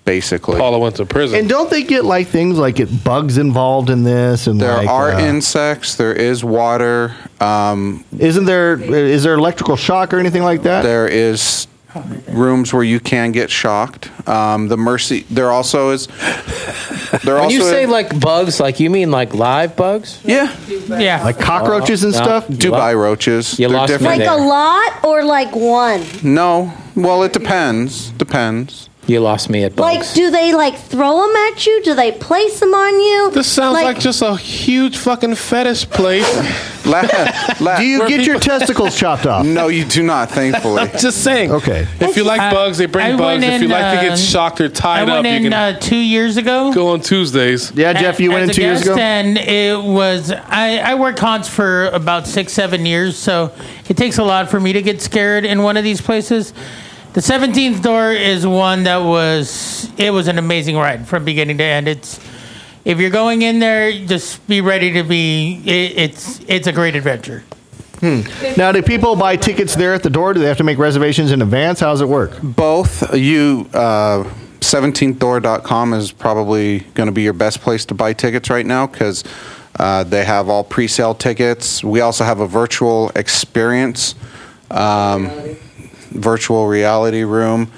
basically. Paula went to prison. And don't they get like things like it bugs involved in this? And there like, are uh, insects. There is water. Um, isn't there is there electrical shock or anything like that? There is rooms where you can get shocked. Um, the mercy. There also is. There When also you say is- like bugs, like you mean like live bugs? yeah, Uh, Yeah. Like cockroaches and No. stuff. Dubai roaches. you They're lost me different. Like there. a lot or like one? No. Well, it depends. Depends. You lost me at bugs. Like, do they like throw them at you? Do they place them on you? This sounds like, just a huge fucking fetish place. <laughs> La- la- Do you get your testicles chopped off? No, you do not. Thankfully. <laughs> just saying. Okay. If you like I- bugs, they bring I bugs. went If in, you like to uh, get shocked or I tied up, went you in can uh, two years ago. go on Tuesdays. Yeah, Jeff, you A- went in as a two years guest, ago. And it was I, I worked cons for about six, seven years, so it takes a lot for me to get scared in one of these places. The seventeenth door is one that was it was an amazing ride from beginning to end. It's if you're going in there, just be ready to be. It, it's it's a great adventure. Hmm. Now, do people buy tickets there at the door? Do they have to make reservations in advance? How does it work? Both you. Uh, 17thdoor.com is probably going to be your best place to buy tickets right now because uh, they have all pre-sale tickets. We also have a virtual experience. Um, virtual reality room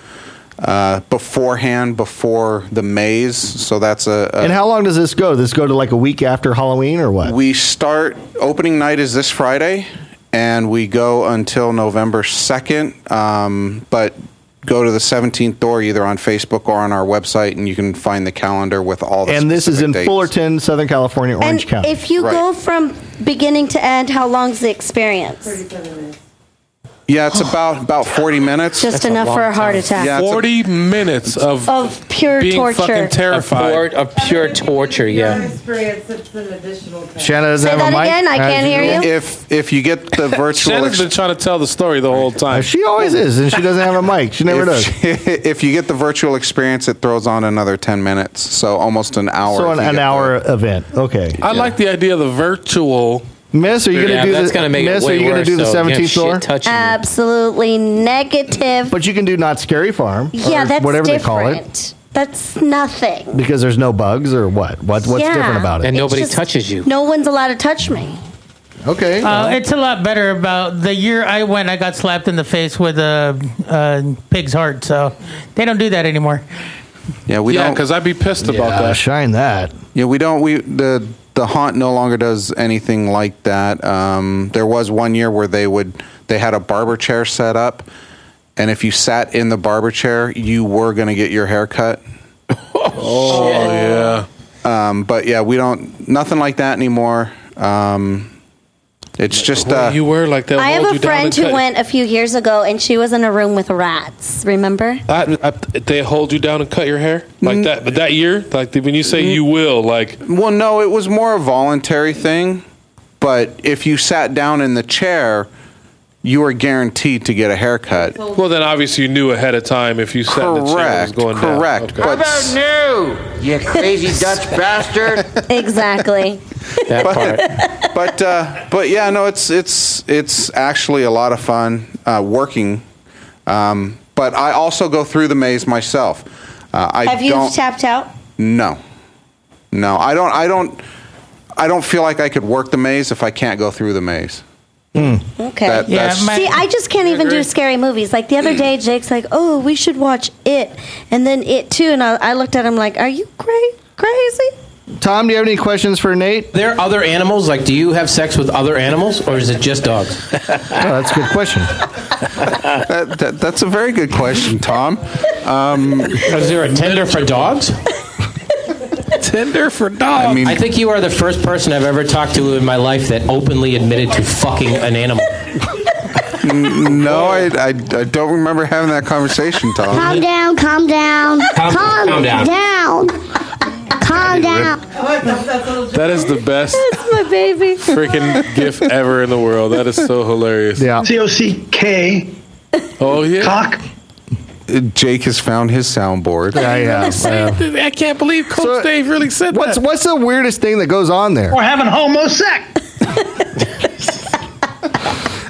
uh, beforehand before the maze. So that's a, a And how long does this go? Does this go to like a week after Halloween or what? we start opening night is this Friday, and we go until November second. Um, but go to the seventeenth door either on Facebook or on our website, and you can find the calendar with all. the and this is specific in dates. Fullerton, Southern California, Orange and County. if you Right. go from beginning to end, how long's the experience? Yeah, it's about about forty minutes. Just enough for a heart attack Yeah, it's a- Forty minutes of of pure being torture. fucking terrified. Or of pure torture, yeah. Shanna doesn't Say have a that mic. again, I How'd can't you hear do it? you. if if you get <laughs> the virtual. Shannon's ex- been trying to tell the story the whole time. She always is, and she doesn't have a mic. She never does. if, <laughs> if you get the virtual experience, it throws on another ten minutes, so almost an hour. So if an, you an get hour event. Okay. I like the idea of the virtual. Miss, are you going to yeah, do that's the, going to make Miss, it way are you gonna worse, do the though. You know, 17th floor? shit touching you. Absolutely negative. But you can do not scary farm. yeah, or that's whatever different. they call it That's nothing. because there's no bugs or what? What what's Yeah. different about it? And It's nobody just- touches you. No one's allowed to touch me. Okay. Uh, it's a lot better about the year I went. I got slapped in the face with a, a pig's heart, so they don't do that anymore. the- Yeah, we Yeah, don't because I'd be pissed about Uh, that. shine that. Yeah, we don't. We the the haunt no longer does anything like that. Um, there was one year where they would they had a barber chair set up, and if you sat in the barber chair, you were going to get your hair cut. <laughs> Oh yeah. Um, but yeah, we don't nothing like that anymore. Um, it's just uh, Boy, you were like that. I have a friend who went a few years ago, and she was in a room with rats. Remember? they hold you down and cut your hair Mm. like that. But that year, like when you say you will, like well, no, it was more a voluntary thing. But if you sat down in the chair, you were guaranteed to get a haircut. <laughs> well, then obviously you knew ahead of time if you sat in the chair it was Correct. going down. Correct. Okay. But s- You crazy <laughs> Dutch bastard. exactly. That <laughs> part. but uh, but yeah, no, it's it's it's actually a lot of fun uh, working. Um, but I also go through the maze myself. Uh, I Have you don't, tapped out? No, no, I don't. I don't. I don't feel like I could work the maze if I can't go through the maze. Okay. That- Yeah, that's- my- See, I just can't even do scary movies. Like the <clears throat> other day, Jake's like, "Oh, we should watch it," and then it too. And I, I looked at him like, "Are you cra- crazy?" Tom, do you have any questions for Nate? there are other animals? Like, do you have sex with other animals, or is it just dogs? Oh, that's a good <laughs> question. That, that, that's a very good question, Tom. Is there a Tinder for dogs? Tinder for dogs. I mean, I think you are the first person I've ever talked to in my life that openly admitted to fucking an animal. no, I, I, I don't remember having that conversation, Tom. Calm down, calm down. Calm- calm down. down. Calm down. that is the <laughs> best That's my baby. freaking gif <laughs> ever in the world. That is so hilarious. Yeah. C O C K Oh yeah. cock Uh, Jake has found his soundboard. <laughs> I can't believe Coach Dave really said what's, that. What's the weirdest thing that goes on there? We're having homo sex.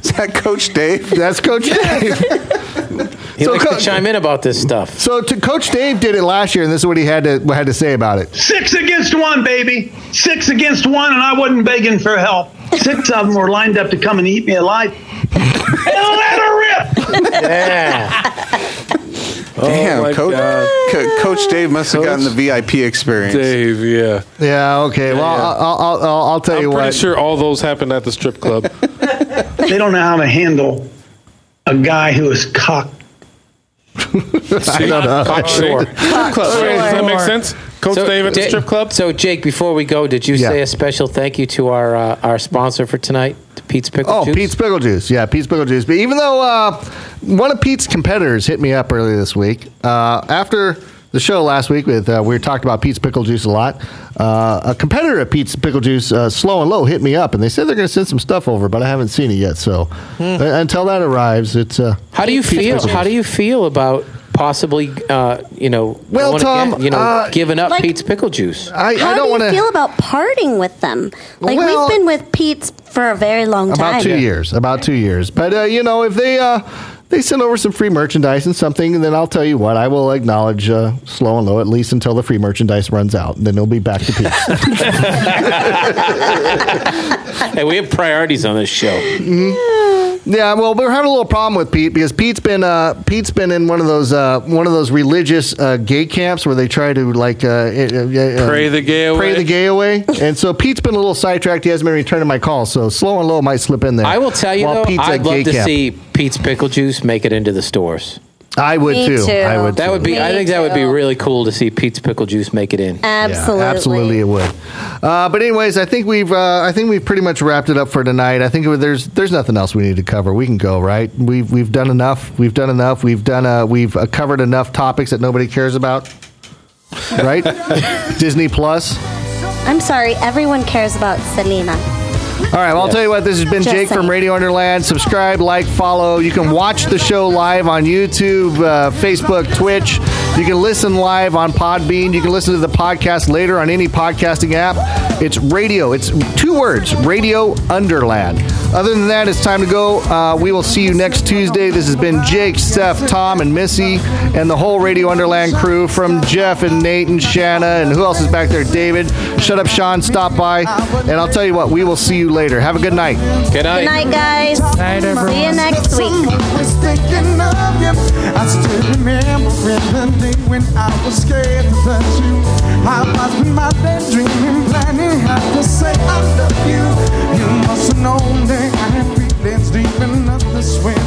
Is that Coach <laughs> Dave? That's Coach <laughs> Dave. He So likes co- to chime in about this stuff. So to Coach Dave did it last year, and this is what he had to had to say about it. Six against one, baby. Six against one, and I wasn't begging for help. Six of them were lined up to come and eat me alive. Yeah. Damn, Oh, my Coach, Co- Coach Dave must have gotten the VIP experience. Dave, yeah. Yeah. Okay. well, yeah. I'll, I'll, I'll I'll tell you I'm pretty what. sure all those happened at the <laughs> strip club. They don't know how to handle a guy who is cock. I don't know. Sure. Strip club. right? Does that make sense? Coach Dave at the Ja- strip club. So, Jake, before we go, did you say a special thank you to our uh, our sponsor for tonight, to Pete's Pickle Oh, Juice? Pete's pickle juice. Yeah, Pete's pickle juice. But even though uh, one of Pete's competitors hit me up earlier this week uh, after the show last week, with uh, we were talking about Pete's pickle juice a lot. Uh, a competitor at Pete's pickle juice, uh, Slow and Low, hit me up, and they said they're going to send some stuff over, but I haven't seen it yet. So uh, until that arrives, it's uh, Hmm. How do you feel? How do you feel about possibly, uh, you know, Well, going Tom, again- you know, uh, giving up Like- Pete's pickle juice? I, <laughs> How I don't do you want to feel about parting with them? Like Well- we've been with Pete's for a very long time. about two years about two years but uh, you know if they uh, they send over some free merchandise and something and then i'll tell you what i will acknowledge uh, slow and low at least until the free merchandise runs out and then it'll be back to <laughs> peace <laughs> <laughs> Hey, we have priorities on this show. Mm-hmm. yeah well we're having a little problem with pete because pete's been uh, pete's been in one of those uh, one of those religious uh, gay camps where they try to like uh, Pray the gay away. Pray the gay away, and so Pete's been a little sidetracked. He hasn't been returning my calls, so slow and low might slip in there. I will tell you while though, Pete's at I'd love gay to camp. see Pete's pickle juice make it into the stores. I would Me too. too. I would. That would be. I Me think that would be too. really cool to see Pete's pickle juice make it in. Absolutely. Yeah, absolutely, it would. Uh, but anyways, I think we've uh, I think we've pretty much wrapped it up for tonight. I think there's there's nothing else we need to cover. We can go right. We've we've done enough. We've done enough. We've done uh, we've uh, covered enough topics that nobody cares about. Right? Disney Plus. I'm sorry. Everyone cares about Selena. All right, well, I'll tell you what. This has been Just Jake from saying. Radio Underland. Subscribe, like, follow. You can watch the show live on YouTube, uh, Facebook, Twitch. You can listen live on Podbean. You can listen to the podcast later on any podcasting app. It's radio. It's two words: Radio Underland. Other than that, it's time to go. Uh, we will see you next Tuesday. This has been Jake, Steph, Tom, and Missy, and the whole Radio Underland crew from Jeff and Nate and Shanna and who else is back there? David. Shut up, Sean. Stop by, and I'll tell you what. We will see you later. Have a good night. Good Good night. night, guys. See you next week. Was thinking of you. I still remember the day when I was scared to touch you. I was in my daydreaming, planning how to say I love you. You must have known that I had feelings deep enough to swim